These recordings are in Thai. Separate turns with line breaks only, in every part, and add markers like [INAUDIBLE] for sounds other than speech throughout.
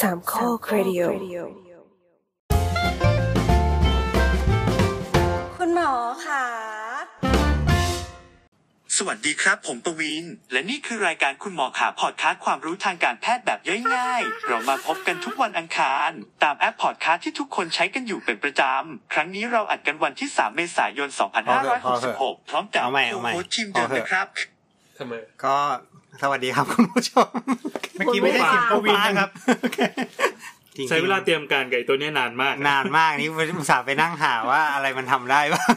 สามข้อครดิโอ
คุณหมอค่ะ
สวัสดีครับ ผมประวิน และนี่คือรายการคุณหมอขาพอดคาสต์ความรู้ทางการแพทย์แบบย่อยง่าย เรามาพบกันทุกวันอังคาร ตามแอปพอดคาสต์ที่ทุกคนใช้กันอยู่เป็นประจำ ครั้งนี้เราอัดกันวันที่ 3 เมษายน 2566 พร้อมกับ
เอาใหม่เอาใหม่
โค้ชทีมเดิมนะครับ
ทำไม
ก็สวัสดีครับ [LAUGHS] คุณผู้ชม
เมื่อกี้ไม่ได้เสียงกวินนะครับ
โอเคจริงๆ
ใช้เวลาเตรียมการไก่ตัวเนี้ยนานมาก
นานมากนี่อุตส่าห์ไปนั่งหาว่าอะไรมันทำได้บ้าง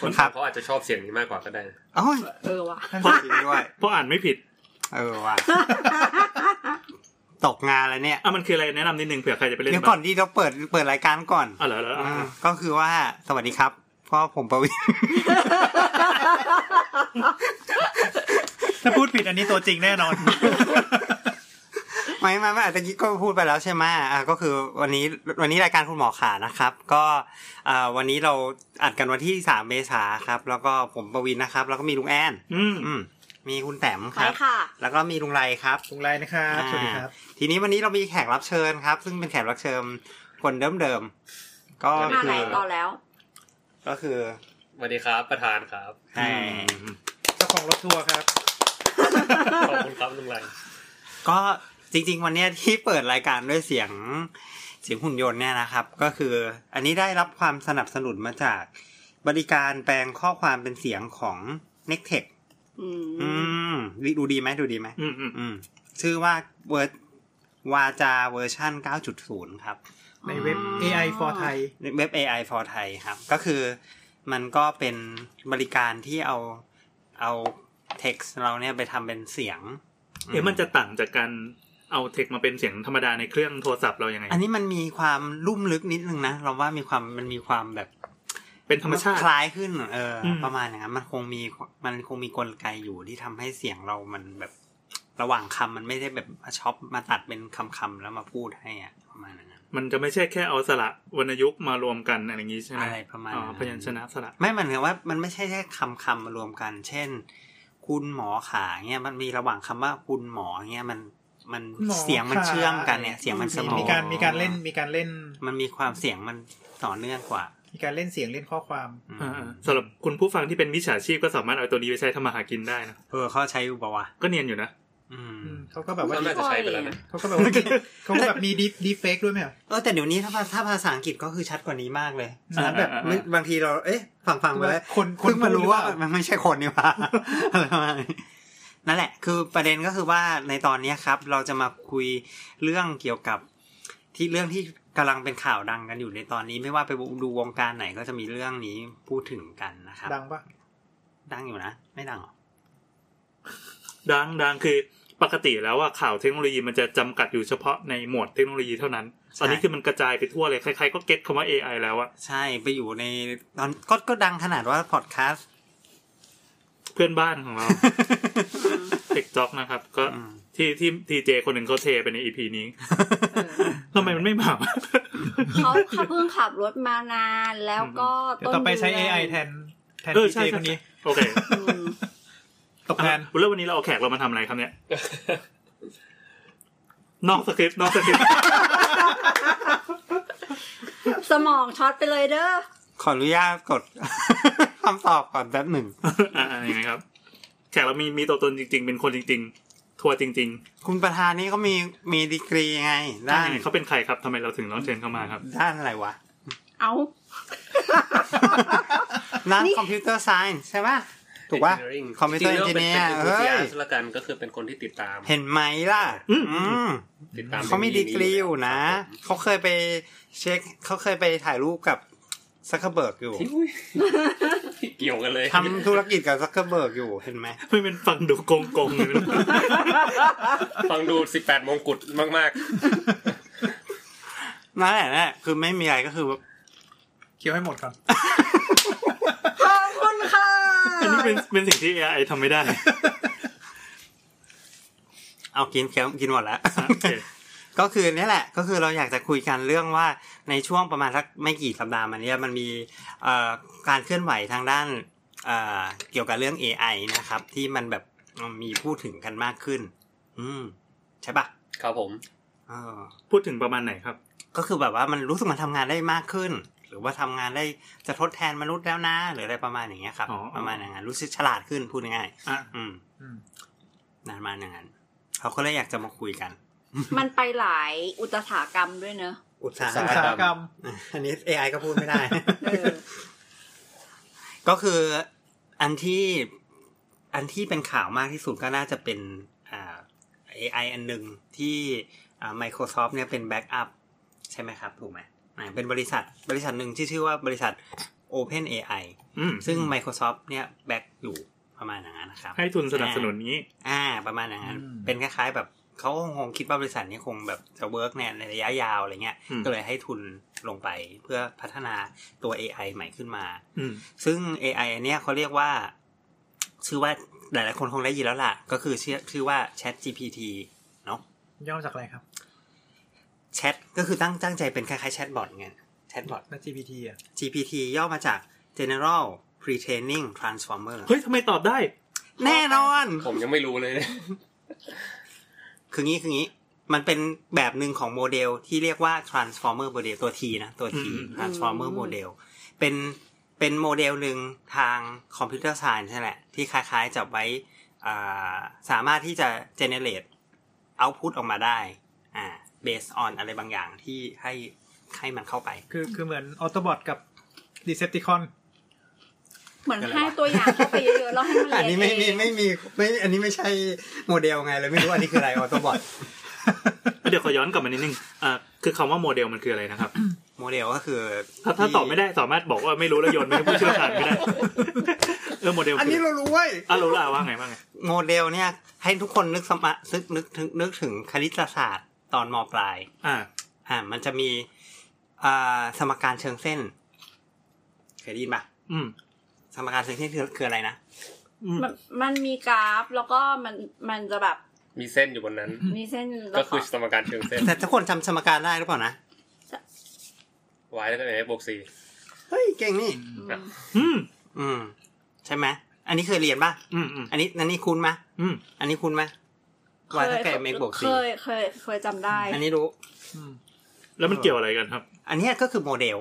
คน
ค
ขั
รั
บบ เขาอาจจะชอบเสียงนี้มากกว่าก็ได้นะ
โอ้ย
เออว่ะ
จริงด้วย
เพราะอ่านไม่ผิด
เออ
[LAUGHS]
ว่ะตกงานแล้วเนี่ย
อ่ะมันคืออะไรแนะนำนิดนึงเผื่อใครจะไปเล่น
เดี๋ยวก่
บ้า
อน
ง
ดีเราเปิดเปิดรายการก่อน
อ่ะเหรอเหรอ
อ่าก็คือว่าสวัสดีครับพ่อผมประวิน
ถ้าพูดผิดอันนี้ตัวจริงแน่นอน
[LAUGHS] ไม่ไม่ไม่ตะกี้ก็พูดไปแล้วใช่ไหมอ่าก็คือวันนี้วันนี้รายการคุณหมอขานะครับ ก็อ่าวันนี้เราอัดกันวันที่สามเมษาครับ แล้วก็ผมประวินนะครับ แล้วก็มีลุงแอน
อืม
อืมมีคุณแต้มค
ไป
รับ
ค่ะ
แล้วก็มีลุงไรครับ
ลุงไรนะครับ สวัสดีครับ
ทีนี้วันนี้เรามีแขกรับเชิญครับ ซึ่งเป็นแขกรับเชิญคนเดิมๆก็
มา
คื
ไหน
อ
ต่อแล้ว
ก็คือ
สวัสดีครับ ประธานครับ
ใช่
เจ้าของรถทัวร์ครับ
ขอบคุณครับลุงไร
ก็จริง ๆ วันเนี้ยที่เปิดรายการด้วยเสียงเสียงหุ่นยนต์เนี่ยนะครับ ก็คืออันนี้ได้รับความสนับสนุนมาจากบริการแปลงข้อความเป็นเสียงของ n e c t e c h
อื
อื
ม
มดูดีไหมดูดีไหม
อืมอืม
อืมชื่อว่าเวอร์วาจาเวอร์ชั่น 9.0 ครับ
ในเว็บ AI for Thai
เว็บ AI for Thai ครับ ก็คือมันก็เป็นบริการที่เอาเอา text เราเนี่ยไปทำเป็นเสียง
เอ๊ะมันจะต่างจากการเอาเทคมาเป็นเสียงธรรมดาในเครื่องโทรศัพท์เรายังไง
อันนี้มันมีความลุ่มลึกนิดนึงนะ เราว่ามีความมันมีความแบบ
เป็นธรรมชาติ
คล้ายขึ้นเอออ
ม
ประมาณอย่างนั้นมันคงมีมันคงมีกลไกอยู่ที่ทำให้เสียงเรามันแบบระหว่างคำมันไม่ได้แบบช็อปมาตัดเป็นคำๆแล้วมาพูดให้อะประมาณอย่างนั้น
มันจะไม่ใช่แค่เอาสระวรรณยุกต์มารวมกันอะไรอย่างงี้ใช่ไหม
อะไรประมาณ
อ๋อ
นั้น
พยัญชนะสระ
ไม่หมายถึงว่ามันไม่ใช่แค่คำคำมารวมกัน เช่น คุณหมอขาเงี้ยมันมีระหว่างคำว่าคุณหมอเงี้ยมันมัน
คุณหมอ
เสียงมัน
ขา
เชื่อมกันเนี่ยเสียงมันเสมอ
มีการมีการเล่นมีการเล่น
มันมีความเสียงมันต่อเนื่องกว่า
มีการเล่นเสียงเล่นข้อความ
อืม
อ่าๆสำหรับคุณผู้ฟังที่เป็นมิจฉาชีพก็สามารถเอาตัวนี้ไปใช้ทำมาหากินได้นะ
เออเขาใช้อยู่ปะวะ
ก็เนียนอยู่นะ
อืม
อืมเขาก็แบบว่า
ก็น่าจะใช้ไปแล้วนะ
เขาก็แบบว่าเขาก็แบบมีดิฟดิฟเฟกด้วยไหมอ่ะ
เออแต่เดี๋ยวนี้ถ้าภาถ้าภาษาอังกฤษก็คือชัดกว่านี้มากเลย
อ่า
แบบไม่บางทีเราเอ๊ะฟังฟังไปแล้ว
คนค
เพิ่
น
งมารู้ว่า
พูดหอเปล่
มันไม่ใช่คนนี่หว่า [LAUGHS] อะไรประมาณนี้นั่นแหละ คือประเด็นก็คือว่าในตอนนี้ครับ เราจะมาคุยเรื่องเกี่ยวกับ ที่เรื่องที่กำลังเป็นข่าวดังกันอยู่ในตอนนี้ ไม่ว่าไปดูวงการไหนก็จะมีเรื่องนี้พูดถึงกันนะครับ
ดังปะ
ดังอยู่นะ ไม่ดังหรอ
ดังดังคือปกติแล้วว่าข่าวเทคโนโลยีมันจะจำกัดอยู่เฉพาะในหมวดเทคโนโลยีเท่านั้น ตอนนี้คือมันกระจายไปทั่วเลย ใครๆก็เก็ตคำว่า AI แล้วอะ
ใช่ไปอยู่ในตอนก็ก็ดังขนาดว่าพอดแคสต์
เพื่อนบ้านของเรา เด็กจ็อกนะครับ ก็
[LAUGHS] อืม
ที่ที่ทีเจคนหนึ่งเขาเทไปใน EP นี้
เออ
ทำไมมันไม่มาวะ
เขาเขาเพิ่งขับรถมานานแล้วก็
เดี๋ยว
ต้น
ต่อไปใช้
เดืน
AI แทนแทน
เออ
พี
ใช่
เจ
ใช่
คนนี้
โอเค
อืม
ตกงาน
แล้ววันนี้เราเอาแขกเรามาทำอะไรครับเนี่ย นอกสคริปต์นอกสคริปต์
สมองช็อตไปเลยเด้อ
ขออนุญาตกด [LAUGHS] คำตอบก่อนแป๊บหนึ่ง
อ่าอย่างไรครับ แขกเรามีมีตัวตนจริง ๆ เป็นคนจริง ๆ ทัวร์จริง
คุณประธานนี่ก็มีมีดีกรีไง
ๆ
ด้าน
อ่าเขาเป็นใครครับทำไมเราถึงร้องเชิญเข้ามาครับ
ด้านอะไรวะ
เอา
ด้านคอมพิวเตอร์ไซน์ใช่ปะถูกปะคอมพิวเตอร์เอนจิเนียร์
เฮ้
เฮ้ย
ยละกันก็คือเป็นคนที่ติดตาม
เห็นไหมล่ะ
อืม
อืม
ติดตาม
เขามีดีกรีอยู่นะ
ครับผม
เขาเคยไปเช็ค เขาเคยไปถ่ายรูปกับซักเคเบิร์กอยู่
[LAUGHS] เกี่ยวกันเลย
ทำธุรกิจกับซักเคเบิร์กอยู่ เห็นไหม
ไม่เป็นฟังดูโกงๆเลยนะ
ฟังดู 18 มงกุฎมาก
นั่นแหละนั่นแหละ คือไม่มีอะไรก็คือว่า
เคี้ยวให้หมดก่อน
ขอบคุณค่ะ
อันนี้เป็นเป็นสิ่งที่ AI ทำไม่ได้
เอากินเคี้ยวกินหมดแล้ว
อ่ะโอเค
ก็คือเนี่ยแหละ ก็คือเราอยากจะคุยกันเรื่องว่าในช่วงประมาณสักไม่กี่สัปดาห์มาเนี้มันมีเอ่อการเคลื่อนไหวทางด้านเอ่อเกี่ยวกับเรื่อง AI นะครับ ที่มันแบบมีพูดถึงกันมากขึ้น อืมใช่ปะ
ๆ ครับผม
เออ
พูดถึงประมาณไหนครับ
ก็คือแบบว่ามันรู้สึกมันทำงานได้มากขึ้น หรือว่าทำงานได้จะทดแทนมนุษย์แล้วนะหรืออะไรประมาณอย่างเงี้ยครับ
อ๋อ
ประมาณอย่างนั้นรู้สึกฉลาดขึ้นพูดง่าย
อ่ะ
ๆอืม
อืม
นานมาอย่างนั้นเขาก็เลยอยากจะมาคุยกัน
มันไปหลายอุตสาหกรรมด้วยเนอะ
อุตสาหก
อุต
ร
สาร ห
ม
กรรม
อันนี้ AI ก็พูดไม่ได้
เออ
ก็คืออันที่อันที่เป็นข่าวมากที่สุดก็น่าจะเป็นอ่า AI อันหนึ่งที่อ่า Microsoft เนี่ยเป็นแบ็กอัพใช่ไหมครับ ถูกไหมอ่าเป็นบริษัทบริษัทหนึ่งที่ชื่อว่าบริษัท Open AI
อืม
ซึ่ง Microsoft เนี่ยแบ็กอยู่ประมาณอย่างนั้นนะครับ
ให้ทุนสนับสนุนนี้
อ่า ประมาณอย่างนั้น
อืม
เป็นคล้ายๆ แบบเขาคงคิดว่าบริษัทนี้คงแบบจะเวิร์กเนี่ยในระยะยาวอะไรเงี้ย
อืม
ก็เลยให้ทุนลงไปเพื่อพัฒนาตัว AI ใหม่ขึ้นมา
อืม
ซึ่ง AI อันเนี้ยเขาเรียกว่า ชื่อว่าหลายๆคนคงได้ยินแล้วล่ะ ก็คือชื่อชื่อว่า Chat GPT เนอะ
ย่อมาจากอะไรครับ
Chat ก็คือตั้งตั้งใจเป็นคล้ายๆแชทบอทไงแชทบอท
แล้ GPT อ่ะ
GPT ย่อมาจาก General Pre-training Transformer
เฮ้ยทำไมตอบได้
แน่นอน
ผมยังไม่รู้เลยเนี่ย
คืองี้คืองี้ มันเป็นแบบหนึ่งของโมเดลที่เรียกว่า transformer model ตัว T นะ ตัว T
อืม
transformer
อืม
model เป็นเป็นโมเดลหนึ่งทางคอมพิวเตอร์ไซน์ใช่แหละ ที่คล้ายๆจะไว้อ่าสามารถที่จะ generate output ออกมาได้อ่า based on อะไรบางอย่างที่ให้ให้มันเข้าไป
คือคือเหมือนออโตบอทกับดีเซปติคอน
เหมือนให้ตัวอย่างเข้าไปเยอะๆแล้วให้มัน
[LAUGHS] อัน
เรียน
นี้ไม่
เอ
มี
ง
ไม่มีไม่อันนี้ไม่ใช่โมเดลไงเลยไม่รู้อันนี้คืออะไรออโตบอท
เดี๋ยวขอย้อนกลับมานิดนึงอ่าคือคำว่าโมเดลมันคืออะไรนะครับ
โมเดลก็คือ
ถ้าถ้าตอบไม่ได้สามารถบอกว่าไม่รู้แล้วโยนไม่ให้ผู้เชี่ยวชาญก็ได้
[LAUGHS]
เออโมเดล
อันนี้เรารู้เว้ย
อ่ะรู้ละว่าไงว่าไง
โมเดลเนี่ยให้ทุกคนนึกสมะซึกนึกถึงนึกถึงคณิตศาสตร์ตอนมปลาย
อ่า
อ่า มันจะมีอ่าสมการเชิงเส้น เคยได้ยินปะ
อืม
สมการเชิงเส้นคือคืออะไรนะ
อืม
มันมันมีกราฟแล้วก็มันมันจะแบบ
มีเส้นอยู่บนนั้น
มีเส้น
ก็
แล้ว
คือสมการเชิงเส้น
แต่ทุกคนจำสมการได้หรือเปล่านะ
วายแล้วก็ไหนบวกสี่
เฮ้ย เก่งนี่
อืม
อืม
อืม ใช่ไหมอันนี้เคยเรียนปะ
อืมอืม
อันนี้อันนี้คุณไหมะ
อืม
อันนี้คุณไหมะวายเท่ากับเมกบวก
เค
สี่
ยเคยเคยจำได้
อันนี้รู้
แล้วมันเกี่ยวอะไรกันครับ
อันเนี้ยก็คือโมเดล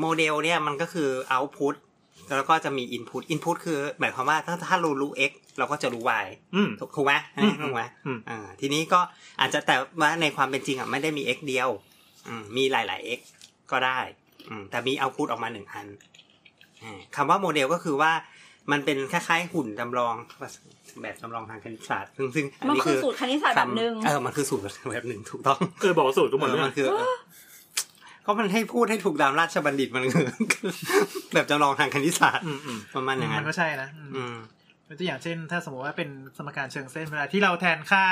โมเดลเนี่ยมันก็คือ output แล้วก็จะมี input input คือหมายความว่าถ้าถ้าเรารู้ x เราก็จะรู้ y
อืม
ถูกถูกไหมอันนี้ถูกไหม
อืม
อ่าทีนี้ก็อาจจะแต่ว่าในความเป็นจริงอ่ะไม่ได้มี x เดียวอืมมีหลาย ๆ x ก็ได้อืมแต่มี output ออกมาหนึ่งอันอ่าคำว่าโมเดลก็คือว่ามันเป็นคล้ายๆหุ่นจำลองแบบจำลองทางคณิตศาสตร์ซึ่งซึ่งอัน
มัน
นี้
คือสูตรคณิตศาสตร์แบบหนึ่ง
เออมันคือสูตรแบบหนึ่งถูกต้อง
เออบอกว่าสูตรก็หมด
เอ
เรื่
อ
อง
มันคือเออก็มันให้พูดให้ถูกตามราชบัณฑิตมัน [LAUGHS] คือ แบบจำลองทางคณิตศาสตร์
อืมอืม
ประมาณอย่างนั้
มัน นก็ใช่นะ
อืม
มันตัวอย่างเช่น ถ้าสมมติว่าเป็นสมการเชิงเส้นเวลาที่เราแทนค่า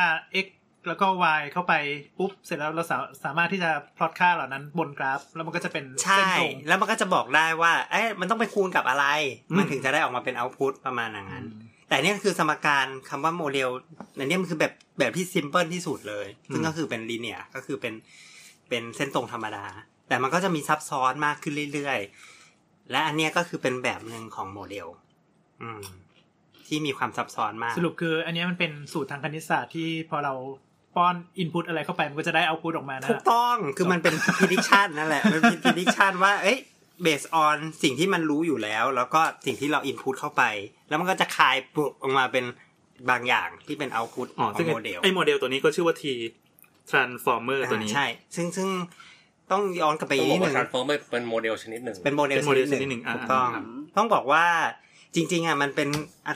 x แล้วก็ y เข้าไปปุ๊บ เสร็จแล้วเราสาสามารถที่จะพลอตค่าเหล่านั้นบนกราฟ แล้วมันก็จะเป็น
ใช่
เส้นตรง
แล้วมันก็จะบอกได้ว่า เอ๊ะมันต้องไปคูณกับอะไร
อืม
มันถึงจะได้ออกมาเป็นเอา p พุตประมาณอย่าง
อื
นั้น
ม
แต่เนี่ยคือสมการคำว่าโมเดลอันเนี้ยมันคือแบบแบบที่ซิมเพิลที่สุดเลย ซึ่งก็คือเป็นลีเนียก็คือเป็นเป็นเส้นตรงธรรมดา แต่มันก็จะมีซับซ้อนมากขึ้นเรื่อยๆ และอันเนี้ยก็คือเป็นแบบหนึ่งของโมเดล อืม ที่มีความซับซ้อนมาก
สรุปคืออันเนี้ยมันเป็นสูตรทางคณิตศาสตร์ที่พอเราป้อนอินพุตอะไรเข้าไปมันก็จะได้เอาพุตออกมานะ
ถูกต้อง คือมันเป็น prediction นั่นแหละ มันเป็น prediction ว่า เอ้ย based on สิ่งที่มันรู้อยู่แล้ว แล้วก็สิ่งที่เรา input เข้าไป แล้วมันก็จะคายปลุกออกมาเป็นบางอย่างที่เป็น output ข
อ๋อ
อง
ซึ่ง
โมเดล
ไอ้โมเดลตัวนี้ก็ชื่อว่า T transformer ตัวนี้
อ่าใช่ ซึ่งซึ่งต้องย้อนกลับไป
ต้อง
นิด
บอกว่า
นึง
ทรานส์ฟอร์เมอร์เป็นโมเดลชนิดหนึ่ง
เป็นโมเดล
เป็นโมเดล
ชนิด
ชนิด
ห
หนึ่
นึ่ง
งอ่า
ถูกต้อง
อืม
ต้องบอกว่าจริง ๆอ่ะมันเป็น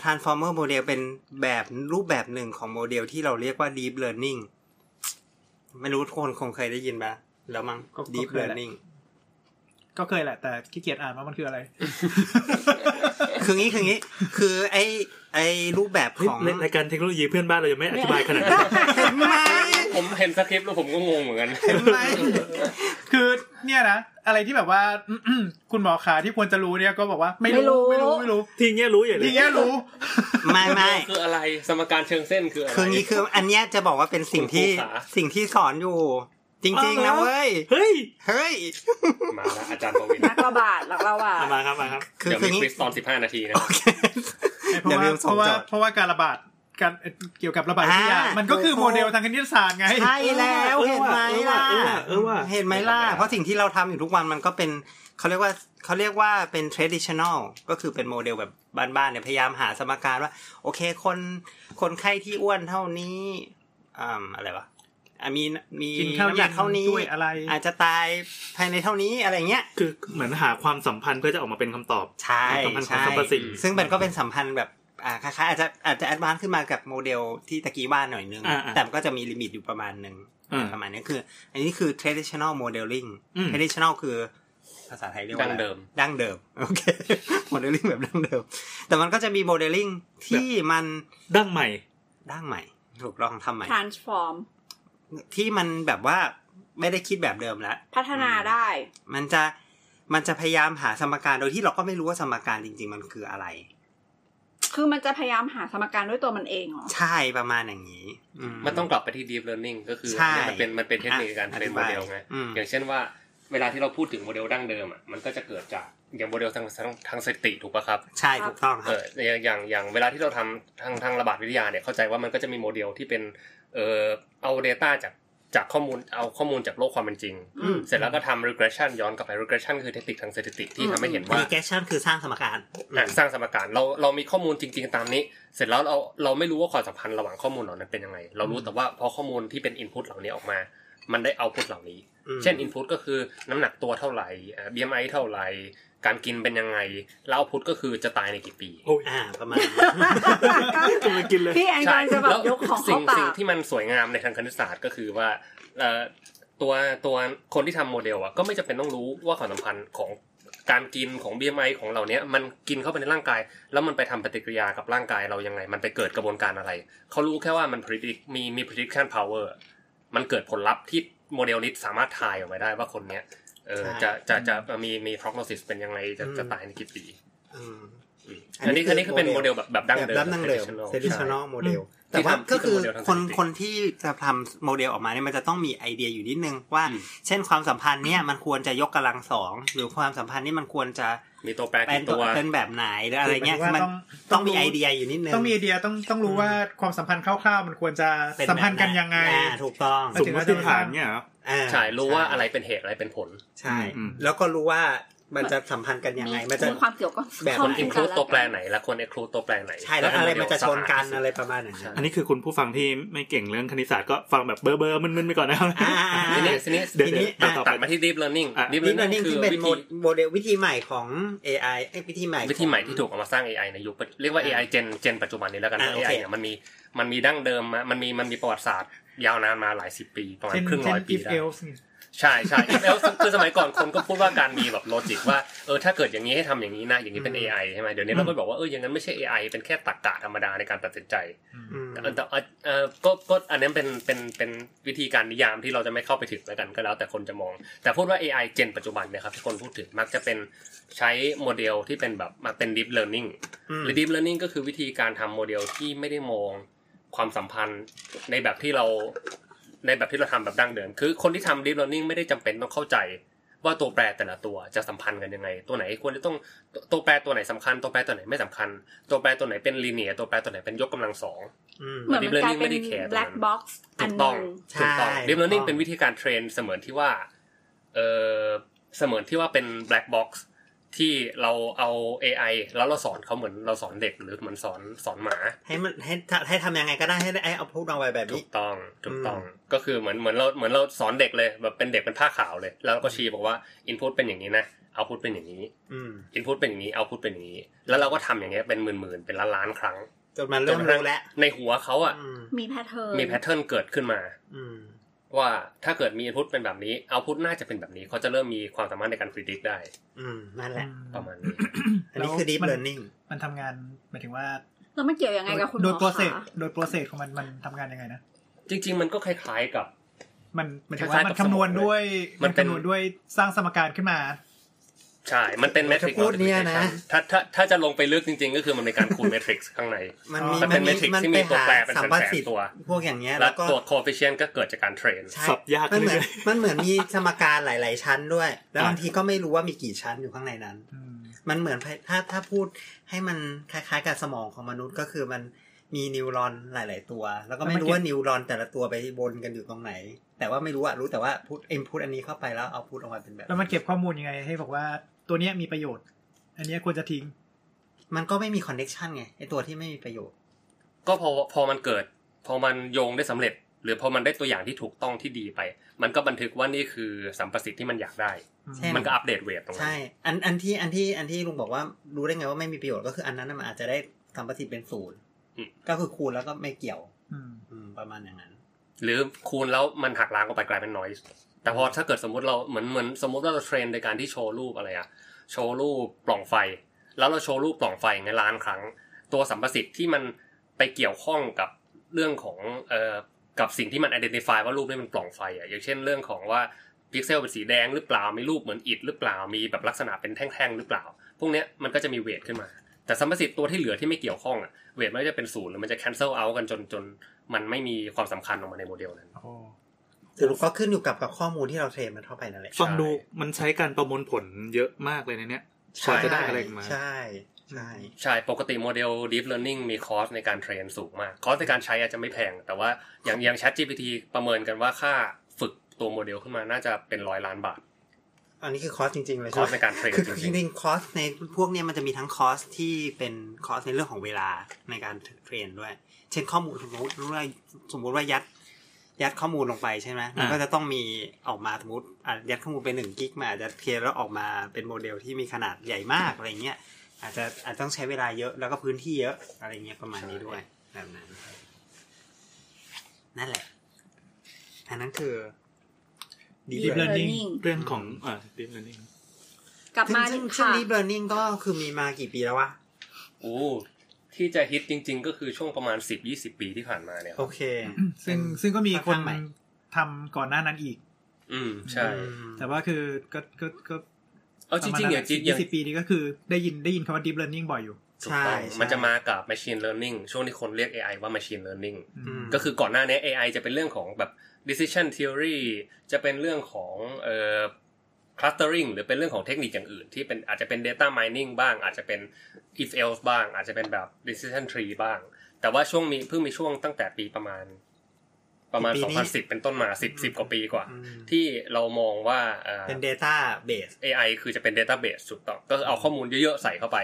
transformer โมเดลเป็นแบบรูปแบบหนึ่งของโมเดลที่เราเรียกว่า deep learning ไม่รู้ทุกคนคงเคยได้ยินปะแล้วมั้ง deep learning
ก็เคยแหละแต่ขี้เกียจอ่านว่ามันคืออะไร
คืองี้คืองี้ คือไอไอรูปแบบ
เฮ้ย
ของ
ในรายการเทคโนโลยีเพื่อนบ้านเรายังไม่อธิบายขนาดนั้น
[LAUGHS] เห็นไหม
ผมเห็นสคริปต์แล้วผมก็งงเหมือนกัน
เห็นไหม
คือเนี่ยนะอะไรที่แบบว่า [COUGHS] คุณหมอขาที่ควรจะรู้เนี่ยก็บอกว่าไม่รู้
ไม่
ไม่
รู้
รู้ไม่รู้
ทีเงี้ยรู้ใหญ่เล
ที
ย
เนี้ย
[LAUGHS]
รู้
ไม่ไม่
คืออะไรสมการเชิงเส้นคืออะไร
คืองี้คืออันเนี้ยจะบอกว่าเป็นสิ่งที่
คุณครูขา
สิ่งที่สอนอยู่ จริง
อ๋อ
ๆ
เหร
นะ
อ
เว้ย
เฮ้ย
เฮ้ย
มาแล้วอาจารย์ประวิน
นักระบาดนักระบาด
เอามาครับมาครับ
คือ
เดี๋ยว
คือ
มี
งี้
ควิสตอน 15 นาทีนะ
โอเค
เพราะ
เดี๋ยว
ว่า
ลืม
เพ
ส่ง
ราะว่า
โจทย์
เพราะว่าการระบาด การเกี่ยวกับระบาดวิทยา
อ่ามั
มันก็คือโมเดลทางคณิตศาสตร์ไง
ใช่แล้ว
เออ
เห็นไหมล่ะ
เออว่ะเออว่ะ
เห็นไหมล่ะ เพราะสิ่งที่เราทำอยู่ทุกวันมันก็เป็นเขาเรียกว่าเขาเรียกว่าเป็น traditional ก็คือเป็นโมเดลแบบบ้านๆเนี่ยพยายามหาสมการว่า โอเคคนคนไข้ที่อ้วนเท่านี้อ่าอะไรวะอ่ะมีมี
กินข้าว
ำหนักเท่านี้
ด้วยอะไร
อาจจะตายภายในเท่านี้อะไรเงี้ย
คือเหมือนหาความสัมพันธ์เพื่อจะออกมาเป็นคำตอบ
ใช่
สัมพันธ์ของ
ใช่
สรรพสิ่ง
ซึ่งมันก็เป็นสัมพันธ์แบบอ่าคล้ายๆอาจจะอาจจะ advance ขึ้นมากับโมเดลที่ตะกี้บ้านหน่อยนึง
อ่าๆ
แต่มันก็จะมีลิมิตอยู่ประมาณหนึ่ง
อ่า
ประมาณนี้คือ อันนี้คือ traditional modeling
อืม
traditional คือภาษาไทยเรียกว่าอะไร
ดั้งเดิม
ดั้งเดิม โอเค [LAUGHS] modeling แบบดั้งเดิม แต่มันก็จะมี modeling ที่มัน
ดั้งใหม่
ดั้งใหม่ ถูกลองทำใหม่
transform
ที่มันแบบว่าไม่ได้คิดแบบเดิมแล้ว
พัฒนาได้
มันจะมันจะพยายามหาสมการโดยที่เราก็ไม่รู้ว่าสมการจริง ๆ มันคืออะไร
คือมันจะพยายามหาสมการด้วยตัวมันเองเหรอ
ใช่ประมาณอย่างนี้อื
มันต้องกลับไปที่ deep learning ก็คือ
ใช่
เนี่ยมันเป็นมันเป็นเทคนิคการ
อ่ะ
เทรนโมเดลไง
อธิบายอืม
อย่างเช่นว่า เวลาที่เราพูดถึงโมเดลดั้งเดิมอ่ะมันก็จะเกิดจากอย่างโมเดลทางทางทางสถิติถูกปะครับ
ใช่ถูกต้องค
เอ
รับ
ออย่างอย่างอย่างเวลาที่เราทำทางทางระบาดวิทยาเนี่ยเข้าใจว่ามันก็จะมีโมเดลที่เป็นเออเอา Data จากจากข้อมูลเอาข้อมูลจากโลกความเป็นจริง
อืม
เสร็จแล้วก็ทำ regression ย้อนกลับไป regression คือเทคนิคทางสถิติที่ทำให้เห็นว่า
regression คือสร้างสมการ
อ่ะสร้างสมการเราเรามีข้อมูลจริง ๆ ตามนี้ เสร็จแล้วเราเราไม่รู้ว่าความสัมพันธ์ระหว่างข้อมูลเหล่านั้นเป็นยังไง เรารู้แต่ว่าพอข้อมูลที่เป็นอินพุตเหล่านี้ออกมา มันได้เอาพุตเหล่านี้
อืม
เช่น Input ก็คือน้ำหนักตัวเท่าไหร่อ่า BMI เท่าไหร่ การกินเป็นยังไง แล้ว Output ก็คือจะตายในกี่ปี
โอ้ย
อ่าประมาณนี้
กำลังกินเลย
พี่แอนกำลังจะแบบยกของ
สิ่
เข้าง ปา
สิ่ง
ก
ที่มันสวยงามในทางคณิตศาสตร์ก็คือว่าเอ่อตัวตัวคนที่ทำโมเดลอ่ะก็ไม่จำเป็นต้องรู้ว่าความสัมพันธ์ของการกินของ BMI ของเราเนี้ยมันกินเข้าไปในร่างกาย แล้วมันไปทำปฏิกิริยากับร่างกายเรายังไง มันไปเกิดกระบวนการอะไร เขารู้แค่ว่ามัน predict มีมี prediction power มันเกิดผลลัพธ์ที่โมเดลนี้สามารถทายออกมาได้ว่าคนเนี้ยเออ
ใช่
จะจะจะมีมี prognosis เป็นยังไงจะ
อืม
จะตายในกี่ปี
อืม
อืมอันนี้อันนี้คือเป็นโมเดลแบบแบบดั้งเดิม
แบบดั้งเดิม
traditional ใช่
traditional model
ที่
แต่ว่า
ทำ
ก็คือ
ที่เป็น
ค
โมเดลทาง
น
สถิติ
คนที่จะทำโมเดลออกมาเนี่ยมันจะต้องมีไอเดียอยู่นิดนึงว่า
อืม
เช่นความสัมพันธ์เนี่ยมันควรจะยกกำลังสองหรือความสัมพันธ์นี่มันควรจะ
มีตัวแปร
เป็น
กี่
ตั
ตัวว
เป็นแบบไหนหรืออะไรเงี้ย
คือห
มั
มา
น
ยถึงว่าต้อง
ต้องมี
ต้องรู้
ไอเดียอยู่นิดนึง
ต้องมีไอเดียต้องต้องรู้ว่าความสัมพันธ์คร่าวๆ มันควรจะ
เป็น
สัมพันธ์กันยังไง
อ่าถูกต้อง
สมมติฐานเนี่ยเหรอ
อ่า
ใช่รู้ว่าอะไรเป็นเหตุอะไรเป็นผล
ใช่
อืม
แล้วก็รู้ว่ามันจะสัมพันธ์กันยังไงมันจะ
มีความเกี่ยวก็
แบบ
ข้
ค
มั
น
มู
อิน
ล
คลูด
กั
ตัวแปรไหนและควรอินคลูดตัวแปรไหน
ใช่แล้วอะไรมันจะชนกัน
แล้วให้โมเดลสหาย
อะไรประมาณอย่างนั้น
ใช่
อันนี้คือคุณผู้ฟังที่ไม่เก่งเรื่องคณิตศาสตร์ก็ฟังแบบเบอร์เบอร์ๆมึนๆไปก่อนนะครับ
อ่า
ทีนี้
ๆ
ทีนี้
เดี๋ยว
ที
เดี๋ย
นี้
วต่อ
ตั
ไป
ดมาที่ deep learning
อ่ะ
deep
ๆ deep learning
คื
ที่
อ
เป็น
วิ
โม
ธี
โมเดลวิธีใหม่ของ AI เอ้ยวิธีใหม่
วิธีใหม่ที่ถูกเอามาสร้าง AI ในยุคปัจเรียกว่า AI เจนเจนปัจจุบันนี้แล้วกันเพ
อ่ะ
ราะ
โอเค
AI เนี่ยมันมีมันมีดั้งเดิมมามันมีมันมีประวัติศาสตร์ยาวนานมาหลายสิบปีประมาณ
เช่น
ครึ่ง
เช่
ร้
น
อยปี
if
ได้
else เนี่ย
ใช่ใช่ if else คือสมัยก่อนคนก็พูดว่าการมีแบบโลจิกว่าเออถ้าเกิดอย่างนี้ให้ทำอย่างนี้นะอย่างนี้เป็น AI ใช่ไหมเดี๋ยวนี้เราก็บอกว่าเอออย่างนั้นไม่ใช่ AI เป็นแค่ตรรกะธรรมดาในการตัดสินใจ
อืม
เออแต่เอ่อเออก็ก็อันนั้นเป็นเป็นเป็นวิธีการนิยามที่เราจะไม่เข้าไปถึงแล้วกันก็แล้วแต่คนจะมอง แต่พูดว่า AI เจนปัจจุบันเนะครับที่คนพูดถึงมักจะเป็นใช้โมเดลที่เป็นแบบมาเป็น deep learning
อืม
หรือ deep learning ก็คือวิธีการทำโมเดลที่ไม่ได้มองความสัมพันธ์ในแบบที่เราในแบบที่เราทำแบบดั้งเดิม คือคนที่ทำ deep learning ไม่ได้จำเป็นต้องเข้าใจ ว่าตัวแปรแต่ละตัวจะสัมพันธ์กันยังไง ตัวไหนควรจะต้องตัวตัวแปรตัวไหนสำคัญ ตัวแปรตัวไหนไม่สำคัญ ตัวแปรตัวไหนเป็นลีเนียตัวแปรตัวไหนเป็นยกกำลังสอง
อืม
เหมือนมันกลายเป็น
Deep learning ไม่ได้แคร์ตรงนั้น
black box อั
ถู
น
ก
ห
ต้อง
นึ่ง
ใช่
ถูกต้อง deep
ถูกต้อง
learning เป็นวิธีการเทรนเสมือนที่ว่า เออเสมือนที่ว่าเป็น black box ที่เราเอา AI แล้วเราสอนเขาเหมือนเราสอนเด็กหรือเหมือนสอนสอนหมา
ให้มันให้ทำให้ทำยังไงก็ได้ให้ได้เอาพูดออกไปแบบ
ถู
นี้
กต้องถูกต้องก็คือเหมือนเหมือนเราเหมือนเราสอนเด็กเลยแบบเป็นเด็กเป็นผ้าขาวเลย แล้วเราก็ชี้บอกว่า input เป็นอย่างนี้นะ output เป็นอย่างนี้
อืม
input เป็นอย่างนี้ output เป็นอย่างนี้ แล้วเราก็ทำอย่างเงี้ยเป็นหมื่นๆเป็นล้านๆครั้ง
จนมันเริ่มรู้แล้ว
ในหัวเขาอ่ะ
อืม
มีแพทเทิร์น
มีแพทเทิร์นเกิดขึ้นมา
อืม
ว่าถ้าเกิดมี input เป็นแบบนี้ output น่าจะเป็นแบบนี้เขาจะเริ่มมีความสามารถในการ predict ได้
อืม นั่นแหละ
ประมาณนี้
อันนี้
แล้ว
คือ deep
มัน
learning
มันทำงานหมายถึงว่า
แล้วมันเกี่ยวยังไงกับคุณห
โด
ม
ย
อ
โปรเซส
คะ
โดยโปรเซสของมันมันทำงานยังไงนะ
จริง ๆ มันก็คล้าย ๆกับ
มันหมายถึง
คล้า
ว่าย
ๆกับ
มันคำนวณด้วย
มั
มัน น
เป็น
คำนวณด้วยสร้างสมการขึ้นมา
ใช่ มันเป็น matrix
จะพูดเนี่ยนะ
ถ้าถ้าถ้าจะลงไปลึกจริง ๆ ก็คือมันเป็นการคูณ matrix ข้างใน
มันมี
แต่เป็น
มี
matrix
มัน
ที่มี
ไป
ตัว
หา
แปรเป็น
สัมพันธ์สิท
แสนๆตัว
พวกอย่างเงี้ย
แล้
แล้ว วก็
ตัว coefficient ก็เกิดจากการเทรน
ใช่
สับยาก
มันเหมือน
เรื่อย
มันเหมือนมีสมการหลาย ๆ ชั้นด้วย แล้วบางทีก็ไม่รู้ว่ามีกี่ชั้นอยู่ข้างในนั้น
อืม
มันเหมือนถ้าถ้าพูดให้มันคล้าย ๆ กับสมองของมนุษย์ก็คือมัน มีนิวรอนหลาย ๆ ตัว แล้วก็
แล้วมัน
ไม่รู้
เก็บ
ว่านิวรอนแต่ละตัวไปวนกันอยู่ตรงไหน แต่ว่าไม่รู้อะรู้แต่ว่าพูดเอ็มพูดอันนี้เข้าไปแล้วเอาพูดออกมาเป็นแบบ
แล้วมันเก็บข้อมูลยังไง ให้บอกว่าตัวเนี้ยมีประโยชน์ อันเนี้ยควรจะทิ้ง
มันก็ไม่มีคอนเน็ชันไงไอตัวที่ไม่มีประโยชน์
ก็พอพอมันเกิด พอมันโยงได้สำเร็จ หรือพอมันได้ตัวอย่างที่ถูกต้องที่ดีไป มันก็บันทึกว่านี่คือสัมประสิทธิ์ที่มันอยากได้
เช่น
มันก็อัปเดตเวทตรงนั้
ใช่
น
อันอันที่อันที่อันที่ลุงบอกว่ารู้ได้ไงว่าไม่มีประโยชน์ก็คืออันนั้นน่ะมันอาจจะได้สัมประสิทธิ์เป็นศูนย์ก็คือคูณแล้วก็ไม่เกี่ยว
อืม
อืมประมาณอย่างนั้น
หรือคูณแล้วมันหักล้างออกไปกลายเป็นนอยส์แต่พอถ้าเกิดสมมติเราเหมือนเหมือนสมมติว่าเราเทรนโดยการที่โชว์รูปอะไรอะโชว์รูปปล่องไฟ แล้วเราโชว์รูปปล่องไฟในล้านครั้ง ตัวสัมประสิทธิ์ที่มันไปเกี่ยวข้องกับเรื่องของเอ่อกับสิ่งที่มัน identify ว่ารูปนี้มันปล่องไฟอ่ะอย่างเช่นเรื่องของว่าพิกเซลเป็นสีแดงหรือเปล่ามีรูปเหมือนอิฐหรือเปล่ามีแบบลักษณะเป็นแท่งๆหรือเปล่า พวกเนี้ยมันก็จะมีเวทขึ้นมา แต่สัมประสิทธิ์ตัวที่เหลือที่ไม่เกี่ยวข้องอ่ะเวทมันก็จะเป็นศูนย์หรือมันจะ cancel out กันจนจนมันไม่มีความสำคัญออกมาในโมเดลนั้น
โอ้
สรุปก็ขึ้นอยู่กับกับข้อมูลที่เราเทรนมันเข้าไปนั่นแหละ
ใช่
ฟังดูมันใช้การประมวลผลเยอะมากเลยในเนี้ย ใช่จะได้อะไรมา
ใช่ใช่
ใช่ ปกติโมเดล Deep Learning มีคอสในการเทรนสูงมาก คอสในการใช้อาจจะไม่แพง แต่ว่าอย่างอย่าง ChatGPT ประเมินกันว่าค่าฝึกตัวโมเดลขึ้นมาน่าจะเป็นร้อยล้านบาท
อันนี้คือคอสจริงๆเลย
คอสในการเทรน
คือจ
จริงๆ
ริงๆคอสในพวกเนี้ยมันจะมีทั้งคอสที่เป็นคอสในเรื่องของเวลาในการเทรนด้วย เช่นข้อมูลสมมติว่าสมมติว่ายัด ยัดข้อมูลลงไปใช่ไหมมันก็จะต้องมีออกมาสมมติอ่ะยัดข้อมูลไปหนึ่งกิกมาอาจจะเทรนแล้วออกมาเป็นโมเดลที่มีขนาดใหญ่มากอะไรเงี้ยอาจจะอาจจะต้องใช้เวลาเยอะแล้วก็พื้นที่เยอะอะไรเงี้ยประมาณนี้ด้วยแบบนั้นนั่นแหละ อันนั้นคือ
Deep
Deep
Learning
Learning
เรื่องของอ่า deep learning
กลับมา
ซึ่งซึ่งซึ่ง
ค่ะ
deep learning ก็คือมีมากี่ปีแล้ววะ
โอ้ที่จะฮิตจริง ๆ ก็คือช่วงประมาณ 10-20 ปีที่ผ่านมาเนี่ยค
โอ
รับ
เค
ซึ่งซึ่งก็มีคน
ค่อนข้างใหม่
ทำก่อนหน้านั้นอีก
อืม ใช่
อืม
แต่ว่าคือก็ก็ก็
เอาจริงๆอย่างจริงๆอ
ยี่
ย่าง
สิบปีนี้ก็คือได้ยินได้ยินคำว่า deep learning บ่อยอยู่
ถูกต้อง
ใช่
มันจะมากับ machine learning ช่วงที่คนเรียก AI ว่า machine learning
อื
อื
ม
ม
ก็คือก่อนหน้านี้ AI จะเป็นเรื่องของแบบ decision theory จะเป็นเรื่องของเอ่อ clustering หรือเป็นเรื่องของเทคนิคอย่างอื่น ที่เป็นอาจจะเป็น data mining บ้าง อาจจะเป็น if else บ้าง อาจจะเป็นแบบ decision tree บ้าง แต่ว่าช่วงมีเพิ่งมีช่วงตั้งแต่ปีประมาณ ประมาณ
ปีนี้
2010 เป็นต้นมา 10 10 กว่าปีกว่า
อืม
ที่เรามองว่าเอ่อ
เป็น data base
AI คือจะเป็น Database ถูกต้องก็คือเอาข้อมูลเยอะๆใส่เข้าไป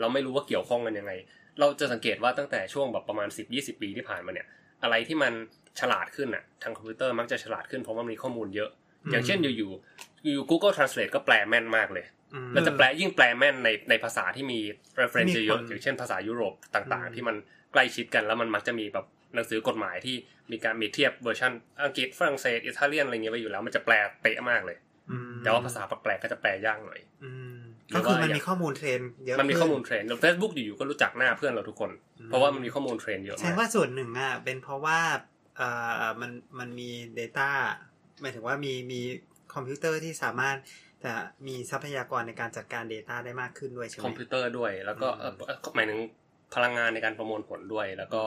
เราไม่รู้ว่าเกี่ยวข้องกันยังไง เราจะสังเกตว่าตั้งแต่ช่วงแบบประมาณ 10-20 ปีที่ผ่านมาเนี่ย อะไรที่มันฉลาดขึ้นอ่ะทางคอมพิวเตอร์มักจะฉลาดขึ้นเพราะมันมีข้อมูลเยอะ อย่างเช่นอยู่ๆอยู่ Google Translate ก็แปลแม่นมากเลย
อืม
แล้วจะแปลยิ่งแปลแม่นในในภาษาที่มี reference
มีคน
เยอะๆอย่างเช่นภาษายุโรปต่าง
อืม
ๆ ที่มันใกล้ชิดกันแล้วมันมักจะมีแบบหนังสือกฎหมายที่มีการมีเทียบเวอร์ชันอังกฤษฝรั่งเศสอิตาเลียนอะไรเงี้ยไปอยู่แล้วมันจะแปลเป๊ะมากเลย
อืม
แต่ว่าภาษาแปลกๆก็จะแปลยากหน่อย
อืม
หรื
ก็
อว่า
คือมันมีข้อมูลเทรนเยอะ
มันมีข้อมูลเท
ขึ้
รนด์เฟซบุ๊กอยู่ๆก็รู้จักหน้าเพื่อนเราทุกคน เพราะว่ามันมีข้อมูลเทรนด์เยอะ
แสด
มาง ก
ว่าส่วนหนึ่งอ่ะ เป็นเพราะว่าเอ่อมันมันมี data หมายถึงว่ามีมีคอมพิวเตอร์ที่สามารถจะมีทรัพยากรในการจัดการ data ได้มากขึ้นด้วยใช่ไหม
คอมพิวเตอร์ด้วย แล้วก็เอ่อเอ่อหมายถึงพลังงานในการประมวลผลด้วย แล้วก็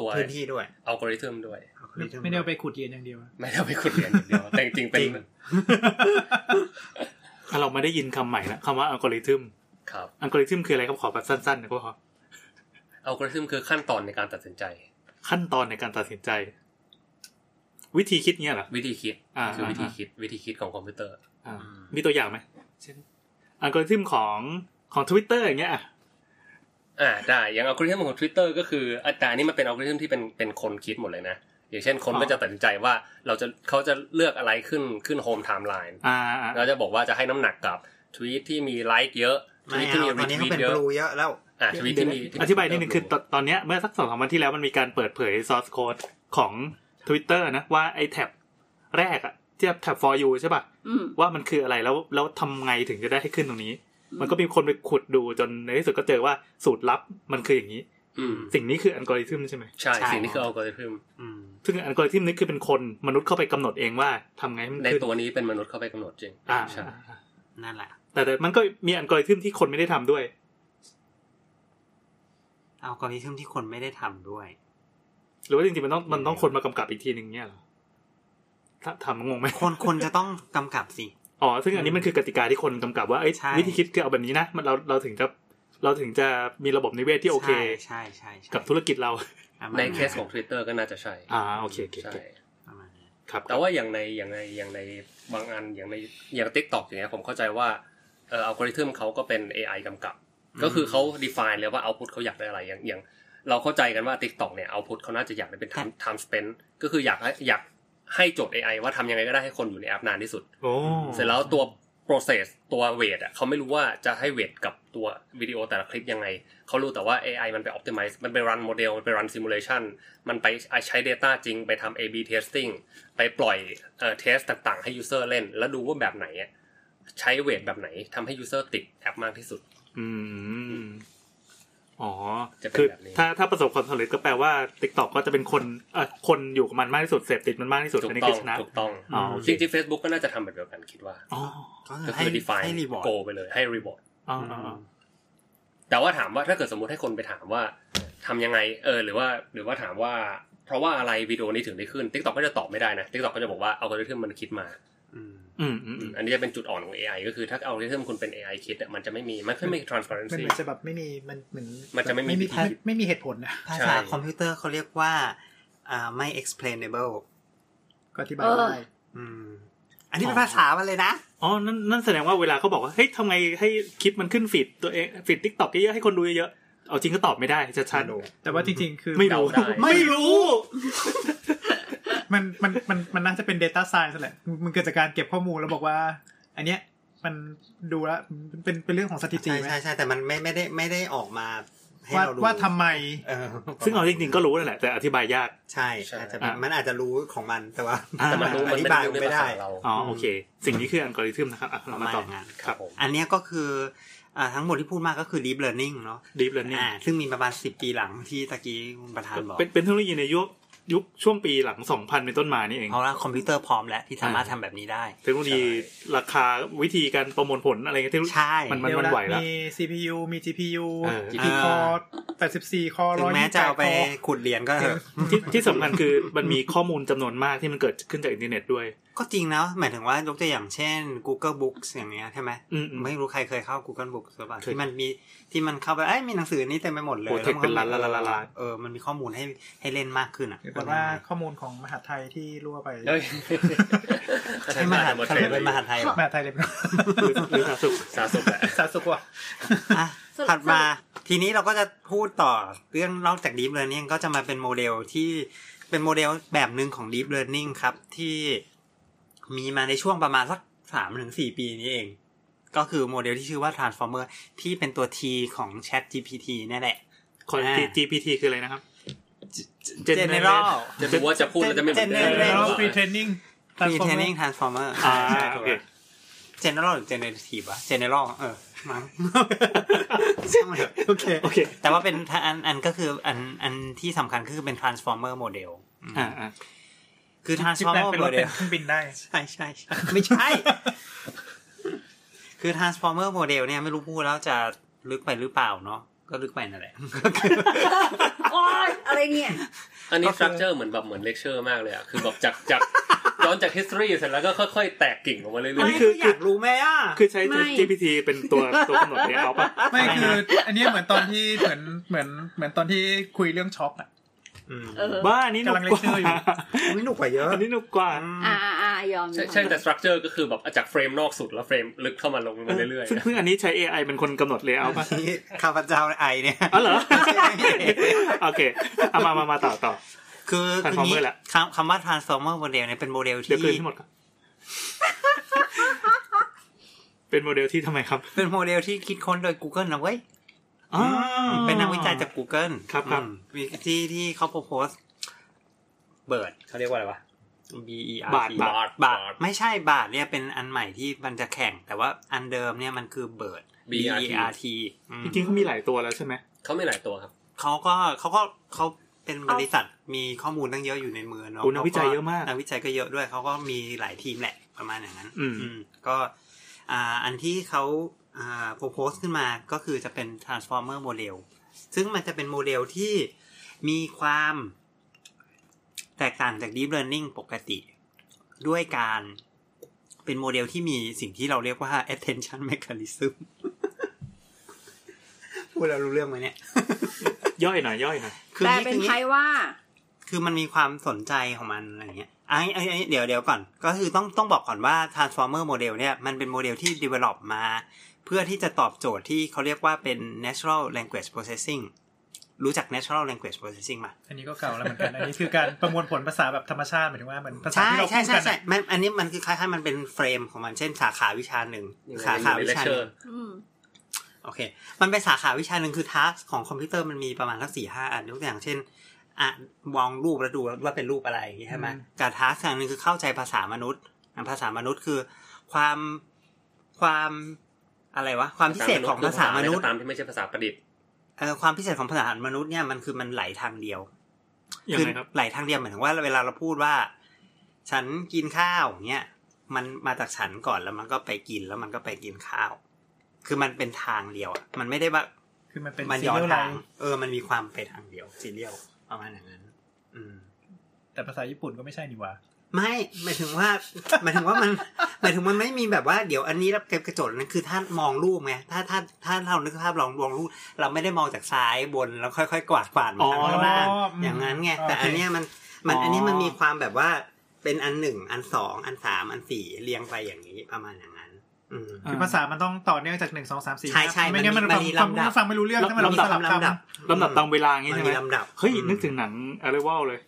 ตัว
พื้นที่ด้วย
อัลกอริทึมด้วย
ไม่ไม่ได้เอาไปขุดเรียนอย่างเดียวอะ
ไม่ได้เอาไปขุดเรียนอย่างเดี
[LAUGHS]
ยวแต่จริงๆเป็น
จริง
อ่ะเราไม่ได้ยินคำใหม่ละคำว่าอัลกอริทึม
ครับ
อัลกอริทึมคืออะไรครับขอแบบสั้นๆหนะก็พอ
อัลกอริทึมคือขั้นตอนในการตัดสินใจ
ขั้นตอนในการตัดสินใจ วิธีคิดเนี้ยเหรอ
วิธีคิด
อ่า
คือวิธีคิดวิธีคิดของคอมพิวเตอร์
อ่ามีตัวอย่างไหมเช่นอัลกอริทึมของของ Twitter อย่างเงี้ยอ่ะ
อ่าได้อย่างอัลกอริทึมของ Twitter ก็คืออ่ะแต่อันนี้มันเป็นอัลกอริทึมที่เป็นเป็นคนคิดหมดเลยนะ อย่างเช่นคน
อ๋อ
ก็จะตัดสินใจว่าเราจะเขาจะเลือกอะไรขึ้นขึ้นโฮมไทม์ไลน์
อ่าอ่า
เราจะบอกว่าจะให้น้ำหนักกับทวีตที่มีไลค์เยอะ ท
ไม่
วีตที่
เอา
มี
ตอน
รี
นี้
ท
เขา
วีต
เป็น
เย
บ
อะ
ลูเยอะแล้ว
อ่ะทวีต
เดี๋ย
ที่
ว
มี
อธิบายนิดนึงคือตอนตอนเนี้ยเมื่อสักสองสามวันที่แล้วมันมีการเปิดเผย source code ของ Twitter นะว่าไอ้แท็บแรกอะที่แท็บ for you ใช่ป่ะ
อืม
ว่ามันคืออะไรแล้วแล้วทำไงถึงจะได้ให้ขึ้นตรงนี้ มันก็มีคนไปขุดดูจนในที่สุดก็เจอว่าสูตรลับมันคืออย่างนี้
อืม
สิ่งนี้คืออัลกอริทึมใช่ไหม
ใช่
ใช่
สิ่งนี้คืออัลกอริทึม
อืม
ซึ่งอัลกอริทึมนี้คือเป็นคนมนุษย์เข้าไปกำหนดเองว่าทำไงให้มัน
ใน
ขึ้น
ตัวนี้เป็นมนุษย์เข้าไปกำหนดจริง
อ่า
ใช่
นั่นแหละ
แต่แต่มันก็มีอัลกอริทึมที่คนไม่ได้ทำด้วย
เอากอริทึมที่คนไม่ได้ทำด้วย
หรือว่าจริงๆมันต้องมันต้องคนมากำกับอีกทีหนึ่งเนี่ยเหรอถ้าทำงงไหม
คนคนจะต้องกำกับสิ
อ๋อซึ่งอันนี้มันคือกติกาที่คนกำกับว่าเอ้ย
ใช่
วิธีคิดคือเอาแบบนี้นะมันเราเราถึงจะ เราถึงจะมีระบบนิเวศที่โอเค
ใช่ใช่ใช่
กับธุรกิจเรา
ประมาณ
ในเคสของ Twitter ก็น่าจะใช่
อ่าโอเคโอเค
ใช่
ประมาณนั้น
ครับ
แต่ว่าอย่างในอย่างในอย่างในบางอันอย่างในอย่าง t ิ k t o k อย่างเงี้ยผมเข้าใจว่าเอ่ออัลกอริทึมเขาก็เป็น AI กำกับ ก็คือเขา define เลยว่า output เขาอยากได้อะไรอย่างอย่างเราเข้าใจกันว่า t ิ k t o k เนี่ย output เขาน่าจะอยากได้เป็น time time spend ก็คืออยากให้อยากให้โจทย์ AI ว่าทำยังไงก็ได้ให้คนอยู่ในแอปนานที่สุด
โอ้
เสร็จแล้วตัว process ตัว weight อะเขาไม่รู้ว่าจะให้ weight กับตัววิดีโอแต่ละคลิปยังไง เขารู้แต่ว่า AI มันไป optimize มันไป run model มันไป run simulation มันไปใช้ data จริงไปทำ A/B testing ไปปล่อยเอ่อ test ต่างๆ ให้ user เล่น แล้วดูว่าแบบไหนอะใช้ weight แบบไหนทำให้ user ติดแอปมากที่สุด
อืม อ๋อ
จะเป็น
คือ
แบบนี้
ถ้าถ้าประสบความสำเร็จก็แปลว่า TikTok ก็จะเป็นคนเอ่อคนอยู่กับมันมากที่สุดเสพติดมันมากที่สุด
ถู
อัน
ก
นี้
ต้
คือ องชนะ
ถูกต้อง
อ๋อโอเค
จริงๆ Facebook ก็น่าจะทำแบบเดียวกันคิดว่า
อ๋อ
ก็คือ define
ให้รีบอร์ด
goal ไปเลยให้ reward
อ๋ออ๋ออ๋อ
แต่ว่าถามว่าถ้าเกิดสมมติให้คนไปถามว่าทำยังไงเออหรือว่าหรือว่าถามว่า เพราะว่าอะไรวิดีโอนี้ถึงได้ขึ้น t ิ k t o k ก็จะตอบไม่ได้นะ t ิ k t o k ก็จะบอกว่าเอากริทึมมันคิดมา
อืม
อืมอืม
อื
อื
ม
ม
อันนี้จะเป็นจุดอ่อนของ AI ก็คือถ้าเอากริทึมคุณเป็น AI คิดอะมันจะไม่มีมันจะไม่มี
มัน
transparency
เหมือนจะแบบไม่มีมันเหมือน
มันจะไม่มี
ไม่มี
วิธีคิด
ไม่มีเหตุผลนะ
ภาษาคอมพิวเตอร์เขาเรียกว่าอ่าไม่ explainable
ก็อธิบายไม่ได้
อืม อันนี้เป็นภาษามันเลยนะ
อ๋อนั่นนั่นแสดงว่าเวลาเขาบอกว่าเฮ้ยทำไงให้คลิปมันขึ้นฟีดตัวเองฟีดทิกตอกเยอะๆให้คนดูเยอะๆเอาจริงก็ตอบไม่ได้ชัดๆ
แต่ว่าจริงๆ คือ
ไม่รู้
เดาได้
ไม่รู้
มันมันมันมันน่าจะเป็น Data Science แหละ มันเกิดจากการเก็บข้อมูลแล้วบอกว่า อันเนี้ยมันดูแล้วเป็นเป็นเรื่องของสถิติ
ใช่
ไหม
ใช่ใช่แต่มันไม่ไม่ได้ไม่ได้ออกมาให้
ว่า
เราดู
ว่าทำไม
เออ
ซึ่งเอาจริงๆก็รู้นั่นแหละแต่อธิบายยาก
ใช่
ใช่
อาจจะ
อ่ะ
มันอาจจะรู้ของมันแต่ว่า
แต่มันรู้
อ
มัน
ธิ
ไม่
บา
ได้
ย
รู้ใน
ไม่
ภา
ได้
ษาเรา
อ๋อโอเค สิ่งนี้คืออัลกอริทึมนะครับอ่ะเรามาต่อ
ประมาณนั้น
ครั
ค
บ
รับผม
อันเนี้ยก็คืออ่าทั้งหมดที่พูดมาก็คือ deep learning เนาะ
ดีฟเลอร์นิ่ง
อ่าซึ่งมีประมาณสิบปีหลังที่ตะกี้คุณประธานบอก
เป็นเป็นเทคโนโลยีในยุคยุคช่วงปีหลัง 2000 เป็นต้นมานี่เอง
เอาละคอมพิวเตอร์พร้อมแล้วที่สามารถทำแบบนี้ได้
เทคโนโลยีราคาวิธีการประมวลผลอะไรเงี้ยเทคโนโลยี
ใช่
มันมัน
เดี๋ย
มันไหวแล้ว
มี CPU มี GPU
เออ
มีคอ84 คอ
ถึ
ร้อง ย
แม้
ยี่สิบ
จะเอา
แปดค
ไป
อ
ขุดเหรียญก็เถอะ
ที่ที่สำคัญคือมันมีข้อมูลจำนวนมากที่มันเกิดขึ้นจากอินเทอร์เน็ตด้วย
ก็จริงนะหมายถึงว่ายกตัวอย่างเช่น Google Books อย่างเนี้ยใช่ไหม
อืมอืม
ไม่รู้ใครเคยเข้า Google Books หรือเปล่า
เคย
ที่มันมีที่มันเข้าไปเอ้ยมีหนังสือนี้เต็มไปหมดเลย
โอ้เทคเป็นล้านล้านล้านล้าน
เออมันมีข้อมูลให้ให้เล่นมากขึ้นอ่ะ
หรือแบบว่าข้อมูลของมหาดไทยที่รั่วไป
เอ้ย
ใช่มหาไทยเป็นมหาไทยเหรอ
มหาดไทยเลย [LAUGHS] นะ
หรือหรือสาธารณสุข
สาสุกแหละ
สาสุขว่ะ
อ่ะถัดมาทีนี้เราก็จะพูดต่อเรื่องนอกจาก Deep Learning ก็จะมาเป็นโมเดลที่เป็นโมเดลแบบหนึ่งของ Deep Learning ครับ ที่มีมาในช่วงประมาณสักสามถึงสี่ปีนี้เอง ก็คือโมเดลที่ชื่อว่า Transformer ที่เป็นตัว T ของ Chat GPT นั่นแหละ
คอน
อ่า
GPT คืออะไรนะครับ
General
จะดูว่าจะพูดแล้วจะไม่เหมือนเดิม
เจนเนอเรล
แล้ว free training
Pre Training
transformer
Transformer
อ่า
ใช่
โอ
ถูก
เค
ปะ General หรือ Generative วะ General เออมั้ง ช่างมันเถอะ
โอเค
โอเค
แต่ว่าเป็นอันอันก็คืออันอันที่สำคัญก็คือเป็น transformer model อืม
อ่าอ่า
คือ
ที่แปลง
transformer
เป็นรถเป็น
model
เครื่องบินได้
ใช่ใช่ใช่ไม่ใช่ คือ transformer model เนี่ยไม่รู้พูดแล้วจะลึกไปหรือเปล่าเนาะก็ลึกไปนั่นแหละ
โอ๊ยอะไรเนี่ย
อันนี้ structure เหมือนแบบเหมือน lecture มากเลยอะคือแบบจากจากย้อนจาก history เสร็จแล้วก็ค่อย ๆ แตกกิ่งออกมาเรื่อย
อัน
ๆ
นี้คืออยากรู้ไหมอ่ะ
คือใช้
ไม่
GPT เป็นตัวตัวกำหนดเนี่ยเอาปะ
ไม่คืออันเนี้ยเหมือนตอนที่เหมือนเหมือนเหมือนตอนที่คุยเรื่องช็อคอะ
เออ
บ้าอันนี้หนุก
กำลัง
กว่า
lecture อยู่
ไม่หนุกกว่าเยอะ
อันนี้หนุกกว่า
อ่าอ่าอ่ายอม
ใช่
ยอม
ใช่แต่ structure ก็คือแบบจากเฟรมนอกสุดแล้วเฟรมลึกเข้ามาลงมาเรื่อย
ซึ่ง
ๆ
ซึ่งอันนี้ใช้ AI เป็นคนกำหนดเลยเอาปะ
ที่ข้าพเจ้าไอเนี่ย
อ๋อเหรอ โอเคเอามามามาต่อต่อ
คือคืออย่างนี้
transformer แหละ
คำคำว่า transformer model เนี่ยเป็นโมเดล
เดี๋ยวคื
ที่
นให้หมดก่อนเป็นโมเดลที่ทำไมครับ
เป็นโมเดลที่คิดค้นโดย Google นะเว้ย
อ๋อ
เป็นนักวิจัยจาก Google
ครับครับ
อืมมีที่ที่เขาโพสเบิร์ดเขาเรียกว่าอะไรวะ B E R
บาท
บาท
บาท ไม่ใช่บาทเนี่ยเป็นอันใหม่ที่มันจะแข่ง แต่ว่าอันเดิมเนี่ยมันคือเบิร์ด
B R T
R T
จริงๆเขามีหลายตัวแล้วใช่ไหม
เขาไม่หลายตัวครับ
เขาก็เขาก็เขาเป็นบริษัทมีข้อมูลตั้งเยอะอยู่ในมือเนาะ
โอ้นักวิจัยเยอะมาก
นักวิจัยก็เยอะด้วยเขาก็มีหลายทีมแหละประมาณอย่างนั้น
อืม
ก็อ่าอันที่เขาอ่าโพสขึ้นมาก็คือจะเป็น transformer model ซึ่งมันจะเป็นโมเดลที่มีความแตกต่างจาก deep learning ปกติ ด้วยการเป็นโมเดลที่มีสิ่งที่เราเรียกว่า attention mechanism [LAUGHS] พูดแล้วรู้เรื่องไหมเนี่ย
ย่อยหน่อยย่อยหน่อย
คือ
แปล
นี่
เป็น
คือ
ไท
นี่
ยว่า
คือมันมีความสนใจของมันอะไรเงี้ยไอ้ไอ้ไอ้เดี๋ยวเดี๋ยวก่อน ก็คือต้องต้องบอกก่อนว่า transformer model เนี่ยมันเป็นโมเดลที่ develop มา เพื่อที่จะตอบโจทย์ที่เขาเรียกว่าเป็น natural language processing รู้จัก natural language processing มา
อันนี้ก็เก่าแล้วเหมือนกัน อันนี้คือการประมวลผลภาษาแบบธรรมชาติหมายถึงว่าเหมือนภาษา
ใช่
ที่เรา
ใช่
พูด
ใช่
กัน
ใช่
อะ
ไม่อันนี้มันคือคล้ายๆมันเป็นเฟรมของมันเช่นสาขาวิชาหนึ่ง
อยู่
สาขา
ใน
วิ
เลค
ชา
เช
ห
อ
นึ่
ร์
ง
อืม
โอเค มันเป็นสาขาวิชาหนึ่งคือทัสของคอมพิวเตอร์มันมีประมาณสักสี่ห้าอันยกตัวอย่างเช่นอ่ะมองรูปแล้วดูว่าเป็นรูปอะไรอย่างงี้ใช่ไหม
อืม
กับทัสอย่างหนึ่งคือเข้าใจภาษามนุษย์อ่ะภาษามนุษย์คือความความอะไรวะความพิเศษของภาษามนุษย์
ตามที่ไม่ใช่ภาษาประดิษฐ์
เอ่อความพิเศษของภาษามนุษย์เนี่ยมันคือมันไหลทางเดียว
ยัง
คือ
ไงครับ
หลายทางเดียวหมายถึงว่าเวลาเราพูดว่า ฉันกินข้าวอย่างเงี้ยมันมาจากฉันก่อนแล้วมันก็ไปกินแล้วมันก็ไปกินข้าว คือมันเป็นทางเดียวอะมันไม่ได้ว่า
คือมันเป็น
มัน
ซี
ย้อน
เรียลไล
ทาง
น์
เออมันมีความไปทางเดียวซีเรียลประมาณอย่างนั้น อืม
แต่ภาษาญี่ปุ่นก็ไม่ใช่นี่หว่า
ไม่หมายถึงว่า [LAUGHS] หมายถึงว่ามันหมายถึงมันไม่มีแบบว่าเดี๋ยวอันนี้รับเก็บกระจกนั้นคือถ้ามองรูปไงถ้าถ้าถ้าเรานึกภาพลองมองรูปเราไม่ได้มองจากซ้ายบนแล้วค่อยๆ กวาดกวาดมาทางข้างล่าง
อ๋ออืม
อย่างนั้นไงแต่
โอเค
อันเนี้ยมันมัน
อ๋ออั
อันนี้มันมีความแบบว่าเป็นอันหนึ่งอันสองอันสามอันสี่เรียงไปอย่างนี้ประมาณอย่างนั้น อืม
คือภาษามันต้องต่อเนื่องจากหนึ่งสองสามสี่
ใช่ใช่
ไม่งั้น
มั
มันน
มี
ฟัง
มันมี
ฟัง
ลำดับ
ฟังไม่รู้เรื่องถ้ามันมีสลับ
ลำดับ
คำ
ลำดับตามเวลาอย่างงี้
มัน
ใช่ไหม
มีลำดับ
เฮ้ย
อืม
นึกถึงหนังอะไรวลเลย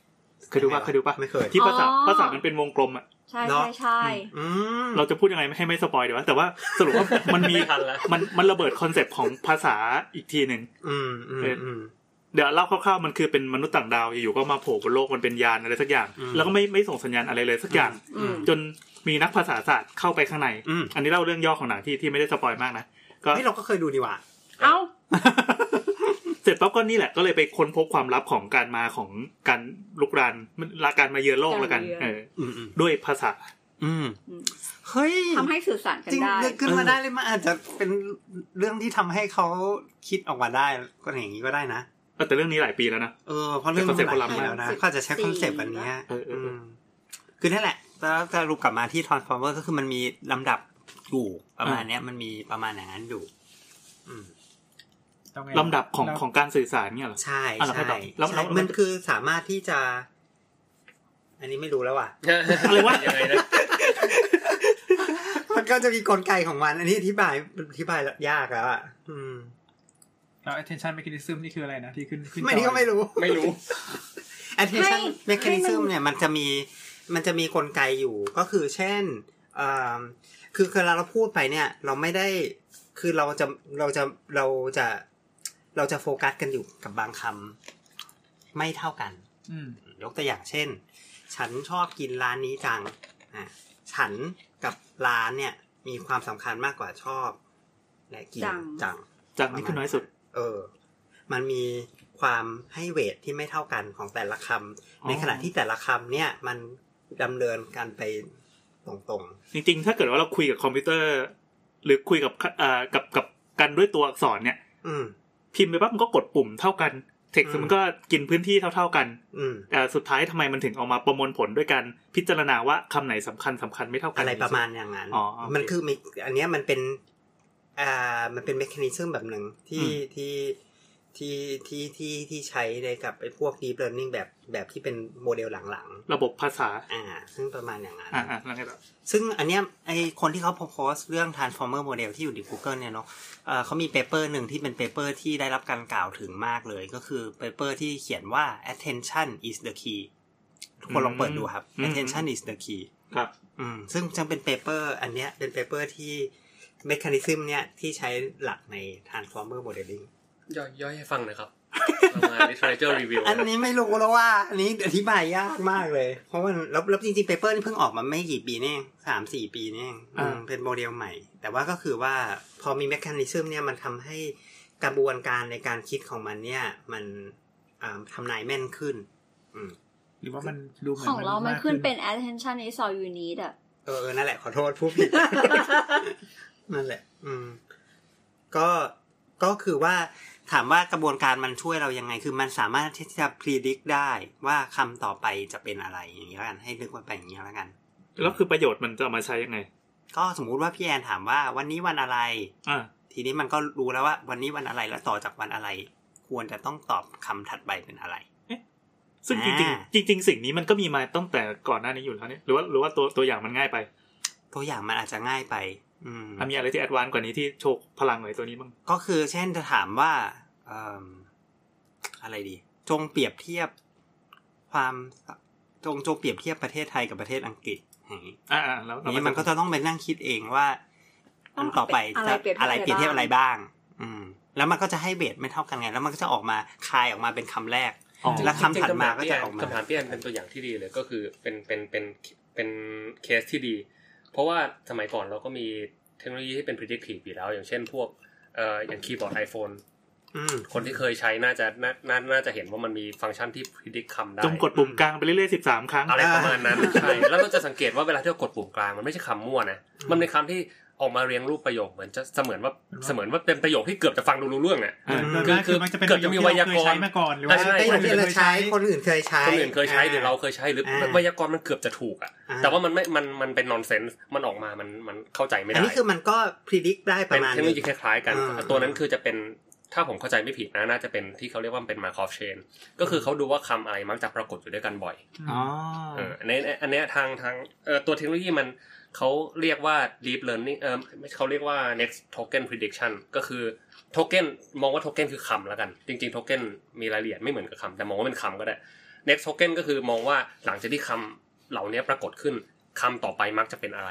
เคยดูปะเคยดูปะ
ไม่เคย
ที่ภาษา
อ๋อ
ภาษามันเป็นวงกลมอ่ะ
ใช่
เนอะ
ใช่ใช่
อืม
เราจะพูดยังไงไม่ให้ไม่สปอยเดี๋ยววะแต่ว่าสรุปว่า [LAUGHS] มันมี
ไม่ทันละ
มันมันระเบิดคอนเซปต์ของภาษาอีกทีหนึ่ง
อืมอืมอืม
เดี๋ยวเล่าคร่าวๆมันคือเป็นมนุษย์ต่างดาวอยู่ๆก็มาโผล่บนโลกมันเป็นยานอะไรสักอย่าง
อืม
แล้วก็ไม่ไม่ส่งสัญญาณอะไรเลยสักอย่าง
อืม
จนมีนักภาษาศาสตร์เข้าไปข้างใน
อืม
อันนี้เล่าเรื่องย่อของหนังที่ที่ไม่ได้สปอยมากนะ [LAUGHS] ก็
เฮ้ยเราก็เคยดูดีหว่า
เอ้า
เสร็จปั๊บก็นี่แหละก็เลยไปค้นพบความลับของการมาของการลุกรานมันลาการมาเยือนโลกแล้วกัน
การมาเยือน
เออ
อืมอืม
ด้วยภาษา
อืม
อืม
เฮ้ย
ทำให้สื่อสารกัน
จริง
ได้
นึกขึ้นมาได้เลยมันอาจจะเป็นเรื่องที่ทำให้เขาคิดออกมาได้ก็อย่างนี้ก็ได้นะ
แต่เรื่องนี้หลายปีแล้วนะ
เออเพราะเรื่องมันหลายปีแล้วนะ
แต่ค
เขา
อน
อาจ
เซ็ป
จะ
ต์
ใช้คอนเซปต์แบบเนี้ย
เออเออเอออื
มคือนั่นแหละแล้วจะรูปกลับมาที่ transformer ก็คือมันมีลำดับอยู่ประมาณเนี้ยมันมีประมาณอย่างนั้นอยู่ อืม
ต้องไง
ลำดับของของการสื่อสารเนี่ยเหรอ
ใช่
อ่ะแล้วก็
ใช่
ต่อแล้วแล้ว
ใช่มันคือสามารถที่จะ อันนี้ไม่รู้แล้วว่ะ
อะไรวะ
ยังไงนะ
มันก็จะมีกลไกของมัน อันนี้อธิบายอธิบายยากแล้วอ่ะอืม
แล้ว attention mechanism นี่คืออะไรนะ ที่ขึ้นขึ้น
ไม่นี่
จอ
ก็ไม่รู้
ไม่รู้
attention
ให้
mechanism
ให้มัน
เนี่ยมันจะมีมันจะมีกลไกอยู่ก็คือเช่นเอิ่มคือคือเวลาเราพูดไปเนี่ย เราไม่ได้คือเราจะเราจะเราจะเราจะโฟกัสกันอยู่กับบางคำไม่เท่ากัน
อืม
ยกตัวอย่างเช่น ฉันชอบกินร้านนี้จังอ่ะฉันกับร้านเนี่ย มีความสำคัญมากกว่าชอบ และกิน
จัง
จัง
จากนี้คือน้อยสุด
เออ มันมีความให้เวทที่ไม่เท่ากันของแต่ละคำ
อ๋อ
ในขณะที่แต่ละคำเนี่ย มันดำเนินกันไปตรง
จริงๆ ถ้าเกิดว่าเราคุยกับคอมพิวเตอร์ หรือคุยกับเอ่อกับกับกันด้วยตัวอักษรเนี่ย
ๆ อืม
พิมพ์ไปปั๊บมันก็กดปุ่มเท่ากันเท็ก
อืม
ซ์มันก็กินพื้นที่เท่า ๆกัน
อืม
แต่สุดท้ายทำไมมันถึงเออกมาประมวลผลด้วยการพิจารณาว่าคำไหนสำคัญสำคัญไม่เท่ากัน
อะไรประมาณอย่างนั้น
อ๋อโอเค
มันคือมีอันเนี้ยมันเป็นอ่ามันเป็นเมคานิซึมแบบหนึ่งที่
อืม
ที่ที่ที่ที่ที่ใช้ในกับไอ้พวก deep learning แบบแบบที่เป็นโมเดลหลัง
ระบบภาษา
ๆ อ่า ซึ่งประมาณอย่างนั้น
อ่าอ่าแล้วไงต่อ
ซึ่งอันเนี้ยไอคนที่เขาโพสต์เรื่อง transformer model ที่อยู่ใน Google เนี่ยเนาะเอ่อเขามีเปเปอร์หนึ่งที่เป็นเปเปอร์ที่ได้รับการกล่าวถึงมากเลย ก็คือเปเปอร์ที่เขียนว่า attention is the key ทุกคนลองเปิดดูครับ attention is the key
ครับ
อืมซึ่งจังเป็นเปเปอร์อันเนี้ยเป็นเปเปอร์ที่เมคานิซึมเนี่ยที่ใช้หลักใน transformer modeling
ย่อยย่อยให้ฟังหนะครับประมาณ literature review
อันนี้ไม่รู้แล้วว่าอันนี้อธิบายยากมากเลย เพราะมันแล้วแล้วจริงๆเปเปอร์นี่เพิ่งออกมาไม่กี่ปีนี่เองสามสี่ปีนี่เอง
อ่า
อืมเป็นโมเดลใหม่ แต่ว่าก็คือว่าพอมีแมคคานิซึมเนี่ยมันทำให้กระบวนการในการคิดของมันเนี่ย มันอ่าทำนายแม่นขึ้น อืม
หรือว่ามันดูเหมือน
ของเรามันขึ้นเป็น
ม
attention is all you need อะ
เออเออนั่นแหละขอโทษผู้ผิด [LAUGHS] นั่นแหละ อืม ก็ ก็คือว่าถามว่ากระบวนการมันช่วยเรายังไง คือมันสามารถที่จะพิจิตรได้ว่าคำต่อไปจะเป็นอะไรอย่างนี้แล้วกัน ให้นึกว่าไปนอย่างนี้แล้วกัน
แล้วคือประโยชน์มันจะเอามาใช้ยังไง
ก็สมมุติว่าพี่แอนถามว่าวันนี้วันอะไร
อ่า
ทีนี้มันก็รู้แล้วว่า วันนี้วันอะไรแล้วต่อจากวันอะไร ควรจะต้องตอบคำถัดไปเป็นอะไร
ซึ่งจ
อ่า
ริงๆจริง ๆ สิ่งนี้มันก็มีมาตั้งแต่ก่อนหน้านี้อยู่แล้วเนี่ยหรือว่าหรือว่าตัวตัวอย่างมันง่ายไป
ตัวอย่างมันอาจจะง่ายไป อืม
อ่ะมีอะไรที่แอดวานซ์กว่านี้ที่โชว์พลังหน่อยตัวนี้บ้าง
ก็คือเช่นจะถามว่าเอิ่มอะไรดี จงเปรียบเทียบความจงจงเปรียบเทียบประเทศไทยกับประเทศอังกฤษอย่างนี้
อ่าๆแล้วแล้ว
นี่มันก็จะต้องไปนั่งคิดเองว่าอันต่อไป
อะไร
จะ
เปรียบเทียบ
อะไรเปรียบเทียบ
อะ
อะไร ไร
บ้า
บ้าง ง อืม แล้วมันก็จะให้เบสไม่เท่ากันไง แล้วมันก็จะออกมาคายออกมาเป็นคำแรก
อ๋อ
แล้วคำถัดมาก็จะออกมา
คำถามพี่แอนเป็นตัวอย่างที่ดีเลยก็คือเป็นเป็นเป็นเป็นเคสที่ดี เพราะว่าสมัยก่อนเราก็มีเทคโนโลยีที่เป็น predictive อยู่แล้ว อย่างเช่นพวกเอ่ออย่างคีย์บอร์ด iPhone
อืม
คนที่เคยใช้น่าจะน่าน่าน่าจะเห็นว่ามันมีฟังก์ชันที่ predict คำได้
จงกดปุ่มกลางไปเรื่อยๆสิบสามครั้ง
อะไรประมาณนั้น ใช่ แล้วเราจะสังเกตว่าเวลาที่เรากดปุ่มกลางมันไม่ใช่คำมั่วนะ มันเป็นคำที่ออกมาเรียงรูปประโยคเหมือนจะเสมือนว่าเสมือนว่าเป็นประโยคที่เกือบจะฟังดูรู้เรื่องอ่ะ
อ่า
โดยมาก
คื
คือ อมันจะเป็น
เกิ
ป
ด
ระโย
จะ
ค
มี
ที่เราเคย
ไวยากรณ์
ใช้มาก่อนหรือว่า
ใช่
ได้
ค
คน น
อื่
อื่
น
นเค
เค
ย
ยใช้
ใช้ คนอื่นเคยใช้
คนอื่นเคยใช้หรือเราเคยใช้หรืออา ไวยากรณ์มันเกือบจะถูกอ่ะ
อ่า
แต่ว่ามันไม่ มันมันเป็น nonsense มันออกมามันมันเข้าใจไม่
อัน
ได้
นี้คือมันก็พิจิตได้ป
เป็น
ระมาณ
เทค
ห
โนโล
นึ่ง
ยีคล้ายๆกัน
อ่า
ตัวนั้นคือจะเป็นถ้าผมเข้าใจไม่ผิดนะน่าจะเป็นที่เขาเรียกว่ามันเป็นมาคอฟเชน ก็คือเขาดูว่าคำอะไรมักจะปรากฏอยู่ด้วยกันบ่อย
อ๋อ
เอออันนี้อันเนี้ยทางทางเอ่อตัวเทคโนโลยีมันเขาเรียกว่า deep learning เออไม่เขาเรียกว่า next token prediction ก็คือโทเก้นมองว่าโทเก้นคือคำแล้วกัน จริงๆโทเก้นมีรายละเอียดไม่เหมือนกับคำแต่มองว่าเป็นคำก็ได้ next token ก็คือมองว่าหลังจากที่คำเหล่านี้ปรากฏขึ้นคำต่อไปมักจะเป็นอะไร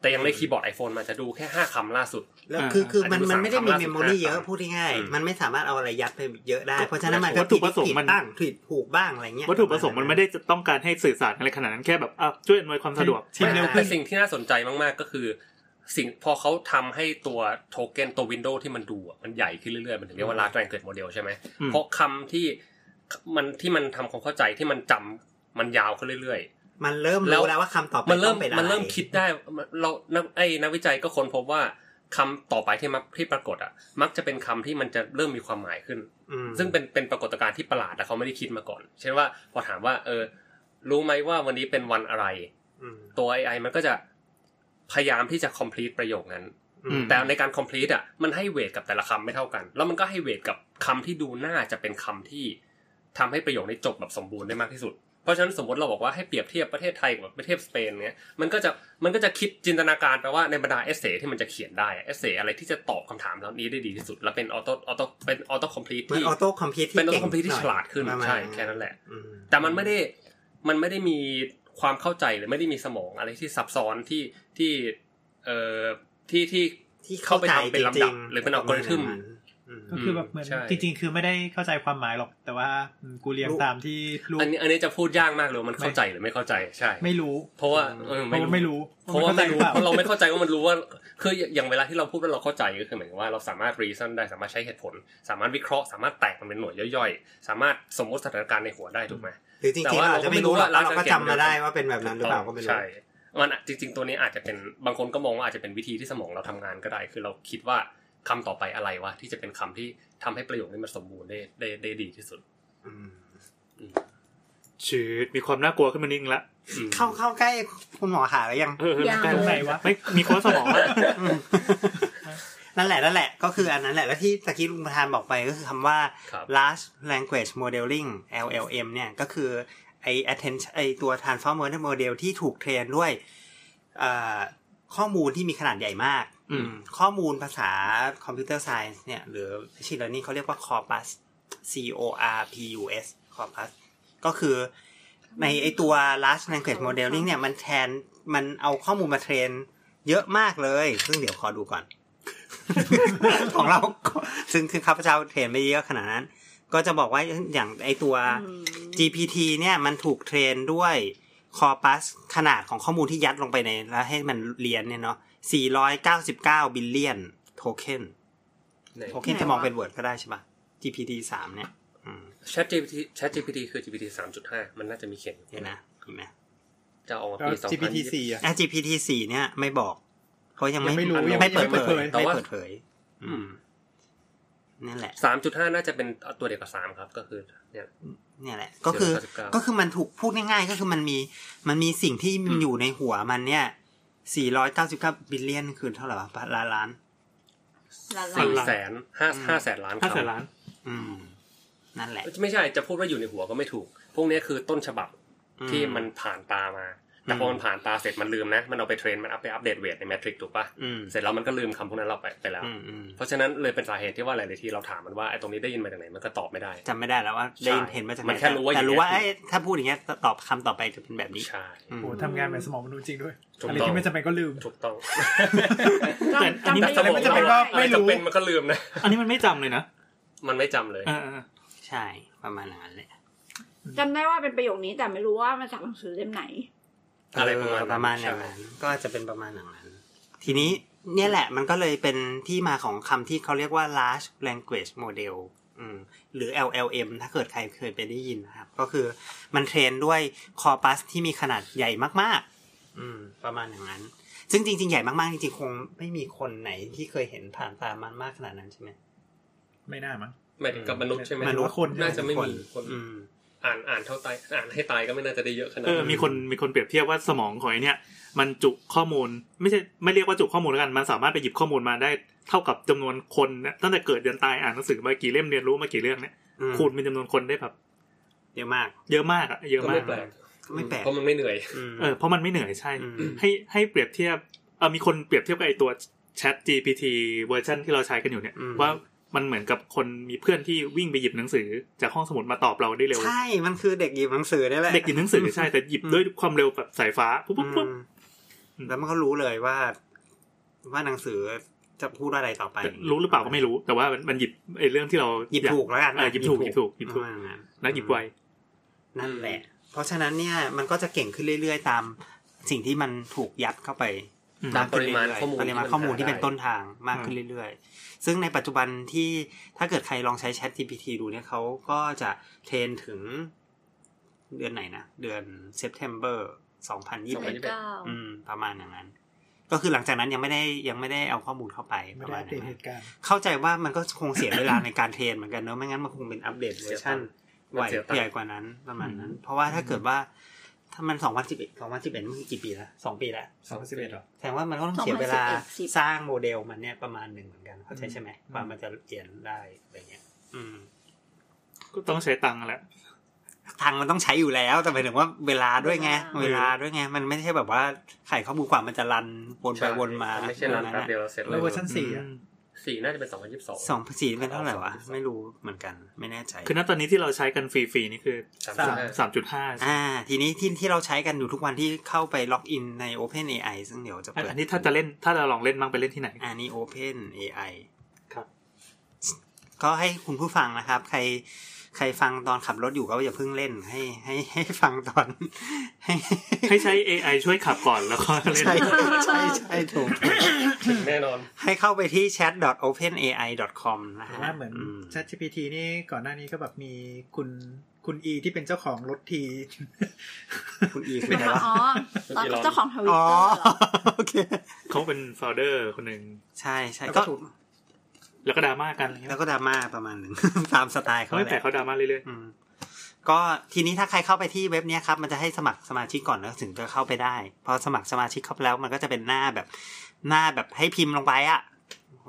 แต่อยังในคีย์บอร์ด iPhone มันจะดูแค่ 5คำล่าสุด
แล้ว
อ่า
คือคือมันมั
อันนี้
นไม่ได้มี
สาม
เม
สิบ
ม
ห้า
โมรีเยอะ
สาม
พูดง่าย
อืม
ๆมันไม่สามารถเอาอะไรยัดไปเยอะได้
ก็
เพราะฉะนั้นมัน
วัตถุประสงค์มัน
ผิดตั้งผิดถูกบ้างอะไรเงี้ย
วัตถุประสงค์มันไม่ได้จะต้องการให้สื่อสารอะไรขนาดนั้นแค่แบบอ่ะช่วยอำนวยความสะดวก
ทีมเร็วขึ้
แต่
น
สิ่งที่น่าสนใจมากๆ ก็คือ สิ่งพอเขาทำให้ตัวโทเก้นตัววินโดว์ที่มันดูอะมันใหญ่ขึ้นเรื่อยๆ มันถึงเรียกว่า large language model ใช่ไหม
อืม
เพราะคำที่มันที่มันทำความเข้าใจที่มันจำมันยาวขึ้นเรื่อย
มันเริ่ม
แล้ว
รู้แล้วว่าคำต่อไป
ๆ มันเริ่ม
ต้องป็อะไ
มันเริ่มคิดได้มันเรานักไอ้นักวิจัยก็ค้นพบว่าคำต่อไปที่มักที่ปรากฏอ่ะ มักจะเป็นคำที่มันจะเริ่มมีความหมายขึ้น
อืม
ซึ่งเป็นเป็นปรากฏการณ์ที่ประหลาดแต่เขาไม่ได้คิดมาก่อน เช่นว่าพอถามว่า เออ รู้ไหมว่าวันนี้เป็นวันอะไร
อืม
ตัว AI มันก็จะพยายามที่จะ complete ประโยคนั้น
อืม
ม
แต่ในการ complete อ่ะ มันให้เวทกับแต่ละคำไม่เท่ากัน แล้วมันก็ให้เวทกับคำที่ดูน่าจะเป็นคำที่ทำให้ประโยคนี้จบแบบสมบูรณ์ได้มากที่สุด เพราะฉะนั้นสมมติเราบอกว่าให้เปรียบเทียบประเทศไทยกับประเทศสเปนเนี้ย มันก็จะมันก็จะคิดจินตนาการไปว่าในบรรดาเอเซที่มันจะเขียนได้เอเซอะไรที่จะตอบคำถามเหล่านี้ได้ดีที่สุด และเป็นออโต้ออโต้เป็นออโต้คอมพลีท
เหมัน
ที่
ออโต้คอมพิวที่
เป็นออ
เก่
โต้
ง
คอมพลีทที่
หอย
ฉลาดขึ้น
ประมาณ
ใช่แค่นั้นแหละ
อืม
แต่มันไม่ได้ มันไม่ได้มีความเข้าใจหรือไม่ได้มีสมองอะไรที่ซับซ้อนที่ที่เอ่อที่ที่
ที่
เข้าไปทำเป็นลำดั
ข้าใจจ
บ
งๆ
หรือเป็นอัลกอริทึม
ประาณนั้นอืม
ก็คือแบบเหมือน
ใช่
จริงๆ คือไม่ได้เข้าใจความหมายหรอก แต่ว่าอืมกูเรียง
รู้
ตามที่ลูก
อันนี้อันนี้จะพูดยากมากเลยว่ามันเข้าใจหรือไม่เข้าใจใช่
ไม่รู้
เพราะว่าเออ
เพราะว่าไม่รู้
เพราะว่าไม่รู้
นข้ใจหอ
เพ
ปล่
ราะเราไม่เข้าใจว่ามันรู้ว่าคืออย่างเวลาที่เราพูดว่าเราเข้าใจก็คือหมายถึงว่าเราสามารถรีซ o นได้สามารถใช้เหตุผล สามารถวิเคราะห์สามารถแตกมันเป็นหน่วยย่อยๆ สามารถสมมติสถานการณ์ในหัวได้ถูกไหม
หรือจ
แต่
ริงๆ
ว่า
เราอาจจะไม่รู้หรอก
เรา
เรา
ก็ไม่
ก็
รู้ว่า
จำมาได้ว่าเป็นแบบนั้นหรือเปล่าก็ไม่รู้
ใช่ มันอ่ะจริง ๆ ตัวนี้อาจจะเป็นบางคนก็มองว่าอาจจะเป็นวิธีที่สมองเราทำงานก็ได้ คือเราคิดว่าคำต่อไปอะไรวะที่จะเป็นคำที่ทำให้ประโยคนี้มันสมบูรณ์ได้ได้ได้ดีที่สุด
อืม
ชืดมีความน่ากลัวขึ้นมานิดนึงละ
อืม
เข้าเข้าใกล้คุณหมอขาแล้วยัง
เออเออ
ยัง
ใกล้
ตรงไหนวะ
ไม่มีโค้ดสมองละ
นั่นแหละนั่นแหละก็คืออันนั้นแหละ แล้วที่ตะกี้ลุงประธานบอกไปก็คือคำว่า
ครับ
large language modeling LLM เนี่ยก็คือไอ attention ไอตัว transformer model ที่ถูกเทรนด้วยเอ่อข้อมูลที่มีขนาดใหญ่มาก
อืม
ข้อมูลภาษาคอมพิวเตอร์ไซน์เนี่ย หรือ machine learning เขาเรียกว่า corpus C O R P U S corpus ก็คือในไอตัว large language modeling เนี่ย มันแทนมันเอาข้อมูลมาเทรนเยอะมากเลย ซึ่งเดี๋ยวขอดูก่อน [LAUGHS] ของเราซึ่งคือข้าพเจ้าเทรนไม่เยอะขนาดนั้น ก็จะบอกว่าอย่างไอตัว GPT เนี่ยมันถูกเทรนด้วย corpus ขนาดของข้อมูลที่ยัดลงไปใน แล้วให้มันเรียนเนี่ยเนาะ 499 บิลเลียนโทเค็น
ไหน
โทเค็นจะมองเป็น Word ก็ได้ใช่ปะ GPT 3เนี่ย อืม
Chat GPT Chat GPT คือ GPT 3.5 มันน่าจะมีเขียนอยู่
เดี๋ยวนะเห็นไหม
จะออกมา
แล้ว
ปี2 0
GPT 4อ่ะ
อ่ะ GPT 4เนี่ยไม่บอกเขายังไม่
ยังไม่รู้
ยังไม่
ไม่เปิดเผย
แต่
ไม่
ว่า
เปิดเผย อืม นั่นแหละ
3.5 น่าจะเป็นตัวเดียวกับ3ครับก็คือเนี่ย
เนี่ยแหละ ก็คือ
499
ก็คือมันถูกพูดง่ายๆ ก็คือมันมี มันมีสิ่งที่มันอยู่ในหัวมันเนี่ย 499 บิลเลียนคือเท่าไหร่วะล้านล้าน
ละ
พั
ลาน ย
ล้าน
แสนห้าห้าแสนล้านค
ห้าแสน
ำ
ล้าน
อืม นั่นแหละ
ไม่ใช่จะพูดว่าอยู่ในหัวก็ไม่ถูก พวกเนี้ยคือต้นฉบับ
อื
ที่มันผ่านตามา แต่พอ
ม
มันผ่านตาเสร็จมันลืมนะ มันเอาไปเทรน มันเอาไปอัปเดตเวทในแมทริกถูกปะ
อืม
เสร็จแล้วมันก็ลืมคำพวกนั้นเราไปไปแล้ว
อืมอืม
เพราะฉะนั้นเลยเป็นสาเหตุที่ว่าหลายๆที่เราถามมันว่าไอ้ตรงนี้ได้ยินมาจากไหนมันก็ตอบไม่ได้
จำไม่ได้แล้วว่า
ใช่
ได้ยินเห็นมาจากไหน
มันแค่รู้ว่า
แต่รู้ว่า
อย่างเงี้ย
เอ้ยถ้าพูดอย่างเงี้ยตอบคำต่อไปจะเป็นแบบนี้
ใช่
อืม
โอ้โหทำงานแบบสมองมนุษย์จริงด้วย
ถูก
อะไร
ต้อง
ที่ไม่จำเป็นก็ลืม
ถูกต้อง
แต่อันนี้
จำ
แต่
ด้
ไม่จำเป็นว่า
อะ
ไม่
ไร
ด้
จะเป็นมันก็ลืมนะ
อันนี้มันไม่จำเลยนะ
มันไม่จำเลย
เออเออ
ใช่ประมาณนั้นแหละ
จำได้ว่าเป็นประโยคนี้แต่ไม่รู้ว่ามาจากหนังสือเล่มไหน
อะไรประมาณนั้น
เประมาณ
ใช่
อย่างนั้นก็จะเป็นประมาณอย่างนั้น ทีนี้เนี่ยแหละมันก็เลยเป็นที่มาของคำที่เขาเรียกว่า large language model อืมหรือ LLM ถ้าเกิดใครเคยไปได้ยินนะครับ ก็คือมันเทรนด้วยคอปัสที่มีขนาดใหญ่มาก ๆ อืม ประมาณอย่างนั้น ซึ่งจริง ๆ ใหญ่มากๆ จริง ๆ คงไม่มีคนไหนที่เคยเห็นผ่านตามันมากขนาดนั้นใช่ไหม
ไม่น่ามั้ง
หมายถึงกับมนุษย์ใช่ไหม
มนุษย์คน
น่าจะไม่มีคน
อืม
อ่านอ่านเท่าตายอ่านให้ตายก็ไม่น่าจะได้เยอะขนาด
เออ
นั้น
มีคนมีคนเปรียบเทียบว่าสมองของไอเนี่ย มันจุข้อมูล ไม่ใช่ไม่เรียกว่าจุข้อมูลแล้วกัน มันสามารถไปหยิบข้อมูลมาได้เท่ากับจำนวนคนเนี่ยตั้งแต่เกิดจนตายอ่านหนังสือมากี่เล่มเรียนรู้มากี่เรื่องเนี่ย
อืม
คูณเป็นจำนวนคนได้แบบ
เยอะมาก
เยอะมากอะเยอะ
ก็
มา
ไม่
ก
แปลก
ไม่แปลก
เพราะมันไม่เหนื่อย
ม
เออเพราะมันไม่เหนื่อยใช่
อืม
ให้ให้เปรียบเทียบเออมีคนเปรียบเทียบกับไอตัว Chat GPT เวอร์ชันที่เราใช้กันอยู่เนี่ย
อืม
ว่ามันเหมือนกับคนมีเพื่อนที่วิ่งไปหยิบหนังสือ จากห้องสมุดมาตอบเราได้เร็ว
ใช่ มันคือเด็กหยิบหนังสือนี่แหละ
เด็กหยิบหนังสือใช่แต่หยิบ
อืม
ด้วยความเร็วแบบสายฟ้าปุ๊บปุ๊บปุ๊บ
อืมแล้วมันก็รู้เลยว่า ว่าหนังสือจะพูดว่าอะไรต่อไป
รู้หรือเปล่าก็ไม่รู้แต่ว่ามันมันหยิบไอ้เรื่องที่เรา
หยิบ
อา
ถูกแล้วกัน
เออหยิบถูกหยิบถูกหยิบถูก
ประมาณนั้น
แล้วหยิบไว
นั่นแหละ เพราะฉะนั้นเนี่ยมันก็จะเก่งขึ้นเรื่อยๆ ตามสิ่งที่มันถูกยัดเข้าไป
อืม
ตามปริมาณข้อมูล
ปริมาณข้อมูลที่เป็นต้นทางมาก
อืม
ขึ้นเรื่อยๆ ซึ่งในปัจจุบันที่ถ้าเกิดใครลองใช้ Chat GPT ดูเนี่ยเขาก็จะเทรนถึงเดือนไหนนะ เดือน September
สองพันยี่สิบ
2021
เอ็ด
เก้า
อืม ประมาณอย่างนั้น ก็คือหลังจากนั้นยังไม่ได้ยังไม่ได้เอาข้อมูลเข้าไปป
ไม่
ระ
ได้
มาณ
อัปเด
นั้
ต
น
เหตุการณ์
เข้าใจว่ามันก็คงเสียเวลา ในการเทรนเหมือนกันเนอะไม่งั้นมันคงเป็นอัปเดตเวอร์ชัน
มันเสียตังค์
ใหญ่กว่านั้นประมาณนั้น เพราะว่าถ้าเกิดว่าถ้ามัน2011 2011มันคือกี่ปีละสองปีละ
สองสิบเอ็ดหรอ
แสดงว่ามันก็ต้องเสียเวลาสร้างโมเดลมันเนี่ยประมาณหนึ่งเหมือนกัน เข้าใจใช่ไหมกว่ามันจะเปลี่ยนได้อะไรเงี้ย อืม
ก็ต้องใช้ตังค์แหละ
ทางมันต้องใช้อยู่แล้ว แต่หมายถึงว่าเวลาด้วยไงเวลาด้วยไงมันไม่ใช่แบบว่าไขข้อมูลกว่ามันจะรันวนไปวนมา
ไม่ใช่ร้านแป๊บเดียวเราเสร็จเล
แล้ว
ย
เวอร์ชันสี่อะ
สี่น่าจะเป็นสองพันยี่สิบสอง
สองพันสี่เป็นเท่าไหร่วะ
สองพันสี่
ไม่รู้เหมือนกัน ไม่แน่ใจ
คือณตอนนี้ที่เราใช้กันฟรีๆนี่คือ
สาม
สาม
สามจุดห้า
อ่า ทีนี้ที่ที่เราใช้กันอยู่ทุกวันที่เข้าไปล็อกอินใน OpenAI ซึ่งเดี๋ยวจะเปิด
อันนี้ถ้าจะเล่นถ้าเราลองเล่นมั่งไปเล่นที่ไหน
อันนี้ OpenAI
ครับ
ก็ให้คุณผู้ฟังนะครับ ใครใครฟังตอนขับรถอยู่ก็อย่าเพิ่งเล่นให้ให้ให้ฟังตอน ให้
ให้ใช้ AI ช่วยขับก่อนแล้วก็เล่น
ใช่ใช่ใช่ถูก
ถึงแน่นอน
ให้เข้าไปที่ chat.openai.com นะ
แต่
ฮะ
ว่าเหมือน
ม
ChatGPT นี่ก่อนหน้านี้ก็แบบมีคุณคุณอีที่เป็นเจ้าของรถที
คุณอี
ห
คุ
มาย ย
ไง
ความ
วะ
อ๋อตอนเจ้าของทวิต
อ๋อ [LAUGHS]
เตอร์เหรอ
โอเค
เขาเป็นโฟลเดอร์คนหนึ่ง
ใช่ใช่
แล้วก็
ก็
ถูก
แล้วก็ดราม่ากันอะไรเงี้ย
แล้วก็ดราม่าประมาณหนึ่ง [LAUGHS] ตามสไตล์เขา
ไม่
แห
แปลก
ละ
เขาดราม่าเรื่อย
อืมก็ทีนี้ถ้าใครเข้าไปที่เว็บเนี้ยครับ มันจะให้สมัครสมาชิกก่อนแล้วถึงจะเข้าไปได้ พอสมัครสมาชิกเข้าไปแล้ว มันก็จะเป็นหน้าแบบหน้าแบบให้พิมพ์ลงไปอะ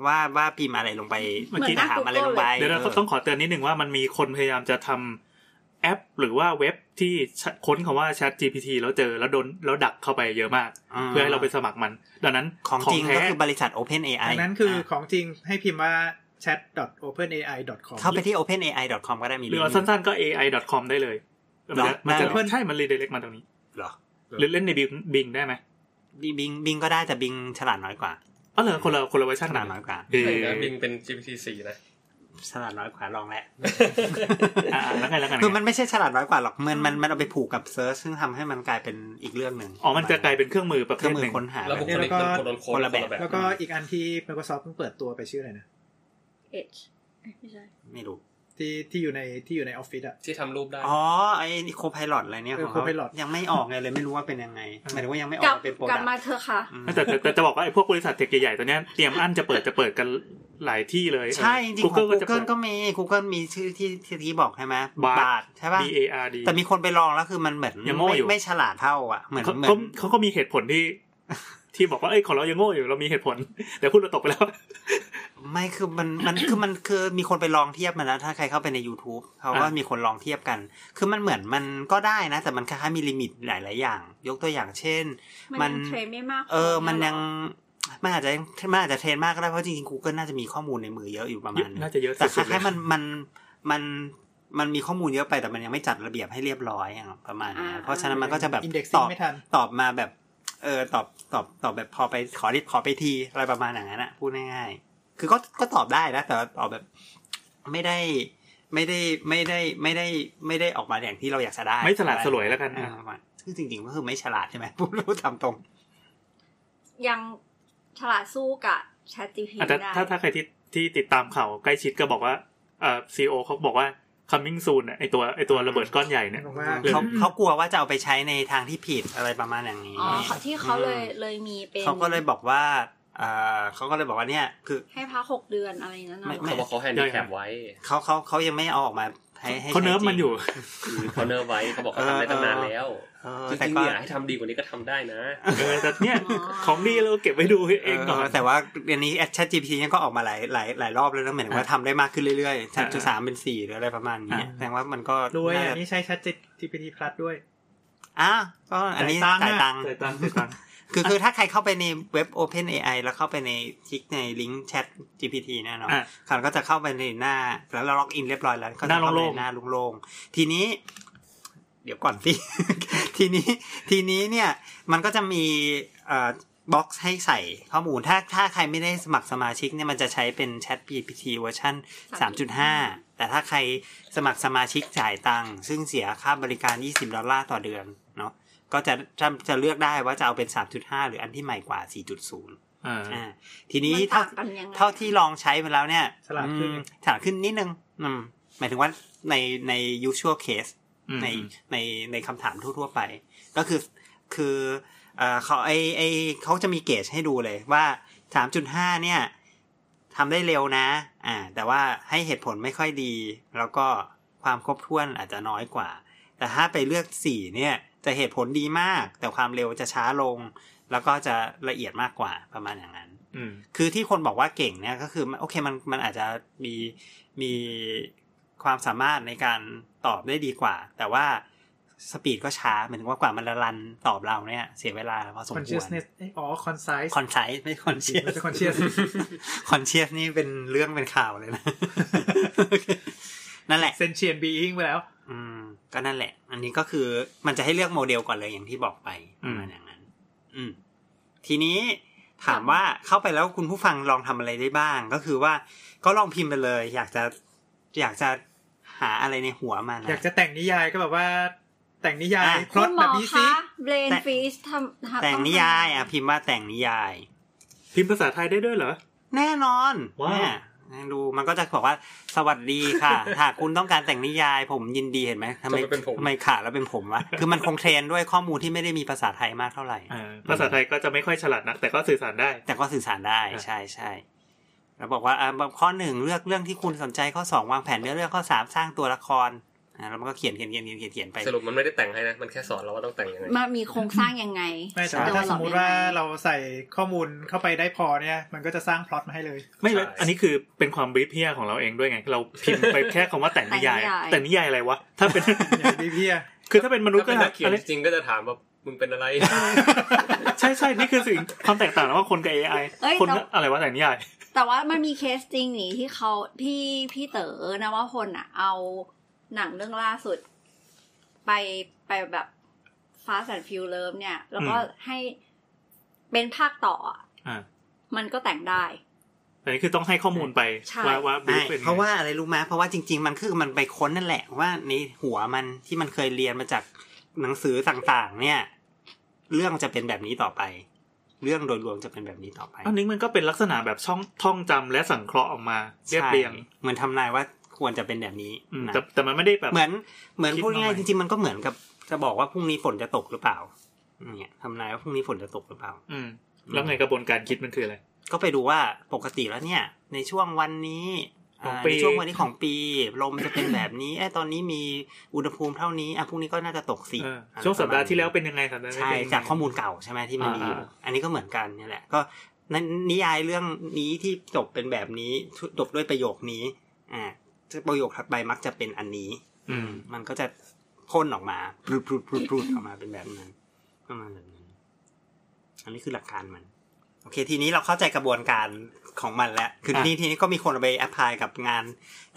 ว่าว่าพิมพ์อะไรลงไป
เหมือนนั่ง
ถาม
กู
อะไร
เกิล
ลง
เล
ไป
ย
ๆเดี๋ยวเราต้องขอเตือนนิดนึงว่ามันมีคนพยายามจะทำแอป หรือว่าเว็บที่ค้นคำว่า Chat GPT แล้วเจอแล้วโดนแล้วดักเข้าไปเยอะมาก เพื่อให้เราไปสมัครมัน ดังนั้น
ของจริง
แท้
ก็คือบริษัท Open AI
ดังนั้นคือของจริงให้พิมพ์ว่า chat.openai.com
เข้าไปที่ openai.com ก็ได้มี
หรือเอาสั้นๆก็ ai.com ได้เลยมันจะมันจะ
ได้เหรอ
ใช่มันรีเดเล็กมาตรงนี้
เหรอ
หรือเล่นในบิงได้ไหม
บิงบิงก็ได้แต่บิงฉลาดน้อยกว่า
อ๋อเหรอคนละคนละเวอร์ชัน
ฉลาดน้อยกว่า
เออ
แต่นะบิงเป็น GPT สี่นะ
ฉลาดน้อยกว่าลองแหละ
[LAUGHS] อ่ะอ่ะแล้วไงแล้วไง
คือมันไม่ใช่ฉลาดน้อยกว่าหรอกมันมันมันเอาไปผูกกับเซิร์ชซึ่งทำให้มันกลายเป็นอีกเรื่องหนึ่ง
อ๋อมันจะกลายเป็นเครื่องมือประ
เค
เภ
รื่อง
ทห
มือ
นึ่ง
ค้นหา
แล้วบุคลิกมันคนละคน
คน
ละ
ละ
แบ
แบบ บ
แล้วก็อีกอันที่ Microsoft เพิ่งเปิดตัวไปชื่ออะไรนะ
Edge เอ้ยไม่ใช่
ไม่รู้
ที่ที่อยู่ในที่อยู่ในออฟฟิศอะ
ที่ทำรูปได้
อ๋อไอ้โคพายลอตอะไรเนี่ย
เอ
ข
อ
องเขา
Copilot
ยังไม่ออกไงเลยไม่รู้ว่าเป็นยังไงหมายถึงว่ายังไม่อก
ลั
อบ กเป็นโปร
กลับ
ดัก
มาเธอะค่ะ
แต่แต่แต่จะบอกว่าไอ้พวกบริษัทเทคใหญ่ๆตัวเนี้ยเตรียมอันจะเปิดจะเปิดกันหลายที่เลย
ใช่จริงๆของ
Google ก็จะเปิด
Google ก็มี Google มีชื่อที่ที่ที่บอกใช่ไหม
Bard
ทใช่ป่ะ
B A R D
แต่มีคนไปลองแล้วคือมันเหมือน
ยังโง่
ไม่
อยู่
ไม่ฉลาดเท่าอ่ะเหมือน
เขา
เหมือ
เขา
น
เขาก็มีเหตุผลที่ ที่บอกว่าเอ้ยของเรายังโง่อยู่เรามีเหตุผล แต่พูดเราตกไปแล้ว
ไม่คือมันมัน คือมันคือมีคนไปลองเทียบมาแล้ว ถ้าใครเข้าไปใน YouTube เขาก็
อ่ะ
มีคนลองเทียบกัน คือมันเหมือนมันก็ได้นะ แต่มันคล้ายๆมีลิมิตหลาย ๆ อย่าง ยกตัวอย่างเช่น มั
มัน นยังเทรนไม่มากพ
เออ มัน
หร
ยังมันอาจจะมันอาจจะเทรนมากก็ได้เพราะจริงๆ Google น่าจะมีข้อมูลในมือเยอะอยู่ประมาณนึง
น่าจะเยอะ
แต่ค
สุดๆเล
ล้าย
ย
ๆมันมันมันมันมีข้อมูลเยอะไปแต่มันยังไม่จัดระเบียบให้เรียบร้อยอย่างประมาณนี้นะเพราะฉะนั้นมันก็จะแบบ
อินเด็กซ์
ตอบ
ไม่ทัน
ตอบมาแบบ เออตอบตอบตอบแบบพอไปขอริดขอไปทีอะไรประมาณอย่างนั้นอะพูดง่ายๆคือก็ก็ตอบได้นะแต่ว่าตอบแบบ ไม่ได้ไม่ได้ไม่ได้ไม่ได้ไม่ได้ออกมาอย่างที่เราอยากจะได้
ไม่สลัดสลวยแล้วกัน
อ่า
อ่ะ
ประมาณซึ่งจริงๆก็คือไม่ฉลาดใช่ไหมพูดพูดตามตรง
ยังฉลาดสู้กับ ChatGPT
อาจจะ
ได้
ถ้าถ้าใครที่ที่ติดตามข่าวใกล้ชิดก็บอกว่าเอ่อซีโอเขาบอกว่า coming soon น่ะไอตัวไอตัวระเบิดก้อนใหญ่เนี่ย
บอกว่า
เขาเขากลัวว่าจะเอาไปใช้ในทางที่ผิดอะไรประมาณอย่างนี้
อ๋อเขาที่เขาเลยเลยมีเป็น
เขาก็เลยบอกว่าเออเขาก็เลยบอกว่าเนี่ย คือ
ให้พักหกเดือนอะไรนั้นนะ
ไม่
เขาบอกเขาแฮน
ได้
ดี้
ค
แครับ ปไว้
เขาเขาเขายังไม่เอาออกมาให้ให้
เขาเนิร์ฟมันอยู่
เขาเนิร์ฟไว้เขาบอกเขาทำได้ตั้งนานแล้ว
เออ
จ
แต่
ริงๆ
ก็
เนี่ยให้ทำดีกว่านี้ก็ทำได้นะ
เออแต่เนี่ยของดีเราเก็บไว้ดูเองก่อน
แต่ว่าเดี๋ยวนี้ Chat GPT ยังก็ออกมาหลายหลายหลายรอบแล้วนะเหมือนว่าทำได้มากขึ้นเรื่อยๆจากจุดสามเป็นสี่หรืออะไรประมาณนี้
อ่า
แสดงว่ามันก็
ด้วย
น่า
อั
จะ
นนี้ใช้ชัดจิต GPT Plus ด้วย
อ่ะก็อันนี้
จ่ายตังค์
จ่ายตั
แต่ตั
งค์
งค์แต่ตังค์
คือคือถ้าใครเข้าไปในเว็บ Open AI แล้วเข้าไปในคลิกในลิงก์ Chat GPT แน่นอน
อ่ะ
เขาก็จะเข้าไปในหน้า แล้วเราล็อกอินเรียบร้อยแล้วก็จะ
หน้า
เข้าไป
โล่งๆ
ในหน้าโล่งๆทีนี้ เดี๋ยวก่อนสิ [LAUGHS] ทีนี้ทีนี้เนี่ยมันก็จะมีเอ่อบ็อกซ์ให้ใส่ข้อมูลถ้าถ้าใครไม่ได้สมัครสมาชิกเนี่ยมันจะใช้เป็น Chat GPT เวอร์ชัน3.5 แต่ถ้าใครสมัครสมาชิกจ่ายตังค์ซึ่งเสียค่าบริการ 20 ดอลลาร์ต่อเดือนเนาะก็จะจะจะเลือกได้ว่าจะเอาเป็น 3.5 หรืออันที่ใหม่กว่า 4.0
อ่า
อ่าทีนี้
มัน
เท่า
ต่างกันยังไง
เท่าที่ลองใช้มาแล้วเนี่ย
ฉลาดขึ้น
อืมฉลาดขึ้นนิดนึงอืมหมายถึงว่าในใน usual case
อืม
ในในในคำถามทั่ว ๆ ไป ก็คือคือเอ่อเขาไอไอเขาจะมีเกจให้ดูเลยว่า 3.5 เนี่ยทำได้เร็วนะ อ่า แต่ว่าให้เหตุผลไม่ค่อยดี แล้วก็ความครบถ้วนอาจจะน้อยกว่า แต่ถ้าไปเลือก 4 เนี่ย จะเหตุผลดีมาก แต่ความเร็วจะช้าลง แล้วก็จะละเอียดมากกว่าประมาณอย่างนั้น
อืม
คือที่คนบอกว่าเก่งเนี่ยก็คือมันโอเคมันมันอาจจะมีมีความสามารถในการตอบได้ดีกว่า แต่ว่าสปีดก็ช้าเหมือนว่ากว่ามันจะรันตอบเราเนี่ย เสียเวลาพอสมควร
Consciousness เอ้ยอ๋อ Concise
คอนไซส์ไม่คอนเชีย
ไม่
ส
ใช่ conscious
คอนเชียสนี่เป็นเรื่องเป็นข่าวเลย
[LAUGHS]
นะโอเคนั่นแหละ
Sentient Being ไปแล้ว
อืมก็นั่นแหละ อันนี้ก็คือมันจะให้เลือกโมเดลก่อนเลยอย่างที่บอกไปป
อื
ระ
ม
มาณอย่างนั้น อืม ทีนี้ถามว่าเข้าไปแล้วคุณผู้ฟังลองทำอะไรได้บ้าง ก็คือว่าก็ลองพิมพ์ไปเลย อยากจะอยากจะหาอะไรในหัวมานะ
อยากจะแต่งนิยายก็แบบว่า แต่งนิยาย
อ่ะ
พล็
คุ
อ
ณ
ต
หม
แบ
อบ
นี้สิ
คะเบรน
แต่
ฟีสทำทำ
แต่งนิยายอ่ะ
ต้องทำ
พิมพ์ว่าแต่งนิยาย
พิมพ์ภาษาไทยได้ด้วยเหรอ
แน่นอน
ว้าว
เนี่ยดูมันก็จะบอกว่าสวัสดี
[LAUGHS]
ค่ะ หากคุณต้องการแต่งนิยาย ผมยินดีเห็นไหมทำไม
ทำไมเป็นผม
ทำไมขาดแล้วเป็นผม
[LAUGHS]
วะคือมันคงเทรนด้วยข้อมูลที่ไม่ได้มีภาษาไทยมากเท่าไหร่
อ่าภาษาไทยก็จะไม่ค่อยฉลาดนัก แต่ก็สื่อสารได้
แต่ก็สื่อสารได้
อ่ะ
ใช่ใช่แล้วบอกว่าอ่ะแบบข้อหนึ่งเลือกเรื่องที่คุณสนใจข้อสองวางแผนเนื้อเรื่องข้อสามสร้างตัวละครอ่ะแล้วมันก็เขียนเขียนเขียนเขียนเขียนเขียนไป
สรุปมันไม่ได้แต่งให้นะ มันแค่สอนเราว่าต้องแต่งยังไง
มันมีโครงสร้างยังไง
ไม่แต่
ใช่
ว่าถ้าสมมติว่า
เราหลอกได้ไหม
เราใส่ข้อมูลเข้าไปได้พอเนี่ย มันก็จะสร้างพล็อตมาให้เลย
ไม่แล้ว
ใช่
อันนี้คือเป็นความบริฟเพียของเราเองด้วยไง เราพิมพ์ไปแค่คำว่าแต่งนิยาย
แต่
แต่
งนิยาย
นิยายอะไรวะ ถ้าเป็น [LAUGHS]
อย่างที่พี่อะ
คือถ้าเป็นมนุษ
ถ้า
ย์ก็
เป็นนักเขียน
อะไร
จริงๆก็จะถามว่ามึงเป็นอะไร
ใช่ใช่นี่คือสิ่งความแตกต่างระหว่างคนกับ AI
เอ้ย
คนก็
แต่
อะไรวะแต่งนิยาย
แต่ว่ามันมีเคสจริงนี่ที่เขาพี่พี่เต๋อนวพลอ่ะ เอาหนังเรื่องล่าสุด ไปไปแบบ Fast and f u r i o u s เนี่ย แล้วก็
อืม
ให้เป็นภาคต่ออะ
อ่า
มันก็แต่งได้
แต่นี่คือต้องให้ข้อมูลไป
ใช่
ว่าว่าบริฟ
ใช่
เป็นไง
เพราะว่าอะไรรู้ไหมเพราะว่าจริง ๆ มันคือมันไปค้นนั่นแหละว่าในหัวมันที่มันเคยเรียนมาจากหนังสือต่างๆ เนี่ย เรื่องจะเป็นแบบนี้ต่อไป เรื่องโดยรวมจะเป็นแบบนี้ต่อไป
อันนี้มันก็เป็นลักษณะแบบช่องท่องจำและสังเคราะห์ออกมาเรียบเรียง
ใช่เหมือนทำนายว่าควรจะเป็นแบบนี้
อืม
นะ
แต่แต่มันไม่ได้แบบ
เหมือนเหมือน
คิด
พูดง่าย
มาใหม่
จริงๆมันก็เหมือนกับจะบอกว่าพรุ่งนี้ฝนจะตกหรือเปล่าเนี่ยทำนายว่าพรุ่งนี้ฝนจะตกหรือเปล่า
อืมแล้วไงกระบวนการคิดมันคืออะไร
ก็ไปดูว่าปกติแล้วเนี่ย ในช่วงวันนี้
ของ
อ่า
ปี
ในช่วงวันนี้ของปี ลมจะเป็นแบบนี้เอ้ยตอนนี้มีอุณหภูมิเท่านี้อ่ะพรุ่งนี้ก็น่าจะตกสิ
เออ
อะไร
ช่วงสัปดาห์
ประมณ
ที่แล้วเป็นยังไงสัปดาห์นี้
ใช่
เป็นยังไง
จากข้อมูลเก่าใช่ไหมที่มันมีอยู่
อ่า
อันนี้ก็เหมือนกันเนี่ยแหละก็ นั้นนิยายเรื่องนี้ที่จบเป็นแบบนี้จบด้วยประโยคนี้ อ่าประโยคถัดไปมักจะเป็นอันนี้
อืม
มันก็จะพ่นออกมาพรุดพรุดพรุดพรุดออกมาเป็นแบบนั้นประมาณแบบนั้น อันนี้คือหลักการมัน โอเค ทีนี้เราเข้าใจกระบวนการของมันแล้ว คือ
อ่ะ
นี่ทีนี้ก็มีคนเอาไปแอพพลายกับงาน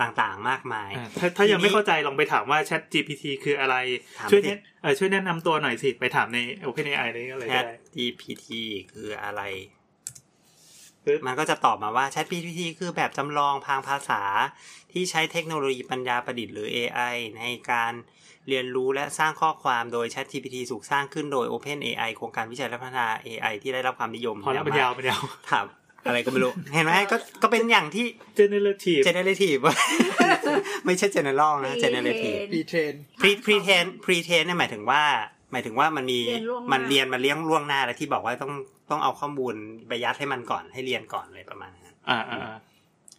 ต่างๆ มากมาย
อ่ะถ้าถ้ายังไม่เข้าใจลองไปถามว่า Chat GPT คืออะไร
ถาม
ช่วย
สิ
แนะเออช่วยแนะนำตัวหน่อยสิ ไปถามใน OpenAI อะไรก็เลย
แช
ได้
ท GPT คืออะไร
ปึ๊บ
มันก็จะตอบมาว่า Chat GPT คือแบบจำลองพางภาษา ที่ใช้เทคโนโลยีปัญญาประดิษฐ์หรือ AI ในการเรียนรู้และสร้างข้อความโดย Chat GPT ถูกสร้างขึ้นโดย Open AI โครงการวิจัยและพัฒนา AI ที่ได้รับความนิยม
พอแล้วมันยาวมันยาว
ถามอะไรก็ไม่รู้ เห็นไหมก็ก็เป็นอย่างที่
Generative
generative ไม่ใช่ general นะ generative
ปีเทรน
pre pre ten pre ten เนี่ยหมายถึงว่า หมายถึงว่ามันมี
เรียนล่วงหน้ามั
มันเรียนมันเลี้ยงล่วงหน้าแล้วที่บอกว่าต้องต้องเอาข้อมูลไปยัดให้มันก่อนให้เรียนก่อนเลยประมาณนั้น
อ่าอ่าอ่า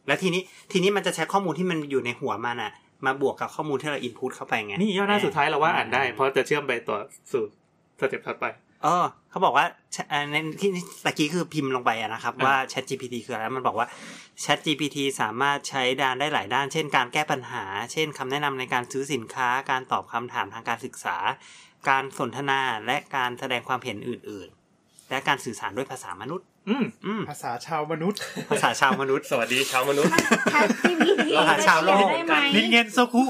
แล้วทีนี้ทีนี้มันจะใช้ข้อมูลที่มันอยู่ในหัวมันอะมาบวกกับข้อมูลที่เราอินพุตเข้าไปไง
นี่ย่อหน้าสุดท้ายเราว่าอ่านได้ เพราะจะเชื่อมไปต่อสู่สเต็ปถัดไป
เออเขาบอกว่าเอ่อในที่ตะกี้คือพิมพ์ลงไปอะนะครับว่า Chat GPT คืออะไรมันบอกว่า Chat GPT สามารถใช้ด้านได้หลายด้าน เช่น การแก้ปัญหา เช่นคำแนะนำในการซื้อสินค้า การตอบคำถามทางการศึกษา การสนทนาและการแสดงความเห็นอื่นๆ และการสื่อสารด้วยภาษามนุษย์
อืม
อืม
ภาษาชาวมนุษย์
ภาษาชาวมนุษย์
สวัสดีชาวมนุษย์
แชท GPT
เราหาชาวโลก
ได้ไหม
นินเงนโซคุ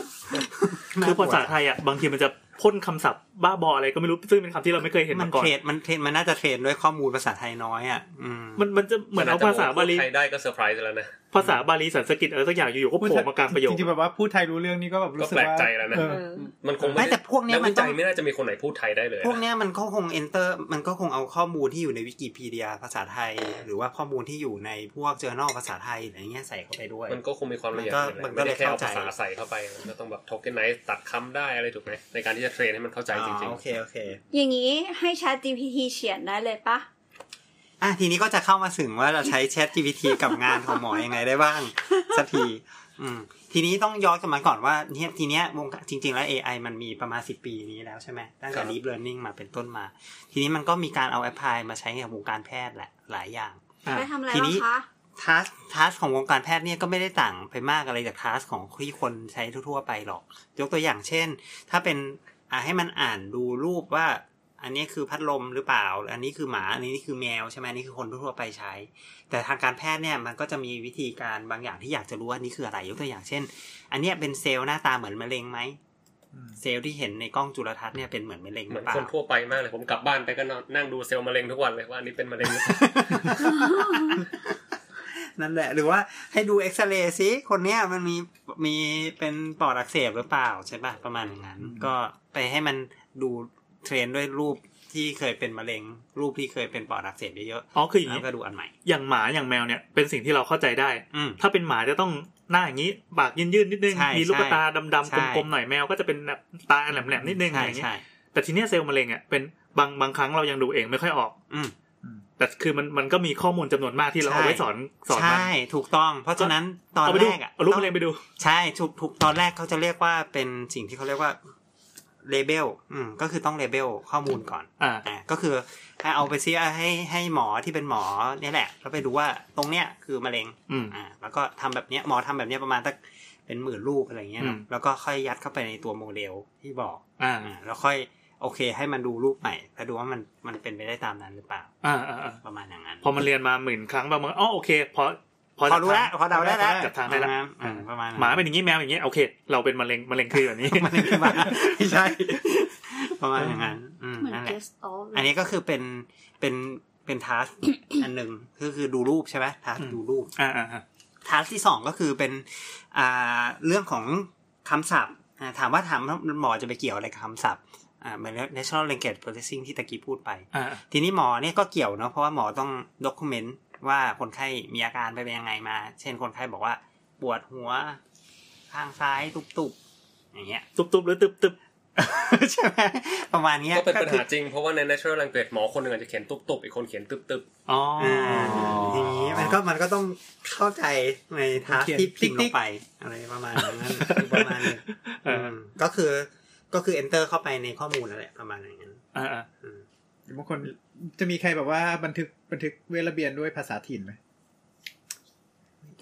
คือภาษาไทยอ่ะบางทีมันจะพ่นคำศัพท์บ้าบออะไรก็ไม่รู้ ซึ่งเป็นคำที่เราไม่เคยเห็น
มัน
มาก่อ
เท
น
รดมันเทรดมันน่าจะเทรดด้วยข้อมูลภาษาไทยน้อยอ่ะอืม
มันมันจะเหมือนเอาภาษาบาลี
ใครได้ก็เซอร์ไพรส์แล้วนะ
ภาษาบาลีสันสกฤตอะไรสักอย่างอยู่ๆก็โผล่มากลางประโยค
จริงๆแบบว่าพูดไทยรู้เรื่องนี่ก็แบบรู้สึกว่า
ก็แปลกใจแล้วนะ
เอ
เอ
อ
อ
มันคง
ไม่แต่พวกเนี้ย
ก
มัน
วิ
ต้
จั
อง
ยไม่น่าจะมีคนไหนพูดไทยได้เลย
พวกเนี้ยมันก็คง enter มันก็คงเอาข้อมูลที่อยู่ในวิกิพีเดียภาษาไทย หรือว่าข้อมูลที่อยู่ในพวก journal ภาษาไทยอะไรเงี้ยใส่เข้าไปด้วย
มันก็คงมีความละเอียด
มันก็
อ
มันก็
ยู่แหละไม่ได้แค่เอา
เลยเข้าใจ
ภาษาใส่เข้าไปมันก็ต้องแบบโทเกนไนซ์ตัดคำได้อะไรถูกไหมในการที่จะเทรนให้มันเข้าใจจริง
อ๋อโอเคโอเค
อย่างนี้ให้ Chat GPT เขียนได้เลยปะ
อ่ะทีนี้ก็จะเข้ามาถึงว่าเราใช้ Chat GPT กับงานของหมอยังไงได้บ้าง [LAUGHS] สักที อืม ทีนี้ต้องย้อนกลับมาก่อนว่าเนี่ยทีเนี้ยวงการจริง ๆ แล้ว AI มันมีประมาณ 10 ปีนี้แล้วใช่ไหมตั้งแต่ Deep Learning มาเป็นต้นมา ทีนี้มันก็มีการเอาแอ p พลายมาใช้กับวงการแพทย์แหละหลายอย่าง
อ่ะ
ไปทำอะไร
ทีนี้
บ้างคะ
ทัสทัสของวงการแพทย์เนี่ยก็ไม่ได้ต่างไปมากอะไรจากทัสของที่คนใช้ทั่วๆไปหรอก ยกตัวอย่างเช่น ถ้าเป็นอ่าให้มันอ่านดูรูปว่า อันนี้คือพัดลมหรือเปล่า อันนี้คือหมา อันนี้คือแมวใช่ไหมอันนี้คือคนทั่วๆไปใช้ แต่ทางการแพทย์เนี่ยมันก็จะมีวิธีการบางอย่างที่อยากจะรู้ว่านี่คืออะไร ยกตัวอย่างเช่น อันเนี้ยเป็นเซลล์หน้าตาเหมือนมะเร็งไหม เซลล์ที่เห็นในกล้องจุลทรรศน์เนี่ยเป็นเหมือนมะเร็ง
ๆเห
ห
มื
รือ อน เปล่า
คนทั่วไปมากเลยผมกลับบ้านไปก็นอนนั่งดูเซลล์มะเร็งทุกวันเลยว่าอันนี้เป็นมะเร็งหรือเปล่า
[LAUGHS] นั่นแหละ หรือว่าให้ดูเอ็กซเรย์ซิคนเนี้ยมันมีมีเป็นปอดอักเสบหรือเปล่าใช่ป่ะประมาณอย่างนั้น ก็ไปให้มันดูเทรนด้วยรูปที่เคยเป็นมะเร็ง รูปที่เคยเป็นปอดอักเสบเยอะ
อ๋อคืออ
ๆ
ย่าง
แล้
นี้
วก็ดูอันใหม่
อย่างหมาอย่างแมวเนี่ยเป็นสิ่งที่เราเข้าใจได้
อืม
ถ้าเป็นหมาจะต้องหน้าอย่างนี้ปากยืนๆนิดนึง
ใช่
มีลูกตาดำ
ใช่
ๆกลมๆหน่อยแมวก็จะเป็นแบบตาแหลมๆนิดนึงอะ
ใช่
ไรอย่างเงี้ย
ใช่
แต่ทีเนี้ยเซลล์มะเร็งอ่ะเป็นบางบางครั้งเรายังดูเองไม่ค่อยออก
อืม
แต่คือมันมันก็มีข้อมูลจำนวนมากที่เรา
ใช่
เอาไว้สอนสอนมัน
ใช่ถูกต้อง เพราะฉะนั้นตอน
เอาไป
แร
ดู
กอ่ะ
เอารูปมะเร็งไปดู
ใช่ถูกถูกตอนแรกเขาจะเรียกว่าเป็นสิ่งที่เขาเรียกว่าเลเบลอืมก็คือต้องเลเบลข้อมูลก่อน
อ่า
อ่ะก็คือให้เอาไปเสียให้ให้หมอที่เป็นหมอเนี่ยแหละแล้วไปดูว่าตรงเนี้ยคือมะเร็ง
อืม
อ่าแล้วก็ทำแบบเนี้ยหมอทำแบบเนี้ยประมาณสักเป็นหมื่นรูปอะไรเงี้ยเนอะ
อืม
แล้วก็ค่อยยัดเข้าไปในตัวโมเดลที่บอก
อ่า
อ่าแล้วค่อยโอเค ให้มันดูรูปใหม่แล้วดูว่ามันมันเป็นไปได้ตามนั้นหรือเปล่า
อ่าอ่าอ่า
ประมาณอย่างนั้น
พอมันเรียนมาหมื่นครั้งบางมันอ๋อโอเคพอ
พอรู้แล้วพอเดาได้แล้ว
จับทางได้แล้ว
อ่าประมาณ
หมาเป็นอย่างนี้แมวอย่างนี้โอเค เราเป็นมะเร็งมะเร็งคือแบบนี้
มันเป็นหมาไม่ใช่ ประมาณอย่างนั้นอืม
เหมือน
นั่นแหละ
guest of
อันนี้ก็คือเป็นเป็นเป็นทัส [COUGHS] อันหนึ่งก็คือดูรูปใช่ไหมทัส
อืม
ดูรูป
อ่าอ่าอ่า
ทาสที่สองก็คือเป็นอ่าเรื่องของคำศัพท์อ่าถามว่าถามหมอจะไปเกี่ยวอะไรกับคำศัพท์อ่าเหมือน national language processing ที่ตะกี้พูดไป
อ่า
ทีนี้หมอเนี่ยก็เกี่ยวเนาะเพราะว่าหมอต้อง document ว่าคนไข้มีอาการไปเป็นยังไงมา เช่นคนไข้บอกว่าปวดหัว ข้างซ้ายตุบๆ อย่างเงี้ [LAUGHS] ย
ตุบตุบๆหรือตึบตึบ
ใช่ไหมประมาณเนี้ย
ก็เป็นปัญ
คือ
หาจริงเพราะว่าใน natural language หมอคนหนึ่งอาจจะเขียนตุบๆอีกคนเขียนตึบ
ๆอ๋ออ
อย่างนี้มันก็มันก็ต้องเข้าใจในทาสที่พิมพ์ลงไปอะไรประมาณนั้นคือประมาณนี้
เอออื
มก็คือก็คือ enter เข้าไปในข้อมูลนั่นแหละประมาณอย่างนั้น
อ่าอ่า
อืม
ๆ
บางคนจะมีใครแบบว่าบันทึกบันทึกเวทระเบียนด้วยภาษาถิ่นไหม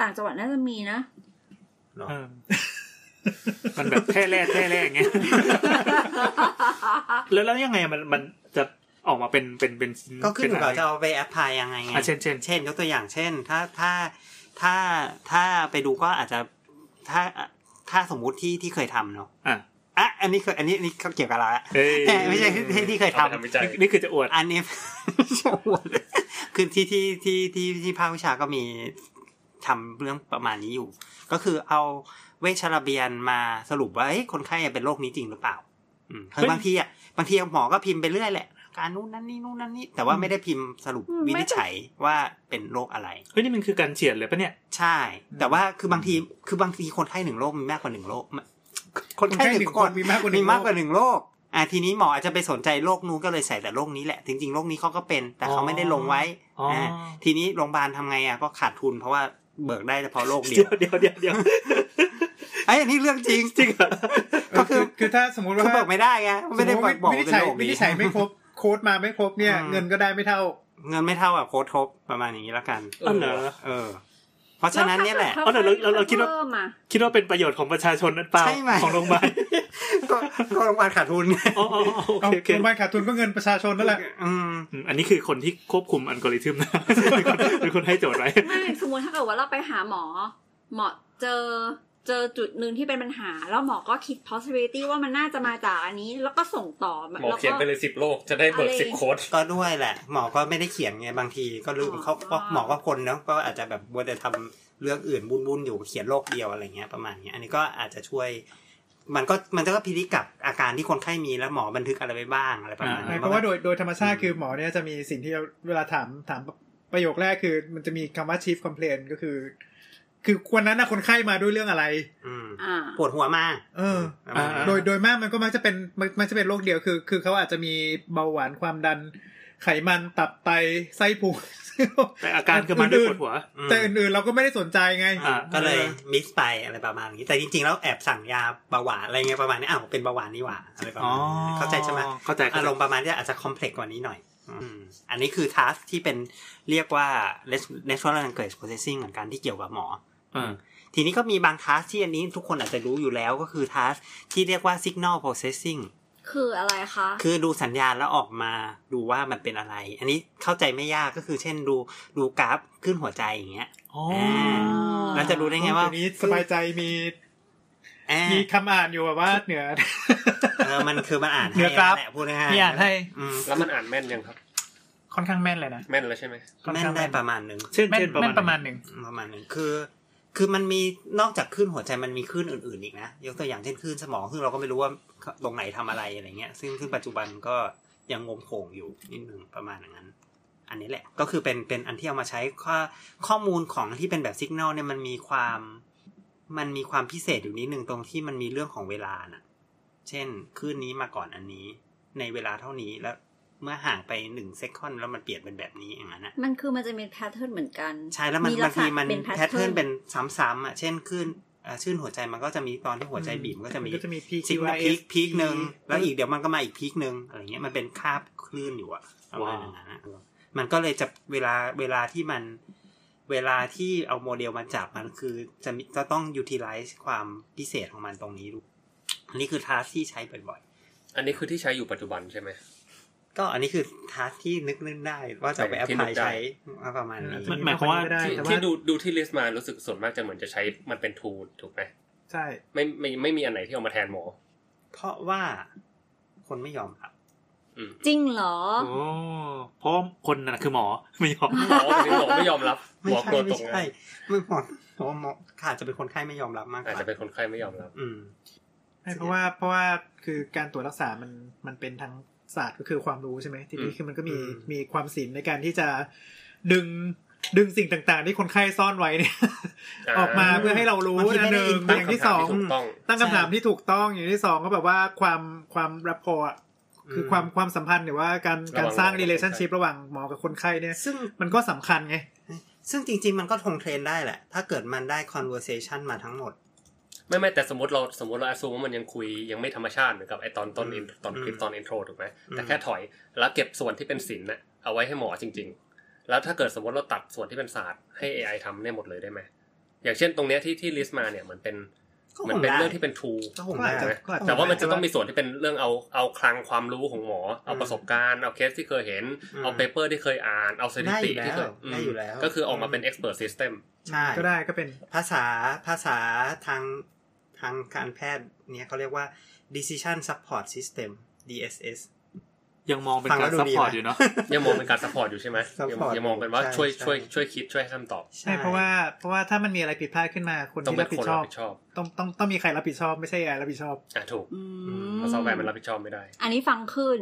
ต่างจังหวัดน่าจะมีนะ
เออมันแบบแท่แร่แท่แร่อย่างเงี้
[LAUGHS]
ย แล้วแล้วยังไงมันมันจะออกมาเป็นเป็นเป็นชิ้น
ก็ขึ้นอยู่กับ
ป็ะไร
จะเอาไปแอปพลายยังไงไง
อ่ะเช่นเช่น
เช่นยกตัวอย่างเช่น ถ้าถ้าถ้าถ้าไปดูก็อาจจะถ้าถ้าสมมุติที่ที่เคยทำเนาะ
อ่ะ
อ่ะอันนี้เคยอันนี้อันนี้เขาเกี่ยวกับอะไรอะ
เอ้ย
แต่ไม่ใช่ที่ที่เคยทำ
เอาไปทำวิจัย
นี่คือจะอวด
อันนี้ [LAUGHS] ไม่ใช่อวดคือที่ที่ที่ที่ที่ภาควิชาก็มีทำเรื่องประมาณนี้อยู่ ก็คือเอาเวชระเบียนมาสรุปว่าเอ้ยคนไข้เป็นโรคนี้จริงหรือเปล่า อืมคือบางทีอ่ะบางทีหมอก็พิมพ์ไปเรื่อยแหละ การนู่นนั่นนี่นู่นนั่นนี่แต่ว่าไม่ได้พิมพ์สรุป
อืมไม่
วินิจฉัยว่าเป็นโรคอะไร
เฮ้ยนี่มันคือการเฉียดเลยปะเนี่ย
ใช่ แต่ว่าคือบางทีคือบางทีคนไข้หนึ่งโรคมีมากกว่าหนึ่งโรคคน
คน
ไข้
ไข้
ห
ห
นึ่
นึ่
ง
ง
ค
คน นมีมากกว่าห
มี
นึ่ง
มากกว่าหนึ่งโรคอ่าทีนี้หมออาจจะไปสนใจโรคนู้นก็เลยใส่แต่โรคนี้แหละ จริงๆโรคนี้เขาก็เป็น แต่เขาไม่ได้ลงไว้
อ๋ออ่
าทีนี้โรงพยาบาลทำไงอ่ะก็ขาดทุนเพราะว่าเบิกได้เฉพาะโรคเดี
เดี๋
ย
ยว
[LAUGHS] ว
เดี๋ยวเดี๋ยวเดี๋ยว
ไอ้ยอันนี้เรื่องจริงจริง
เออ
ก็คือ
คือถ้าสมมติว่า
คือเบิกไม่ได้ไงไม่ได้บอกบอก
วินิจ
เป็น
ฉัย
โรค
วินิ
นี้
จฉัยไม่ครบโค้ดมาไม่ครบเนี่ย
อืม
เงินก็ได้ไม่เท่า
เงินไม่เท่ากับโค้ดทบประมาณอย่างนี้แล้วกัน
อ๋อเหรอ
เออ เพราะฉะนั้นเนี่ยแหละ
ล้ว
เอาเดี๋ยวเราเราเราคิดว่า
เพิ่มอ่ะ
คิดว่าเป็นประโยชน์ของประชาชนนั่นเปล่า
ใช่ไหม
ของโรงพยาบาล
ก็ก็โรงพยาบาลขาดทุนไง
อ๋ออ๋ออ๋อโอ
เอา
เคโอเค
โรงพยาบาลขาดทุนก็เงินประชาชนนั่นแหละ
อืม
อืมอันนี้คือคนที่ควบคุมอัลกอริทึมนะ [LAUGHS] เป็นคนเป็นคนให้โจทย์ไว้
ไม่สมมติถ้าเกิดว่าเราไปหาหมอ หมอเจอเจอจุดหนึ่งที่เป็นปัญหา แล้วหมอก็คิด possibility ว่ามันน่าจะมาจากอันนี้ แล้วก็ส่งต่อ
หมอ
แล้ว
เขียน
ก็
ไปเลยสิบโลกจะได้เบิก
อะไร
สิบโค้ด
ก็ด้วยแหละ หมอก็ไม่ได้เขียนไงบางทีก็ลืม
อ๋อ
เขาก็หมอก็คนเนาะก็อาจจะแบบวัวแต่ทำเรื่องอื่นบุญบุญอยู่เขียนโรคเดียวอะไรเงี้ยประมาณเนี้ยอันนี้ก็อาจจะช่วย มันก็มันก็พิริกับอาการที่คนไข้มีแล้วหมอบันทึกอะไรไว้บ้างอะไรประมาณ
อ่
นี้
เพราะว่าโดยโดยธรรมชาติคือหมอเนี่ยจะมีสิ่งที่เราเวลาถามถามประโยคแรกคือ มันจะมีคำว่า chief complaint ก็คือ คือวันนั้นนะคนไข้มาด้วยเรื่องอะไร
อืม
อ่า
ปวดหัวมาก
เออ
ประมาณนั้น
โดยโดยมากมันก็มักจะเป็นมันมันจะเป็นโรคเดียวคือ คือเขาอาจจะมีเบาหวานความดัน ไขมันตับไตไส้พุง
แต่อาการคือมันด้วยปวดหัว
อืม
แต่อื่นๆ เราก็ไม่ได้สนใจไง
อ่ะ
ก็เลยมิกซ์ไปอะไรประมาณนี้แต่จริงๆแล้วแอบสั่งยาเบาหวานอะไรเงี้ยประมาณนี้อ้าวเป็นเบาหวานนี่หว่าอะไรประมาณนี้เข้าใจใช่ไหม
เข้าใจเข้า
อา
ใจ
รมณ์ประมาณเนี้ยอาจจะคอมเพล็กกว่านี้หน่อย อืม อันนี้คือทัสที่เป็นเรียกว่า natural language processing เหมือนกันที่เกี่ยวกับหมอ
อ่า
ทีนี้ก็มีบางทัสที่อันนี้ทุกคนอาจจะรู้อยู่แล้วก็คือทัสที่เรียกว่า signal processing
คืออะไรคะ
คือดูสัญญาณแล้วออกมาดูว่ามันเป็นอะไร อันนี้เข้าใจไม่ยากก็คือเช่นดูดูกราฟขึ้นหัวใจอย่างเงี้ย
อ๋อ
อ่า
แล้วจะรู้ได้ไงว่า
เดี๋ยนี้สบายใจมี
อ่า
มีคำอ่านอยู่แบบว่าเหนื [LAUGHS] อ
เออมันคือมันอ่านให้
เหนือกราฟ
แหละพูดง่ายๆ
มีอ่านให้
อืม
แล้วมันอ่านแม่นยังครับ
ค่อนข้างแม่นเลยนะ
แม่นแล้วใช่ไหม
ค่อน
แม่น
ข้าง
ได้ประมาณหนึง
เช่น
แม่น
เช่น
แม่
ป
นประ ระ
มา
มา
ณ
ณหนึ่ง
ประมาณหนึ่งคือ คือมันมีนอกจากคลื่นหัวใจมันมีคลื่นอื่นๆอีกนะ ยกตัวอย่างเช่นคลื่นสมองซึ่งเราก็ไม่รู้ว่าตรงไหนทำอะไรอะไรเงี้ย ซึ่งซึ่งปัจจุบันก็ยังงมโขงอยู่นิดหนึ่งประมาณอย่างนั้น อันนี้แหละก็คือเป็นเป็นอันที่เอามาใช้ข้อข้อมูลของที่เป็นแบบสัญญาณเนี่ยมันมีความมันมีความพิเศษอยู่นิดหนึ่งตรงที่มันมีเรื่องของเวลาน่ะ เช่นคลื่นนี้มาก่อนอันนี้ ในเวลาเท่านี้แล้วเมื่อห่างไปหนึ่งเซคอนแล้วมันเปลี่ยนเป็นแบบนี้อย่างนั้นนะ
มันคือมันจะมีแพทเทิร์นเหมือนกัน
ใช่แล้วมัน
ลั
บาก ง
ษ
ที
ณะ
มัน
เป็น
แพทเทิร์นเป็น
น
ซ้ำๆอ่ะเช่นขึ้นอ่าชื่นหัวใจมันก็จะมีตอนที่หัวใจบีบมันก็จะมี
ก็จะมีพี
ซิกนพีคพีคหนึ่งแล้วอีกเดี๋ยวมันก็มาอีกพีคหนึ่งอะไรเงี้ยมันเป็นคาบคลื่นอยู่อ่ะประมาณอย่างนั้นอะมันก็เลยจะเวลาเวลาที่มันเวลาที่เอาโมเดลมาจับมันคือจะมีจะต้องยูทิลไลซ์ความพิเศษของมันตรงนี้ดูอันนี้คือทาสที่ใช้บ่อย
อันนี้คือที่ใช้อยู่ปัจจุบันใช่ไหม
ๆ ก็อันนี้คือทาสที่นึกนึกได้ว่าจะไปแอพพลายใช้ประมาณนี้
มันหมายความว่า
ได้
ที่
แต่ว่า
ที่ดูดูที่ลิสต์มารู้สึกส่วนมากจะเหมือนจะใช้มันเป็นทูลถูกไหม
ใช่
ไม่ไม่ไม่มีอันไหนที่เอามาแทนหมอ
เพราะว่าคนไม่ยอมรับ
อืม
จริงเหรอ
โอ้เพราะคนน่ะคือหมอไม่ยอม
หมอวันนี้หมอไม่ยอมรับห
ไม่
มอ
ใช่
กลัวต
ไม่
รงงา
ใช่
น
ไม่หมอหมอหมออาจจะเป็นคนไข้ไม่ยอมรับมากก
อาจจะ
ว่า
เป็นคนไข้ไม่ยอมรับ
อืม
ไม่เพราะว่าเพราะว่าคือการตรวจรักษามันมันเป็นทั้งศาสตร์ก็คือความรู้ใช่ไหมทีนี้
อืม
คือมันก็มี
อืม
มีความศิลป์ในการที่จะดึงดึงสิ่งต่างๆ ที่คนไข้ซ่อนไว้เนี่ย ออกมาเพื่อให้เรารู้
บางที
อั
ไม่
น
ได้ตั้ง
ตั้
หนึ่งอง ย่างที่
คำ
ส
ถามที่ถู
อง
กต้อง
ตั้งคำถามที่ถูกต้องอย่างที่สองก็แบบว่าความความรับพออะคือความความสัมพันธ์หรือว่าการ
ระหว่าง
การสร้าง
หมอกับ
relationship ระหว่างหมอกับคนไข้เนี่ย
ซึ่ง
มันก็สำคัญไง
ซึ่งจริง ๆ มันก็ทงเทรนได้แหละ ถ้าเกิดมันได้ conversation มาทั้งหมด
ไม่ไม่แต่สมมติเราสมมติเราอสูว่ามันยังคุยยังไม่ธรรมชาติเหมือนกับไอตอนต้น intro ตอนคลิปตอนอินโทรถูกไหมแต่แค่ถอยแล้วเก็บส่วนที่เป็นศิลป์น่ะเอาไว้ให้หมอจริง ๆ แล้วถ้าเกิดสมมติเราตัดส่วนที่เป็นศาสตร์ให้ AI ทำเนี่ยหมดเลยได้ไหมอย่างเช่นตรงเนี้ยที่ที่ลิสต์มาเนี่ยเหมือนเป็นเหมือนเป็นเรื่องที่เป็นทู
ก็คง
ก็อาจจะ
ได้
ก็อาจจะ
แต่ว่ามันจะต้องมีส่วนที่เป็นเรื่องเอาเอาคลังความรู้ของหมอ เอาประสบการณ์เอาเคสที่เคยเห็น
อืม
เอาเปเปอร์ที่เคยอ่านเอาสถิ
ได้
ติ
อยู่
ที่เคย
แล้วได้อยู่แล้ว
ก็คือออกมาเป็น expert system
ใช่
ก็ได้ก็เป็น
ภาษาภาษาทางทางการแพทย์เนี่ยเขาเรียกว่า decision support system DSS
ยังมองเป็น
ฟังแล้
การ
วดู
ซัพ
ดี
พอร์ต
นะ
อยู่เนาะ
ยังมองเป็นการ support อยู่ใช่ไหมยัง
support
ยังมองเป็นว่า
ใช่
ช่วย
ใช่
ช่วยช่วยคิดช่วยให้คำตอบ
ใช่เพราะว่าเพราะว่าถ้ามันมีอะไรผิดพลาดขึ้นมาคน
ต้อง
ที่
เป็น
รับผิ
คน
ดช
รั
อ
บบ ผิดชอบ
ต้องต้องต้องมีใครรับผิดชอบไม่ใช่ AI รับผิดชอบ
อ่ะถูก
อื
เพราะซอฟต์แวร์มันรับผิดชอบไม่ได้
อันนี้ฟังขึ้น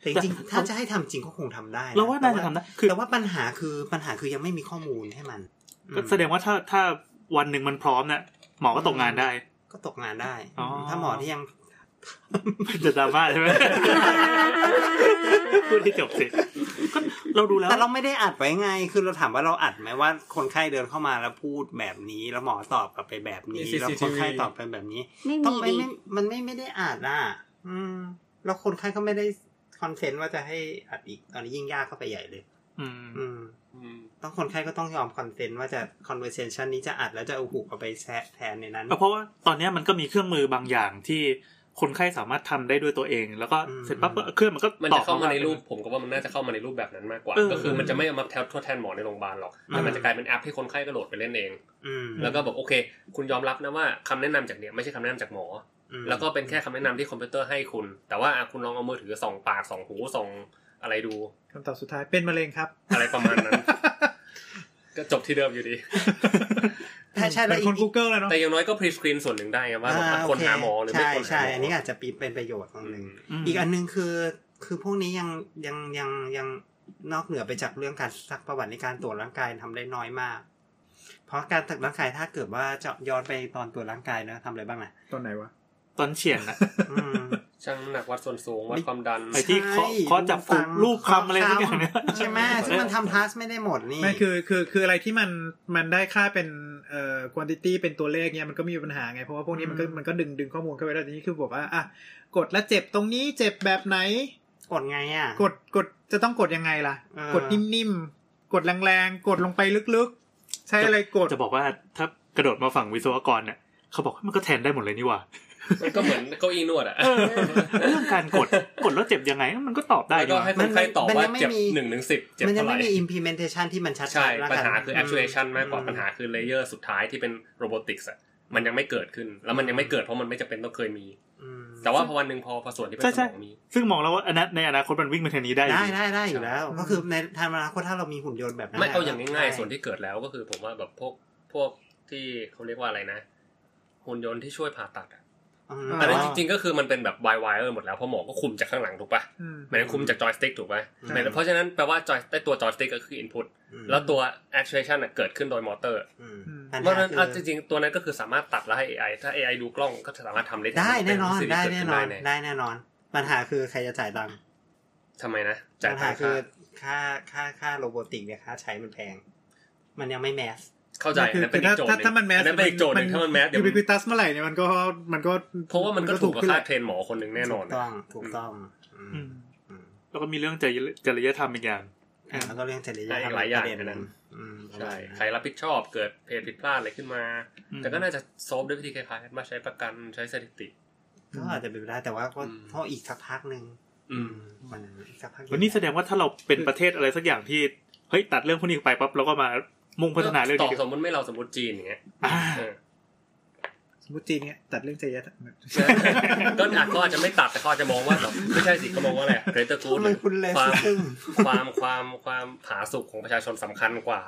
แต่จริงๆ ถ้าจะให้ทำจริงก็คงทำได้
เราว่าน่าจะทำได้คือ
แต่ว่าปัญหาคือปัญหาคือยังไม่มีข้อมูลให้มัน
ก็แสดงว่าถ้าถ้าวันหนึ่งมันพร้อมเนี่ยหมอก็ตกงานได้
ก็ตกงานได้
อ๋อ
ถ้าหมอที่ยัง
มันจะดราม่าใช่ไหม [LAUGHS] พูดให้จบสิก็เราดูแล้ว
แต่เราไม่ได้อัดไว้ไง คือเราถามว่าเราอัดไหมว่าคนไข้เดินเข้ามาแล้วพูดแบบนี้ แล้วหมอตอบกลับไปแบบนี้
มี CCTV
แล้วคนไข้ตอบไปแบบนี้
ไม่
ต้อง
มี
ไม่
ดิ
ไม่มันไม่ไม่ได้อัดอ่ะ อืม แล้วคนไข้ก็ไม่ได้คอนเซนต์ว่าจะให้อัดอีก ตอนนี้ยิ่งยากเข้าไปใหญ่เลย
อืม
อืม ต้องคนไข้ก็ต้องยอมคอนเซนต์ว่าจะคอนเวอร์เซชันนี้จะอัดแล้วจะเอาหูเอาไปแชะแทนในนั้น
เพราะว่าตอนเนี้ยมันก็มีเครื่องมือบางอย่างที่คนไข้สามารถทำได้ด้วยตัวเอง แล้วก็
อืม
เสร็จปั๊บก็เครื่องมันก็
มัน
ตอ
จะ
บ
เข้ามาในรูปผมก็ว่ามันน่าจะเข้ามาในรูปแบบนั้นมากกว่า
เออ
ก็คือมันจะไม่เอามาแทนทดแทนหมอในโรงพยาบาลหรอกแต่มันจะกลายเป็นแอปที่คนไข้ก็โหลดไปเล่นเอง
อืม
แล้วก็บอกโอเค คุณยอมรับนะว่าคำแนะนำจากเนี่ยไม่ใช่คำแนะนำจากหมอ
อืม
แล้วก็เป็นแค่คำแนะนำที่คอมพิวเตอร์ให้คุณ แต่ว่าอ่ะคุณลองเอามือถือส่องปากส่องหูส่องอะไรดู
คำตอบสุดท้ายเป็นมะเร็งครับ
อะไรประมาณนั้น ก็จบที่เดิมอยู่ดี
ใช่ใช่
เห
แล้
มื
ว
อน
อีก
คน Google เลยเนาะ
แต่อย่างน้อยก็พรีสกรีนส่วนหนึ่งได้ไงว่าแบบอ่ะ
อ่า
คนหา
โเห
มอหรือไม่
ใช่
คนหาหมอ
ใช่อันนี้อาจจะปีเป็นประโยชน์ตรงหนึ่ง
ม
อีกอันหนึงคือคือพวกนี้ยังยังยังยังนอกเหนือไปจากเรื่องการซักประวัติในการตรวจร่างกายทำได้น้อยมาก เพราะการตรวจร่างกายถ้าเกิดว่าจะย้อนไปตอนตรวจร่างกายนะทำอะไรบ้างนะ
ตอนไหนวะ
ตอนเฉียนนะ
อืม
ช่างน้ำหนักวัดส่วนสูงวัดความดัน
ไอ้ที่เคาะ
ใช่
เคาะจับ
ฟั
กลุ่
ง
มรูปคำอะไร
เคาะ
ทุกอย่าง
คำ
เนี่ย
ใช่ไหมซึ่งมันทำทัสไม่ได้หมดนี่
ไม่คือคือคืออะไรที่มันมันได้ค่าเป็นเอ่อ quantity เป็นตัวเลขเนี่ยมันก็มีปัญหาไง เพราะว่าพวกนี้มันก็มันก็ดึงดึงข้อมูลเข้าไปแล้วทีนี้คือบอกว่าอ่ะกดแล้วเจ็บตรงนี้เจ็บแบบไหน
กดไงอ่ะ
กดกดจะต้องกดยังไงล่ะ
เออ
กดนิ่มๆ กดแรงๆ กดลงไปลึกๆ ใช้อะไรกด
จะบอกว่าถ้ากระโดดมาฝั่งวิศวกรเนี่ยเขาบอกว่ามันก็แทนได้หมดเลยนี่หว่า
มันก็เหมือนเก้าอี้นวดอ่ะ
เออเรื่องการกดกดแล้วเจ็บยังไง มันก็ตอบได้
แล้ว
นี่ห
ก็
ว่า
ให้คนไข้ตอบ
มัน
ว่า
ยังไม่
เจ็บ
มี
หนึ่งถึงสิบเจ็บ
มันยั
เท่าง ไห
ไม่
ร่
มี implementation ที่มันชัดๆ
ใช่
แล้ว
ปัญ
กัน
หาคือ
ม
actuation มากกว่าปัญหาคือเลเยอร์สุดท้ายที่เป็นโรบอติกส์อ่ะมันยังไม่เกิดขึ้น แล้วมันยังไม่เกิดเพราะมันไม่จำเป็นต้องเคยมี
อืม
แต่ว่าพอวันหนึ่งพอพอส่วนที่เป็น
ใช่
ส
ใช่
มองมี
ซึ่งมองแล้วว่าอนาในอนาคตมันวิ่งไปทางนี้ได้อยู่
ได้ได้ได้อยู่แล้ว
ใช่
ก็คือในทางอนาคตถ้าเรามีหุ่นยนต์แบบนั้น
ไม่เอาอย่างง่ายๆ
ได้
ส่วนที่เกิดแล้วก็คือผมว่าแบบพวกพวกที่เขาเรียกว่าอะไรนะหุ่นยนต์ที่ช่วยผ่าตัดอะ
อืม
อ๋อ
แต่นั้นจริงๆก็คือมันเป็นแบบวายวายหมดแล้วเพราะหมอก็คุมจากข้างหลังถูกปะ
อืม
หมายถึงคุมจากจอยสติ๊กถูกปะ
ใช่
หมายถึงเพราะฉะนั้นแปลว่าจอยได้ตัวจอยสติ๊กก็คือ input แล้วตัว actuation อะเกิดขึ้นโดยมอเตอร์
อืม
อืม
ปัญ
เพราะฉะ
หา
นั้น
คือ
เอาจริงๆ ตัวนั้นก็คือสามารถตัดแล้วให้ AI ถ้า AI ดูกล้องก็สามารถทำได้ทั้ง
ได้
เป็
แน่นอน
สิ่ง
ได้
ที่เกิด
แน่นอ
ขึ้
น
เย
ได้แน่นอน ปัญหาคือใครจะจ่ายตังค์
ทำไมนะจ่า
ปั
ย
ญ
ตั
หาง คือ
ค่ะ
ค่าค่าค่าโรบอติกเนี่ยค่าใช้มันแพง มันยังไม่แมส
เข้าใจ
คือ
นั่นเป็นอีกโจทย์ห
ถ้า
นึง
ถ้ามันแมส
อันั้นเป็นอีกโจทย์หนึงถ้ามันแมสเดี๋ยว
ยูบิควิตัสเมื่อไหร่เนี่ยมันก็มันก็
เพราะว่ามันก็ถูกกับ
ขึ้น
ค่า
แหละ
เทรนหมอคนหนึ่งแน่นอน
ถูกต้องถูกต้อง
อืม
อืม
แล้วก็มีเรื่องจริยจริยธรรมอีกอย่าง
อ่ะแล้วก็เรื่องจริยธรรม
หลายอย่าง
ประเด็
ในนั้น
อืม
ใช่ใครรับผิดชอบเกิดเพจผิดพลาดอะไรขึ้นมา
อืม
แต่ก็น่าจะซอฟด้วยวิธีคล้ายๆกันมาใช้ประกันใช้สถิติ
ก็อาจจะเป็นไปได้แต่ว่าก็
อืม
ต้องอีกสักพักหนึ่ง
อืม
มันอีกสักพัก
วันนี้แสดงว่าถ้าเราเป็นประเทศอะไรสักอย่างที่เฮ้ยตัดเรื่องพวกนี้ไปปั๊บเราก็มามุ่งพัฒนาเรื่อง
ตอ
นี้
บสมมติไม่เราสมมติจีนอย่างเงี้ย
อ่า
เออ
สมมติจีนเนี่ยตัดเรื่องจริยธรรม
ก็อาจก็อาจจะไม่ตัดแต่เขาอาจจะมองว่าแบบไม่ใช่สิเขามองว่าอะไร greater
ทำ
good
ไมคุณเลส
ความ
ซึ่ง
ความความความผาสุกของประชาชนสำคัญกว่า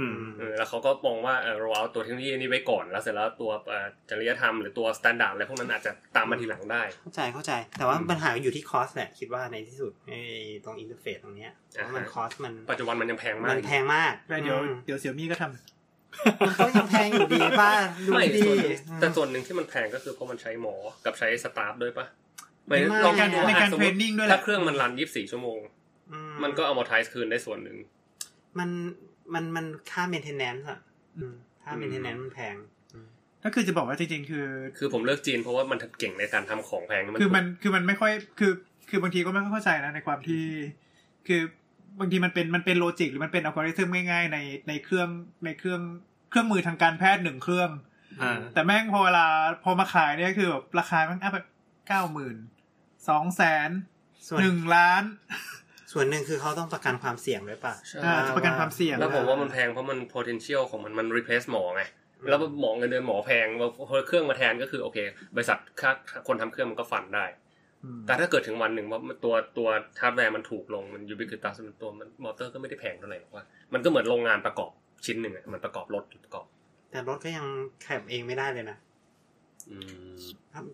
อืม
เออแล้วเขาก็มองว่าเออเราเอาตัวเทคโนโลยีนี้ไว้ก่อน แล้วเสร็จแล้วตัวเอ่อจริยธรรมหรือตัวสแตนดาร์ดอะไรพวกนั้นอาจจะตามมาทีหลังได้
เข้าใจเข้าใจ แต่ว่าปัญหาอยู่ที่คอสแหละคิดว่าในที่สุดไอ้ตรงอินเทอร์เฟซตรงเนี้ยเพราะมัน
อ่าฮะ
คอสมัน
ปัจจุบันมันยังแพงมา
มั
ก
นแพงมาก
เดี๋ยว
อืม
เดี๋ยวเสี่ยมี่ก็ทำ
มันก็ยังแพงอยู่ดีป้าดู
ไม่
ดี
ส่วนหนึ่งแต่ส่วนหนึ่งที่มันแพงก็คือเพราะมันใช้หมอกับใช้สตาฟด้วยปะหมายถึงลอง
การ
ดูว่า
ในการ
สม
เทร
ม
น
ติ
นิ่งด้วยแห
ถ้า
ละ
เครื่องมันรัน 24 ชั่วโมง
อื
มันก็เอามาทายคืนได้ส่วนหนึ่ง
มันมันมันค่าเมนเทนแนนซ์อะอืมค่า
อืม
เมนเทนแนนซ์มันแพง
ถ้ ก็คือจะบอกว่าจริงๆคือ
คือผมเลือกจีนเพราะว่ามันเก่งในการทำของแพงนี่
คือมันคือมันไม่ค่อยคือคือบางทีก็ไม่ค่อยเข้าใจนะในความที่ คือบางทีมันเป็นมันเป็นโลจิกหรือมันเป็นอัลกอริทึมง่ายๆในในเครื่องในเครื่องเครื่องมือทางการแพทย์หนึ่งเครื่อง
อ่า
แต่แม่งพอเวลาพอมาขายเนี่ยคือแบบราคาแม่งอัพแบบเก้าหมื่นสองแสน
ส่วน
หนึ่งล้าน
ส่วนหนึ่งคือเขาต้องประกันความเสี่ยงด้วยป่ะ
ใช่
อ่าจะประกันความเสี่ยง
แล้วผมว่ามันแพงเพราะมัน potential ของมันมัน replace หมอไงแล้วหมอเงินเดือนหมอแพงแล้วเครื่องมาแทนก็คือโอเค บริษัทค่าคนทำเครื่องมันก็ฟันได้
อืม
แต่ถ้าเกิดถึงวันหนึ่งว่าตัวตัวฮาร์ดแวร์มันถูกลงมันยูบิค i ตัสมันตัวมันมอเตอร์ก็ไม่ได้แพงเท่าไหร่หรอกว่า มันก็เหมือนโรงงานประกอบชิ้นหนึ่งอะเหมือนประกอบรถประกอบ
แต่รถก็ยังขับเองไม่ได้เลยนะ
อืม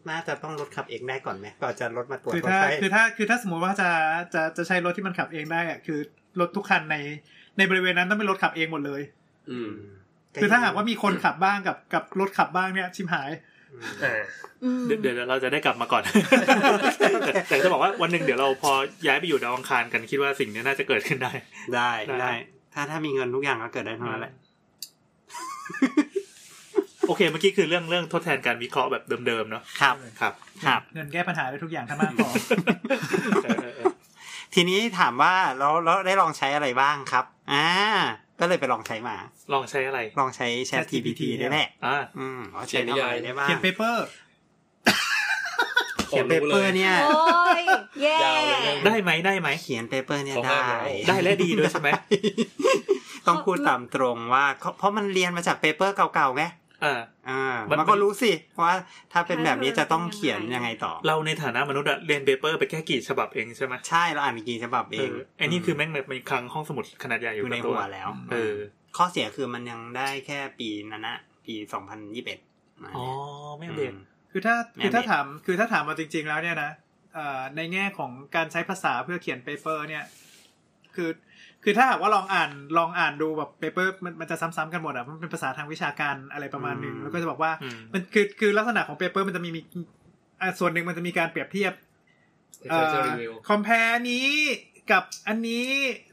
น่าจะต้องรถขับเองได้ก่อนไหมก่อนจะรถมาตรวจ
คือ
รถ
ถ้า
ไฟ
คือถ้าคือถ้าสมมติว่าจะจะจะใช้รถที่มันขับเองได้อะคือรถทุกคันในในบริเวณนั้นต้องเป็นรถขับเองหมดเลย
อืม
คือถ้าหากว่ามีคนขับบ้างกับกับรถขับบ้างเนี่ยชิมหาย
อืม
อ่า
อืม
เดี๋ยวเดี๋ยวเราจะได้กลับมาก่อน แต่ [LAUGHS] แต่จะบอกว่าวันหนึ่งเดี๋ยวเราพอย้ายไปอยู่ดาวอังคารกันคิดว่าสิ่งเนี้ยน่าจะเกิดขึ้นได้ [LAUGHS]
ได้
ได้
ได้ ถ้าถ้ามีเงินทุกอย่างก็เกิดได้ทั้งนั้นแหละ
โอเคเมื่อกี้คือเรื่องเรื่องทดแทนการวิเคราะห์แบบเดิมๆเนาะ
ครับ
ครับ
ครับ
เงินแก้ปัญหาได้ทุกอย่างถ้ามากพอ
เออเออเออ
ทีนี้ถามว่าเราเราได้ลองใช้อะไรบ้างครับ อ่า ก็เลยไปลองใช้มา
ลองใช้อะไร
ลองใช้ Chat GPT ได้แหละ
อ่า
อืมว่าใช้ทำอะไรได้บ้าง
เขียนเปเปอร์
เขียนเปเปอร์เนี่ย
โอ้ยแย่
ยาวเลยเนี่ย
ได้ไหมได้ไหม
เขียนเปเปอร์เนี่ย
เขา
ได้
ห้ามแล้ว
ได้และดีด้วยใช่ไหม
[LAUGHS] ต้องพูดตามตรงว่าเขาเพราะมันเรียนมาจากเปเปอร์เก่าๆไง
อ่า
อ่า
มัน
มันก็รู้สิว่าถ้าเป็นแบบนี้จะต้องเขียนยังไงต่อ
เราในฐานะมนุษย์อะเรียนเปเปอร์ไปแค่กี่ฉบับเองใช่ไหม
ใช่เราอ่านกี่ฉบับเอ
เอง อไอ้นี่คือแม่งแบบมีคลังห้องสมุดขนาดใหญ่อ
อยู่ ยู่ใน
กับตั
หัวแล้ว
เออ
ข้อเสียคือมันยังได้แค่ปีนั้นนะปี 2021มา
อ๋อไม่เด็ด
คือถ้า
แม่
คือถ้า
เด็ด
ถามคือถ้าถามมาจริง ๆ แล้วเนี่ยนะเอ่อในแง่ของการใช้ภาษาเพื่อเขียนเปเปอร์ เนี่ย คือ คือถ้าหากว่าลองอ่านลองอ่านดูแบบเปเปอร์มันมันจะซ้ำๆกันหมดอ่ะมันเป็นภาษาทางวิชาการอะไรประมาณหนึง
อืม
แล้วก็จะบอกว่า
อืม
มันคือคือลักษณะของเปเปอร์มันจะมีมีอ่ะส่วนหนึ่งมันจะมีการเปรียบเทียบ
เจอเจอรีวิว
คอมเพลนี้กับอันนี้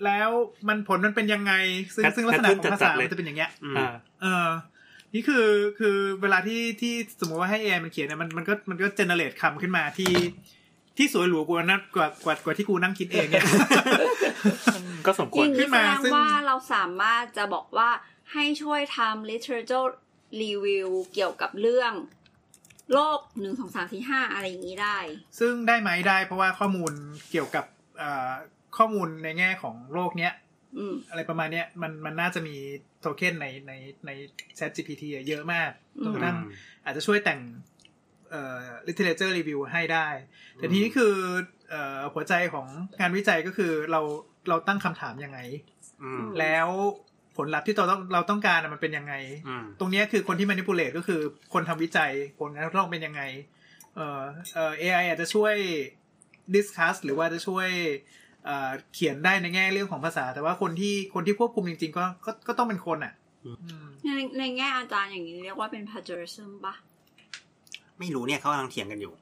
แล้วมันผลมันเป็นยังไง ซึ่ง
Pat-
ซึ่งลักษณะของ
pattern
ภา
จั
ษา
ดๆเลย
มันจะเป็นอย่างเงี้ย
อืม
อ่า
เออนี่คือคือเวลาที่ที่สมมติว่าให้ AI มันเขียนเนี่ยมันมันก็มันก็เจเนเรตคำขึ้นมาที่ที่สวยหรูกว่านั้นกว่ากว่ากว่าที่กูนั่งคิดเองเนี่ย [LAUGHS]
ก็สมค
อ
วร
ย่าง
ขึ้
นี้
น
แส
มา
ดง
ซึ่ง
ว่าเราสามารถจะบอกว่าให้ช่วยทำ literature review เกี่ยวกับเรื่อง โลกหนึ่งสองสามสี่ห้าอะไรอย่างนี้ได้
ซึ่งได้ไหมได้เพราะว่าข้อมูลเกี่ยวกับเอ่อข้อมูลในแง่ของโลกเนี้ย
อืม
อะไรประมาณเนี้ยมันมันน่าจะมีโทเค็นในในใน Chat GPT อะเยอะมากจนกระทั่ง อาจจะช่วยแต่งเอ่อ literature review ให้ได้ แต่ทีนี้คือเอ่อหัวใจของงานวิจัยก็คือเราเราตั้งคำถามยังไง
อืม
ม
แล้วผลลัพธ์ที่เราต้องเราต้องการน่ะมันเป็นยังไง
อืม
ตรงเนี้ยคือคนที่ manipulate ก็คือคนทำวิจัยผลงานทดลองเป็นยังไงเอ่อเอ่อ AI อาจจะช่วย discuss หรือว่าจะช่วยเอ่อเขียนได้ในแง่เรื่องของภาษา แต่ว่าคนที่คนที่ควบคุมจริงๆก็ก็ก็ต้องเป็นคนอ่ะ
อืม
อืม
ในในแง่อาจารย์อย่างนี้เรียกว่าเป็น plagiarism ปะ
ไม่รู้เนี่ยเขากำลังเถียงกันอยู่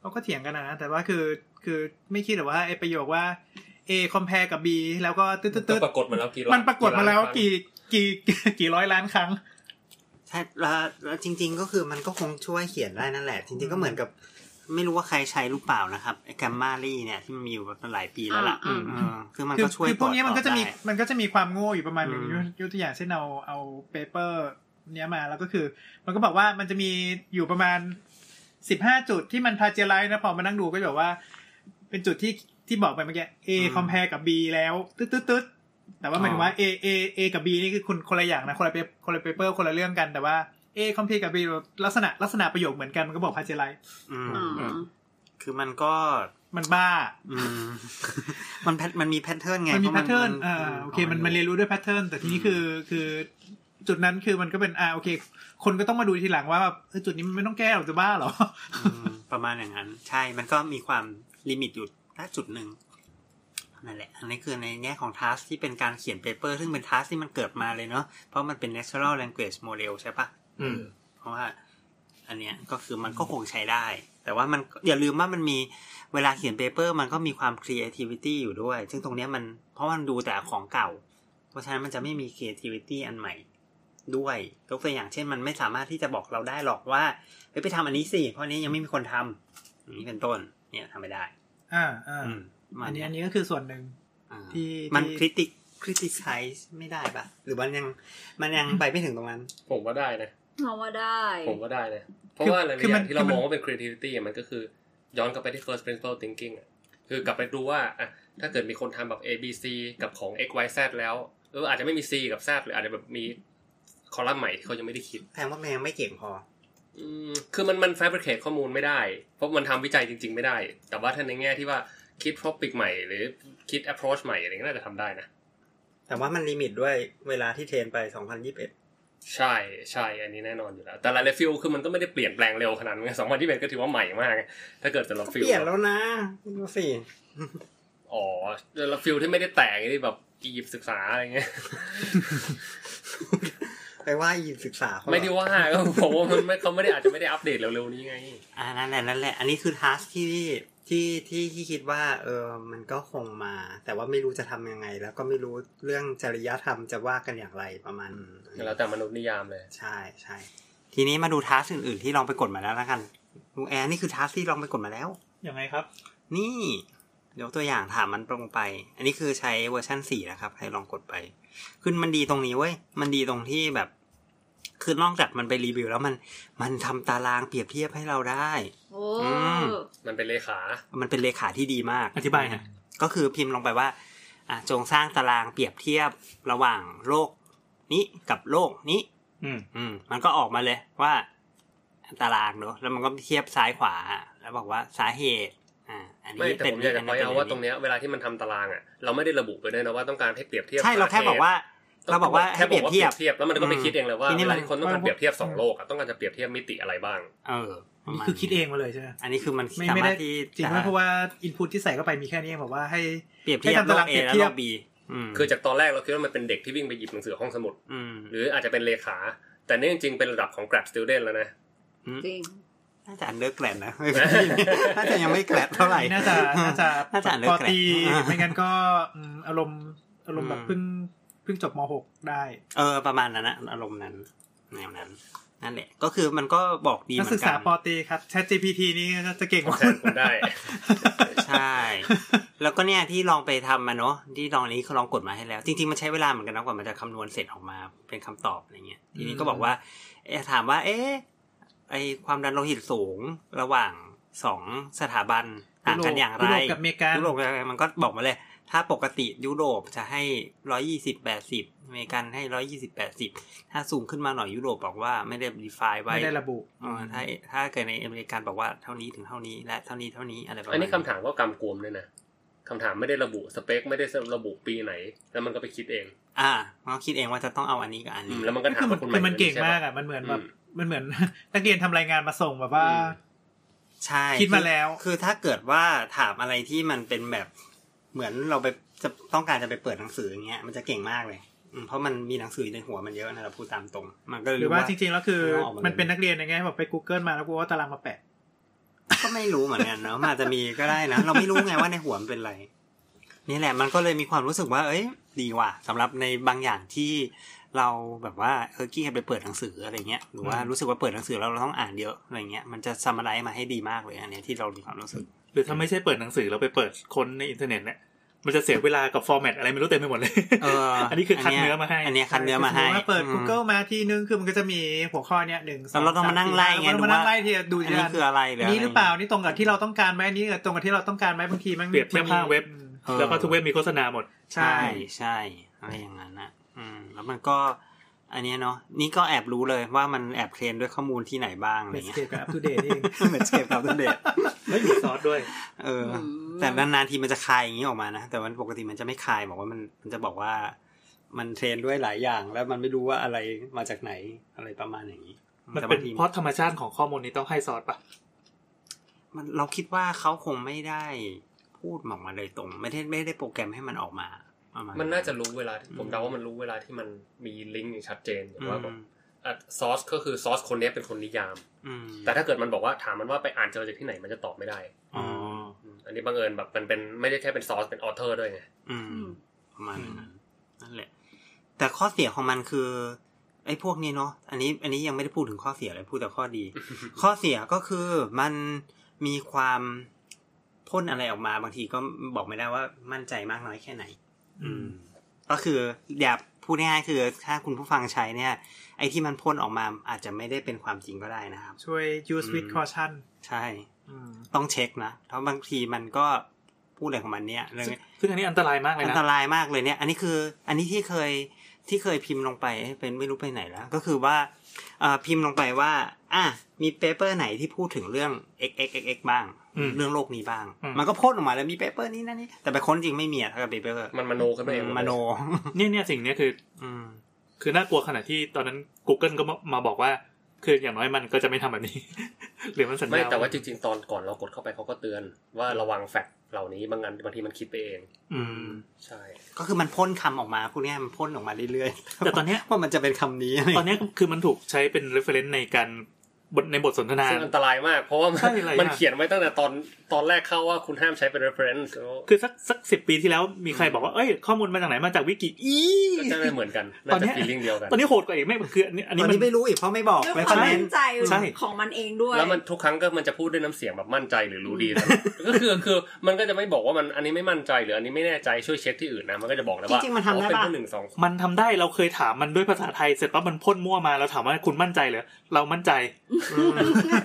เขาก็เถียงกันนะ แต่ว่าคือคือไม่คิดหรอกว่าไอประโยคว่า A compare กับ B แล้วก็ตึ๊ดตึ๊ดตึ๊ด
ปรากฏมาแล้วกี่
มันปรากฏมาแล้วกี่กี่กี่กี่ร้อยล้านครั้ง
ใช่แล้วแล้วจริง ๆ ก็คือมันก็คงช่วยเขียนได้นั่นแหละ จริง ๆ ก็เหมือนกับ ไม่รู้ว่าใครใช้หรือเปล่านะครับไอ้แกมมารี่เนี่ยที่มันมีอยู่มาหลายปีแล้วล่ะ
อ่า
อืมคือมัน
คื
ก็ช่วย
คืพวกเนี้ยมันก็จะมี
ตรวจสอบได้
มันก็จะมีความโง่อยู่ประมาณหนึ่ง
อืม
ยกยกตัวอย่างเช่นเอาเอาเปเปอร์เนี้ยมาแล้วก็คือ มันก็บอกว่ามันจะมีอยู่ประมาณสิบห้าจุดที่มันพาเจอไรนะพอมานั่งดูก็จะบอกว่า เป็นจุดที่ที่บอกไปเมื่อกี้ A compare กับ B แล้วตึ๊ดตึ๊ดตึ๊ดแต่ว่าหมายถึงว่า A A A กับ B นี่คือคนคนละอย่างนะคนละเปคนละเปเปอร์คนละเรื่องกันแต่ว่า A compare กับ B ลักษณะลักษณะประโยคเหมือนกันมันก็บอกพาเจอไร
อืม
อ๋อ
คือมันก็
มันบ้า
อืม
[LAUGHS]
มันแพทมันมีแพทเทิร์นไง
มันมี
พาะ
แพทเทิร์นอ่า
มั
โอเค มันมันเรียนรู้ด้วยแพทเทิร์น แต่ทีนี้คือคือจุดนั้นคือมันก็เป็นอ่าโอเค คนก็ต้องมาดูทีหลังว่าแบบเอ้ยจุดนี้มันไม่ต้องแก้หรอกจะบ้าเหรอ [LAUGHS]
อืมประมาณอย่างนั้น ใช่มันก็มีความลิมิตอยู่ณจุดหนึ่งนั่นแหละ อันนี้คือในแง่ของทัสที่เป็นการเขียนเปเปอร์ซึ่งเป็นทัสที่มันเกิดมาเลยเนาะเพราะมันเป็น natural language model ใช่ปะ
อืม
เพราะว่า อันเนี้ยก็คือมันก็คงใช้ได้ แต่ว่ามันอย่าลืมว่ามันมีเวลาเขียนเปเปอร์ มันก็มีความ creativity อยู่ด้วย ซึ่งตรงเนี้ยมันเพราะมันดูแต่ของเก่า เพราะฉะนั้นมันจะไม่มี creativity อันใหม่ ด้วยยกตัวอย่างเช่น มันไม่สามารถที่จะบอกเราได้หรอกว่าไปไปทำอันนี้สิเพราะอันนี้ยังไม่มีคนทำอย่างนี้เป็นต้น เนี่ยทำไม่ได้
อ่าอ่า
อืมมา
อันนี้
เย
อันนี้ก็คือส่วนหนึ่ง
อ่า
ที่
มันค
ที่
ริติคริติไซส์ไม่ได้ปะหรือมันยังมันยังไปไม่ถึงตรงนั้น
ผมว่าได้นะ
เราว่าได้
ผมว่าได้นะ เพราะว่าอะไร
คือ
อ
มั
ย่าน งที่เรา
คือมั
มอ
น
งว่าเป็น creativity อะมันก็คือ ย้อนกลับไปที่ first principle thinking อะคือกลับไปดูว่าอะถ้าเกิดมีคนทำแบบ A B C กับของ X Y Z แล้วเอออาจจะไม่มี C กับ Z หรืออาจจะแบบมีคอลัมน์ใหม่ที่เขายังไม่ได้คิด
แพงว่ามันยังไม่เก่งพอ
อืมคือมันมัน fabricate ข้อมูลไม่ได้ เพราะมันทำวิจัยจริง ๆ ไม่ได้ แต่ว่าถ้าในแง่ที่ว่าคิด topic ใหม่ หรือคิด approach ใหม่อะไรเงี้ยน่าจะทำได้นะ
แต่ว่ามันลิมิตด้วยเวลาที่เทรนไป 2021
ใช่ใช่อันนี้แน่นอนอยู่แล้ว แต่ละเลฟิลคือมันก็ไม่ได้เปลี่ยนแปลงเร็วขนาดนั้นสองพันที่เป็นก็ถือว่าใหม่มาก ถ้าเกิดแต่ละ
ก็
ฟิล
เปลี่ยนแล้วนะดู
[LAUGHS]
สิ
อ๋อแล้วฟิลที่ไม่ได้แตกนี่แบบอียิปต์ศึกษาอะไร
[LAUGHS]
เงี้ย
ไปว่าอีศึกษาเขาเหรอ
ไม่ได้ว่าก็ผมว่ามันไม่เขาไม่ได้อาจจะไม่ได้อัปเดตเร็วๆนี้ไง
อ่านั่นแหละนั่นแหละ อันนี้คือทัสที่ที่ที่ที่คิดว่า เออมันก็คงมา แต่ว่าไม่รู้จะทำยังไง แล้วก็ไม่รู้เรื่องจริยธรรมจะว่ากันอย่างไรประมาณนั้น
แล้วแต่มนุษย์นิยามเลย
ใช่ใช่ทีนี้มาดูทัสอื่น ๆ ที่ลองไปกดมาแล้วละกันลุงแอนนี่คือทัสที่ลองไปกดมาแล้ว
ยังไงครับ
นี่ยกตัวอย่างถามมันตรงไป อันนี้คือใช้เวอร์ชันสี่นะครับ ใครลองกดไปคือมันดีตรงนี้เว้ย มันดีตรงที่แบบ คือนอกจากมันไปรีวิวแล้วมัน มันทำตารางเปรียบเทียบให้เราได้
โอ้
อืม
มันเป็นเลขา
มันเป็นเลขาที่ดีมาก
อธิบายฮะ
ก็คือพิมพ์ลงไปว่าอ่ะจงสร้างตารางเปรียบเทียบระหว่างโลกนี้กับโลกนี้
อืม
อืมมันก็ออกมาเลยว่าตารางเนอะแล้วมันก็เทียบซ้ายขวา แล้วบอกว่าสาเหตุ อ่า อันนี้
ไม่แต่
เป็น
ผมอยากจะพอย
ป็
เอา
น
ว่าตรงเนี้ยเวลาที่มันทำตารางอ่ะเราไม่ได้ระบุไปด้วยนะว่าต้องการให้เปรียบเทียบ
ใช่เราแค่บอกว่า เราบอกว่า
แค่
ให้เปรียบเทียบ
เทียบแล้วมันก็ไปคิดเองเลยว่า
อืม
เวลาที่คนต้องการ
นี่มัน
เปรียบเทียบสองโลกอะต้องการจะเปรียบเทียบมิติอะไรบ้าง
เออประ
นี่
มาณ
คือคิดเองมาเลยใช่ไหม
อันนี้คือมัน
ไม่
สา
ไม่
มา
ได้
รถที่
จริงไหมเพราะว่าอินพุตที่ใส่เข้าไปมีแค่นี้เองบอกว่าให้
เปรียบเทียบ
ให้ทำ
โล
ตาราก ง
เอ
เปรียบ
และ
เที
โล
ยบ
กบีอืม
คือจากตอนแรกเราคิดว่ามันเป็นเด็กที่วิ่งไปหยิบหนังสือห้องสมุด
อืม
หรืออาจจะเป็นเลขา แต่นี่จริงๆเป็นระดับของ grad student แล้วนะ
จริง
น่าจะอันเลิกแกล [LAUGHS] นนะไม่เป็นไรน่าจะยังไม่แกลนเท่าไหร่
น่าจะ
[LAUGHS]
น่าจะ
น่าจะอ่านเรื่อง
พอ
แก [LAUGHS] ร่ง
ตี
อ่า
ไม่งั้นก็อืมอารมณ์อารมณ์แบ
อื
บ
ม
เพิ่งเพิ่งจบม .6 ได้
เออประมาณนั้นนะอารมณ์นั้นแนวนั้น นั่นแหละ ก็คือมันก็บอกดีเห
นั
มื
ก
อ
ศึ
น
ก
กั
ษานปอตีครับ Chat GPT นี่ก็จะเก่งกว่า
แทนผมได้
[LAUGHS] ใช่ แล้วก็เนี่ยที่ลองไปทำมาเนาะที่ลองอันนี้เขาลองกดมาให้แล้ว จริงๆมันใช้เวลาเหมือนกันนะกว่ามันจะคำนวณเสร็จออกมาเป็นคำตอบอะไรเงี้ยทีนี้ก็บอกว่าเอ๊ะถามว่า เอ๊ะไอความดันโลหิตสูงระหว่างสองสถาบันต่างกันอย่างไร
ยุโรปกับอเมริกา
ยุโรปมันก็บอกมาเลย ถ้าปกติยุโรปจะให้ร้อยี่สิบแปดสิบอเมริกันให้ร้อยี่สิบแปดสิบถ้าสูงขึ้นมาหน่อยยุโรปบอกว่าไม่ได้ define ไว้
ไม่ได้ระบุ
อ่าถ้าถ้าเกิดในอเมริกันบอกว่าเท่านี้ถึงเท่านี้และเท่านี้เท่านี้อะไรประมาณ
อันนี้คำถามก็กำกวมด้วยนะคำถามไม่ได้ระบุสเปคไม่ได้ระบุปีไหน แล้วมันก็ไปคิดเอง
อ่ามันก็คิดเองว่าจะต้องเอาอันนี้กับอัน
อื
นี้
มแล้วมันก็ถา
คื
ม
อมัน
ว่าคุณ
คือมันเก่งมาก
อ่ะ
อ่ะ มันเหมือน
อืม
แบบมันเหมือน [LAUGHS] นักเรียนทำรายงานมาส่งแบบว่า
อืม
ใช่
คิดมาแล้ว
คือคือถ้าเกิดว่าถามอะไรที่มันเป็นแบบเหมือนเราไปจะต้องการจะไปเปิดหนังสืออย่างเงี้ยมันจะเก่งมากเลยอืมเพราะมันมีหนังสืออยู่ในหัวมันเยอะนะเราพูดตามตรง มันก็เลย
หรือว่าจริงๆ แล้วคือ
ข้างอก
มัน
ลย
เป็นนักเรียนยังไงแบบไป Google มาแล้วกูว่าตารางมาแปะ
ก็ไม่รู้เหมือนกันเนาะมันอาจจะมีก็ได้นะ เราไม่รู้ไงว่าในหัวมันเป็นอะไร นี่แหละมันก็เลยมีความรู้สึกว่า เอ้ย ดีว่ะสำหรับในบางอย่างที่เราแบบว่าเออกี้เคยไปเปิดหนังสืออะไรเงี้ยหรือว่า
อืม
รู้สึกว่าเปิดหนังสือแล้วเราต้องอ่านเยอะอะไรเงี้ยมันจะซัมมาไรมาให้ดีมากเลยอันเนี้ยที่เรามีความรู้สึก
หรือถ้าไม่ใช่เปิดหนังสือเราไปเปิดคนในอินเทอร์เน็ตเนี่ยมันจะเสียเวลากับฟอร์แมตอะไรไม่รู้เต็มไปหมดเลย
เออ อั
นนี้คือคัดเนื้อมาให้
อันเนี้ยคัดเนื้อมาให้
สติว่เปิด
อืม
Google มาที่นึงคือมันก็จะมีหัวข้อเนี้ยหนึ่งสอง
แล้วเราต้องมานั่งไล่ไง
เรา
ดูว่า
ต้องมานั่งไล่ทีละดู
อัน
ที
นี้
ละ
คืออะไรหรือ
อัน
อะไร
นี้หรือเปล่านี่ตรงกับที่เราต้องการไหมอันนี้ตรงกับที่เราต้องการไหมบางทีมัน
เปรียบเทียบภาพเว็บ
อืม
เออ
แล้วก็ทุกเว็บมีโฆษณาหมด
ใช่ใช่อะไรอย่างนั้นนะอืม แล้วมันก็อันเนี้ยเนาะนี่ก็แอบรู้เลยว่ามันแอบเทรนด้วยข้อมูลที่ไหนบ้างอะไรเงี้ย
Medscape กับ Up-to-Date นี่เอง
[LAUGHS] Medscape กับ Up-to-date
[LAUGHS] ไม่มีซอสด้วย
เอออ
ม
แต่นานๆทีมันจะคายอย่างนี้ออกมานะ แต่มันปกติมันจะไม่คายบอกว่ามันมันจะบอกว่า มันเทรนด้วยหลายอย่าง แล้วมันไม่รู้ว่าอะไรมาจากไหนอะไรประมาณอย่างนี้
มัน
แต่
เป็
บาน งที
เพราะธรรมชาติของข้อมูลนี้ต้องให้ซอสปะ
มันเราคิดว่าเขาคงไม่ได้พูดออกมาเลยตรง ไม่ได้ไม่ได้โปรแกรมให้มันออกมาประมาณ
มันน่าจะรู้เวลาที่
อืม
ผมเดาว่ามันรู้เวลาที่มันมีลิงก์อย่างชัดเจนอย่างว่าแบ
อื
บ
ม
ซอสก็คือซอสคนเนี้ยเป็นคนนิยาม
อืม
แต่ถ้าเกิดมันบอกว่าถามมันว่าไปอ่านเจอจากที่ไหนมันจะตอบไม่ได้
อ๋อ
อืมอันนี้บังเอิญแบบมันเป็นไม่ได้แค่เป็นซอสเป็นออเทอร์ด้วยไง
อืม ประมาณนั้นนั่นแหละ แต่ข้อเสียของมันคือ ไอ้พวกนี้เนาะอันนี้อันนี้ยังไม่ได้พูดถึงข้อเสียเลยพูดแต่ข้อดี ข้อเสียก็คือมันมีความพ่นอะไรออกมาบางทีก็บอกไม่ได้ว่ามั่นใจมากน้อยแค่ไหน
อืม
ก็คืออย่าพูดง่ายๆคือถ้าคุณผู้ฟังใช้เนี่ย ไอ้ที่มันพ่นออกมาอาจจะไม่ได้เป็นความจริงก็ได้นะครับ
ช่วย use with
อืม
caution
ใช่ต้องเช็คนะเพราะบางทีมันก็พูดอะไรของมันเนี่ยเรื่อง
ซึ่งซึ่งอันนี้อันตรายมากเลย
อัน
นะ
ตรายมากเลยเนี่ย อันนี้คือ อันนี้ที่เคยที่เคยพิมพ์ลงไปเอ๊ะเป็นไม่รู้ไปไหนแล้ว ก็คือว่าเอ่อพิมพ์ลงไปว่า อ่ะมีเปเปอร์ไหนที่พูดถึงเรื่อง x x x x บ้าง
อืม
เรื่องโลกนี้บ้าง
อืม
มันก็พ่นออกมาแล้วมีเปเปอร์นี้นั่นนี่ แต่ไปค้นจริงไม่มีอะถ้ากับเปเปอร์
มันมโนขึ้นมาเองหดเลย
มโน
เนี่ยเนี่ยสิ่งเนี้ยคือ
อืม
คือน่ากลัวขนาดที่ตอนนั้น Google ก็มามาบอกว่า คืออย่างน้อยมันก็จะไม่ทำแบบนี้ [LAUGHS] หรือมันสัญญา
ไม่แต่ว่าจริงๆ ตอนก่อนเรากดเข้าไปเขาก็เตือน ว่าระวังแฟกต์เหล่านี้บางอันบางทีมันคิดไปเอง
อืม
ใช่
ก็คือมันพ่นคำออกมาพูดง่ายๆมันพ่นออกมาเรื่อยๆ
แต่ตอนเนี้ย
ว่ามันจะเป็นคำนี้อะไร
ตอนเนี้ยคือมันถูกใช้เป็น reference ในการบทในบทสนทนา
ซึ่งอันตรายมาก เพราะว่ามัน
ใช่หลายอย่าง
มันเขียนไว้ตั้งแต่ตอนตอนแรกเข้าว่าคุณห้ามใช้เป็น reference แล้ว
คือสักสักสิบปีที่แล้วมีใครบอกว่าเอ้ยข้อมูลมาจากไหนมาจากวิกิอี
ก็จะไม่เหมือน
[LAUGHS]
กัน
ตอ
น่าน จะ
เนี้ย
feeling เดียวกัน
ตอนนี้โหดกว่าอีกไม่คืออันนี้อัน
ต
นี้
อน
มัน
นี้ไม่รู้อีกเพราะไม่บอก
ด้วย
ไว้
ค
คอ
วาม
มเมน
มั่น
ต์
ใจ
ใช่
ของมันเองด้วย
แล้วมันทุกครั้งก็มันจะพูดด้วยน้ำเสียงแบบมั่นใจหรือรู้ดีนะ [LAUGHS] ก็คือคือมันก็จะไม่บอกว่ามันอันนี้ไม่มั่นใจหรืออันนี้ไม่แน่ใจช่วยเช็คที่อื่นนะมันก็จะบอกแล้วว่า
จริงๆมันทำได้
อ๋อเป็
ปะ
นผู้หนึ่งสอง
มันทำได้เราเคยถามมันด้วยภาษาไทยเสร็จปั๊บมันพ่นมั่วมาเราถามว่าคุณมั่นใจเหรอเรามั่นใจ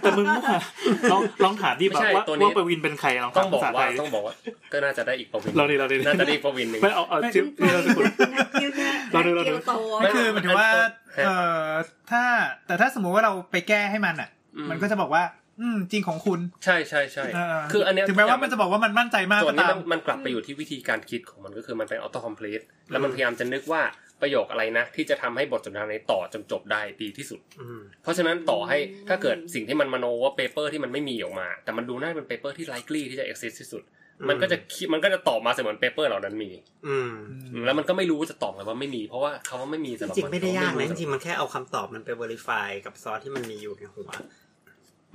แต่มึงมั่วลองลองถามดิบอกว่าว่าประวินเป็นใครลอง
ต้
ถา
อ
ม
งบอก
ภาษาไท
ว่าย
ดิ
ต้องบอกว่า ก็น่าจะได้อีกประวิน
เราดีเราดี
น่าจะได้อีกประวินหนึ่ง
ไม่เอาเอาชื่อนี่เราจะคุย
คิวเนี่ย
เราดูเราดู
คิวโต
ไม่
ก็คือหมันถือว่า
อันอัน
เอ่อถ้าแต่ถ้าสมมุติว่าเราไปแก้ให้มันอ่ะ
อืม
มันก็จะบอกว่า อืมจริงของคุณ
ใช่ใช่ใช่
เ
คืออันเนี้ย
ถึงแม้ว่ามันจะบอกว่ามันมั่นใจมาก
ส่ว
ก็
นนี้
ตา
มั
ม
นมันกลับไปอยู่ที่วิธีการคิดของมันก็คือมันเป็นออโต้คอมพลีทแล้วมันพยายามจะนึกว่าประโยคอะไรนะ ที่จะทำให้บทสนทนาในต่อจนจบได้ดีที่สุด
อืม
เพราะฉะนั้นต่อให้ถ้าเกิดสิ่งที่มันมโนว่าเปเปอร์ที่มันไม่มีออกมา แต่มันดูน่าเป็นเปเปอร์ที่ likely ที่จะ exist ที่สุด
อืม
มันก็จะคิดมันก็จะตอบมาเสมือนเปเปอร์เหล่านั้นมี
อืม
อืมแล้วมันก็ไม่รู้ว่าจะตอบไงว่าไม่มีเพราะว่าคำว่าไม่มี
จ
สำหรับ
ริงๆไม่ได้ยากนะจ
จริ
ริ
ง
งๆมันแค่เอาคำตอบมันไป verify กับซอสที่มันมีอยู่ในหัว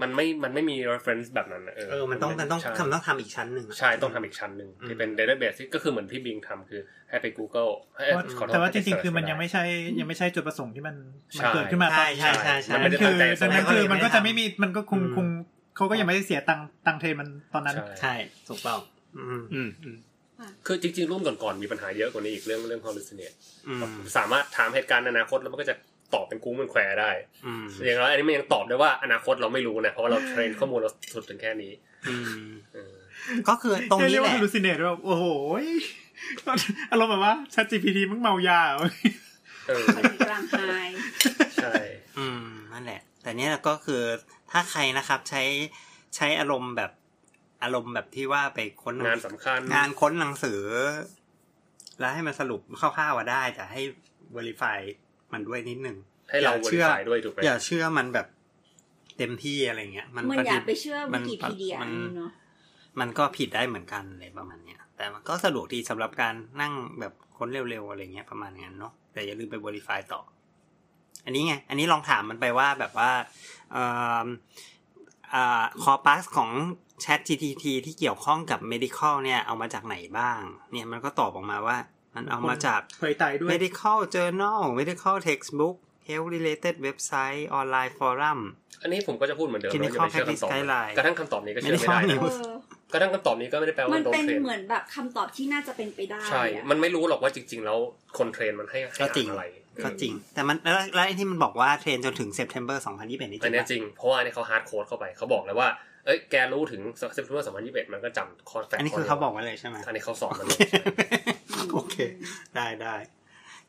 มันไม่มันไม่มี reference แบบนั้นนะ
เออ มันต้อง มันต้อง
ใช่
คำต้องทำอีกชั้นหนึ่งอะ
ใช่ต้องทำอีกชั้นหนึ่ง
อืม
ที่เป็น database ที่ก็คือเหมือนพี่บิงทำคือให้ไป Google ให้
เพราะ
ขอโทษ
แต่ว่าจ
ให้ไป
ริง
search
ๆ คือมันยั
ก็
ง
ด้
ไม่ใช่ยังไม่ใช่จุดประสงค์ที่มันมัน
ใช่
เกิดขึ้นมาตอ
ใช่
น
ใช่ใช่ใช่
มันไม่ได้
นั่นคือ
ตั้งใจ
ดังนั้นคือมันก็จะไม่มีมันก็คง
อืม
คงเขาก็ยังไม่ได้เสียตังค์ตังค์เทรนมันตอนนั้น
ใช่
ใช่ถูกต้องอืม
อืมอืม
คือจริงๆ รุ่นก่อนๆ มีปัญหาเยอะกว่านี้อีกเรื่องเรื่อง hallucinate
อืม
สามารถถามเหตุการณ์อนาคตแล้วมันก็จะตอบเป็นกุ้งเป็นแควได้
อืม
อย่างน้อยอันนี้มันยังตอบได้ว่าอนาคตเราไม่รู้นะ เพราะว่าเราเทรนข้อมูลเราสุดถึงแค่นี้
อืม
เออ
ก็คือตรง
เรี
นี้
ยก
แห
ว่า
ละ
hallucinate แบบโอ้โหยอารมณ์แบบว่า Chat GPT มึงเมายาเหรอ
เออ
มันกลางไฮ
ใช่
[LAUGHS] อืมนั่นแหละ แต่เนี้ยก็คือถ้าใครนะครับใช้ใช้อารมณ์แบบอารมณ์แบบที่ว่าไปค้น
งานสำคัญ
งานค้นหนังสือ แล้วให้มันสรุปคร่าวๆว่าได้ แต่ให้ verify มันด้วยนิดนึง
ให้เรา
อย่า
บ
เชื่
ริ
อ
การด้วยถูกไหม
อย่าเชื่อมันแบบเต็มที่อะไรเงี้ย มัน
มัน
ก็
อย่า
ดี
ไปเชื่อวิ
มัน
กิพีเดีย
มัน
เนาะ
มันก็ผิดได้เหมือนกันอะไรประมาณเนี้ย แต่มันก็สะดวกดีสำหรับการนั่งแบบค้นเร็วๆอะไรเงี้ยประมาณนั้นเนาะ แต่อย่าลืมไปบริไฟต่อ อันนี้ไง อันนี้ลองถามมันไปว่าแบบว่าเอ่อเอ่อคอปัสของ Chat GPT ที่เกี่ยวข้องกับ medical เนี่ยเอามาจากไหนบ้าง เนี่ยมันก็ตอบออกมาว่า มันเอามาจาก
เผยไตด้วย
medical journal medical textbook health related website online forum
อันนี้ผมก็จะพูดเหมือนเดิม
ทีนี้
ว่าอย่าไปเชื่อคำตอบ
ข้อ practice guideline
กระทั่งคำตอบนี้ก็เชื่อ
ไม่
ไม่
ได้
ได้
ข้อ
เออ
ก็ทั่งคำตอบนี้ก็ไม่ได้แปล
มั
ว่าน โดน
เป็น
เทรน
เหมือนแบบคำตอบที่น่าจะเป็นไปได้
ใช่
อะ
มันไม่รู้หรอกว่าจริง ๆ แล้วคนเทรนมันให้ให้
ก็จริง
อะไร
ก็จริง แต่มันแล้วแล้วไอ้ที่มันบอกว่าเทรนจนถึง September 2021นี่จริง
อันเนี้ย
ปะ
จริง เพราะว่าอันนี้เขาฮาร์ดโค้ดเข้าไป เขาบอกเลยว่า เอ้ย แกรู้ถึงเซปเทมเบอร์สองพันยี่สิบเอ็ดมันก็จำคอนแฟก
อันนี้คือเขาบอกไว้เลยใช่ไหม
อันนี้เขาสอนมันเลย
[LAUGHS] โอเค ได้ได้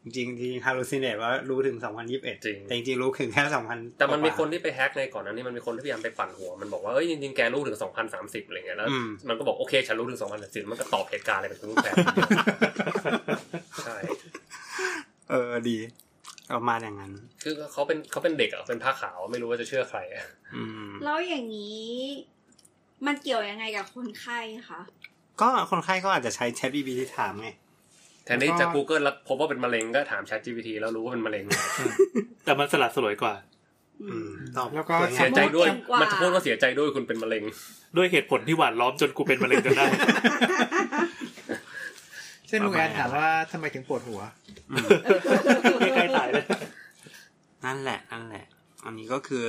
จริงๆจริงฮาลูซินเนตว่ารู้ถึง 2021
จริง
แต่จริงๆรู้ถึงแค่ 2000
แต่มันมี
กว่า
คนที่ไปแฮกในก่อนนั้นนี่มันมีคนที่พยายามไปปั่นหัว มันบอกว่า เอ้ย จริง ๆ แกรู้ถึง 2030อะไรเงี้ย แล้ว
อืม
มันก็บอก โอเค ฉันรู้ถึง 2030มันก็ตอบเหตุการณ์อะไรเป็นรูปแบบใช่
[LAUGHS] เออดีประมาณอย่างนั้น
คือเขาเป็นเขาเป็นเด็กอะเป็นผ้าขาว ไม่รู้ว่าจะเชื่อใครอะ
อืม
แล้วอย่างนี้ มันเกี่ยวยังไงกับคนไข้คะ
ก็คนไข้ก็อาจจะใช้ Chat GPT ถามไง
แทนที่จะ Google แล้วพบว่าเป็นมะเร็งก็ถาม ChatGPT แล้วรู้ว่าเป็น
[LAUGHS]
มะเร็ง
แต่มันสลัดสลวยกว่า
อื
อื
ม
มตอบ
แล้วก็
สวย
เสี
งาย ม
ใจด้วย
จำกว่า
มันจะพูดว่าเสียใจด้วยคุณเป็นมะเร็ง
ด้วยเหตุผลที่หวานล้อมจนกูเป็นมะเร็งจนได้
เช่นลุงแอนถามว่าทำไมถึงปวดหัว
อืม
ใกล้ๆตายเลย
นั่นแหละ นั่นแหละ อันนี้ก็คือ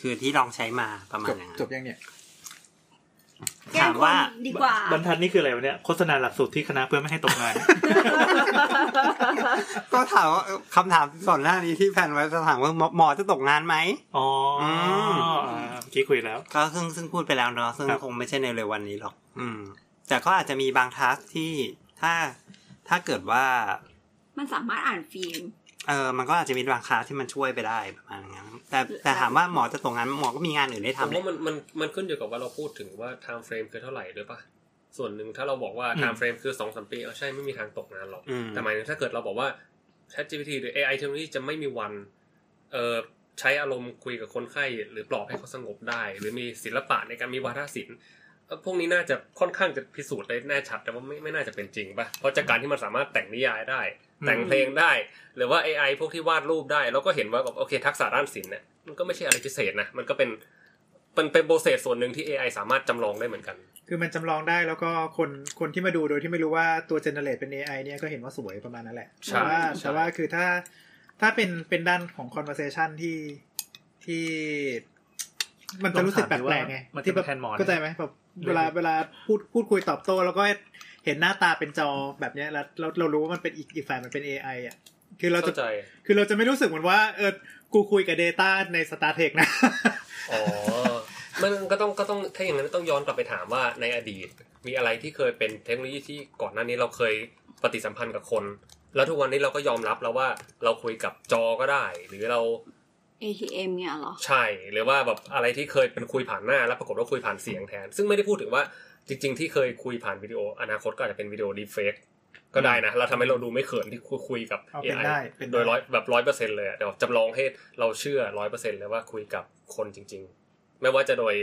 คือที่ลองใช้มาประมาณ
จ
อ
บ
ย่างนั้น
จบยังเนี่ย
แกล้
ถาง ม
คน
ว่า
ดีกว่า
บรรทัดนี่คืออะไรวะเนี่ยโฆษณาหลักสูตรที่คณะเพื่อไม่ให้ตกงาน
ก็ถามว่าเอ่อคำถามก่อนหน้านี้ที่แผนไว้จะถามว่าหมอหมอจะตกงานไหม
อ๋ออา เมื่อกี้คุยแล้ว
ก็ซึ่งซึ่งพูดไปแล้วเนาะซึ่ง
ครับ
คงไม่ใช่ในเร็ววันนี้หรอก อืม แต่ก็อาจจะมีบางทัสที่ถ้าถ้าเกิดว่า
มันสามารถอ่านฟิล์ม
เออมันก็อาจจะมีบางคลาสที่มันช่วยไปได้ประมาณนั้นแต่แต่ถามว่าหมอจะตกงานหมอก็มีงานอื่นได้
ผม
ทำแห
ว่า
ละ
มันมันมันขึ้นอยู่กับว่าเราพูดถึงว่า time frame คือเท่าไหร่ด้วยปะส่วนหนึ่งถ้าเราบอกว่า
อืม
time frame คือสองสามปีเอาใช่ไม่มีทางตกงานหรอก
อืม
แต่หมายถึงถ้าเกิดเราบอกว่า ChatGPT หรือ AI เทคโนโลยีจะไม่มีวันเอ่อใช้อารมณ์คุยกับคนไข้ หรือปลอบให้เขาสงบได้ หรือมีศิลปะในการมีวาทศิลป์เอ่อพวกนี้น่าจะค่อนข้างจะพิสูจน์ได้แน่ชัด แต่ว่าไม่ไม่น่าจะเป็นจริงป่ะเพราะจากการที่มันสามารถแต่งนิยายได้ แต่งเพลงได้ หรือว่า AI พวกที่วาดรูปได้ แล้วก็เห็นว่าแบบโอเคทักษะด้านศิลป์เนี่ยมันก็ไม่ใช่อะไรพิเศษนะมันก็เป็นเป็นเป็นโปรเซสส่วนหนึ่งที่ AI สามารถจำลองได้เหมือนกัน
คือมันจำลองได้แล้วก็คนคนที่มาดูโดยที่ไม่รู้ว่าตัวเจเนเรตเป็น AI เนี่ยก็เห็นว่าสวยประมาณนั้นแหละ
ใช่
แต่ว่า
ใช่
แต่ว่าคือถ้าถ้าเป็นเป็นด้านของ conversation ที่ที่ มันจะรู้สึกแปลกๆไง
มันจะ
ที่แบบ
แทนหมอน
เข้าใจไหมแบบเวลาเวลาพูดพูดคุยตอบโต้แล้วก็เห็นหน้าตาเป็นจอแบบเนี้ยแล้วเราเรารู้ว่ามันเป็นอีกอีกฝ่ายมันเป็น AI อ่ะคือเราจะ
เข้าใจ
คือเราจะไม่รู้สึกเหมือนว่าเออกูคุยกับ Data ใน Star Trek นะ
อ๋อมันก็ต้องก็ต้องถ้าอย่างนั้นต้องย้อนกลับไปถามว่าในอดีต มีอะไรที่เคยเป็นเทคโนโลยีที่ก่อนหน้านี้เราเคยปฏิสัมพันธ์กับคน แล้วทุกวันนี้เราก็ยอมรับแล้วว่าเราคุยกับจอก็ได้ หรือเรา
ATM เนี่ยเหรอ
ใช่หรือว่าแบบอะไรที่เคยเป็นคุยผ่านหน้า แล้วปรากฏว่าคุยผ่านเสียงแทน ซึ่งไม่ได้พูดถึงว่าจริง ๆ ที่เคยคุยผ่านวิดีโอ อนาคตก็อาจจะเป็นวิดีโอดีเฟกก็ได้นะเราทำให้เราดูไม่เขินที่คุยกับ
เอาเป็น
AI
ได้เป็นได้
โดยร้อยแบบร้อยเปอร์เซ็นต์เลยอะเดี๋ยวจำลองให้เราเชื่อร้อยเปอร์เซ็นต์เลยว่าคุยกับคนจริง ๆ ไม่ว่าจะโดย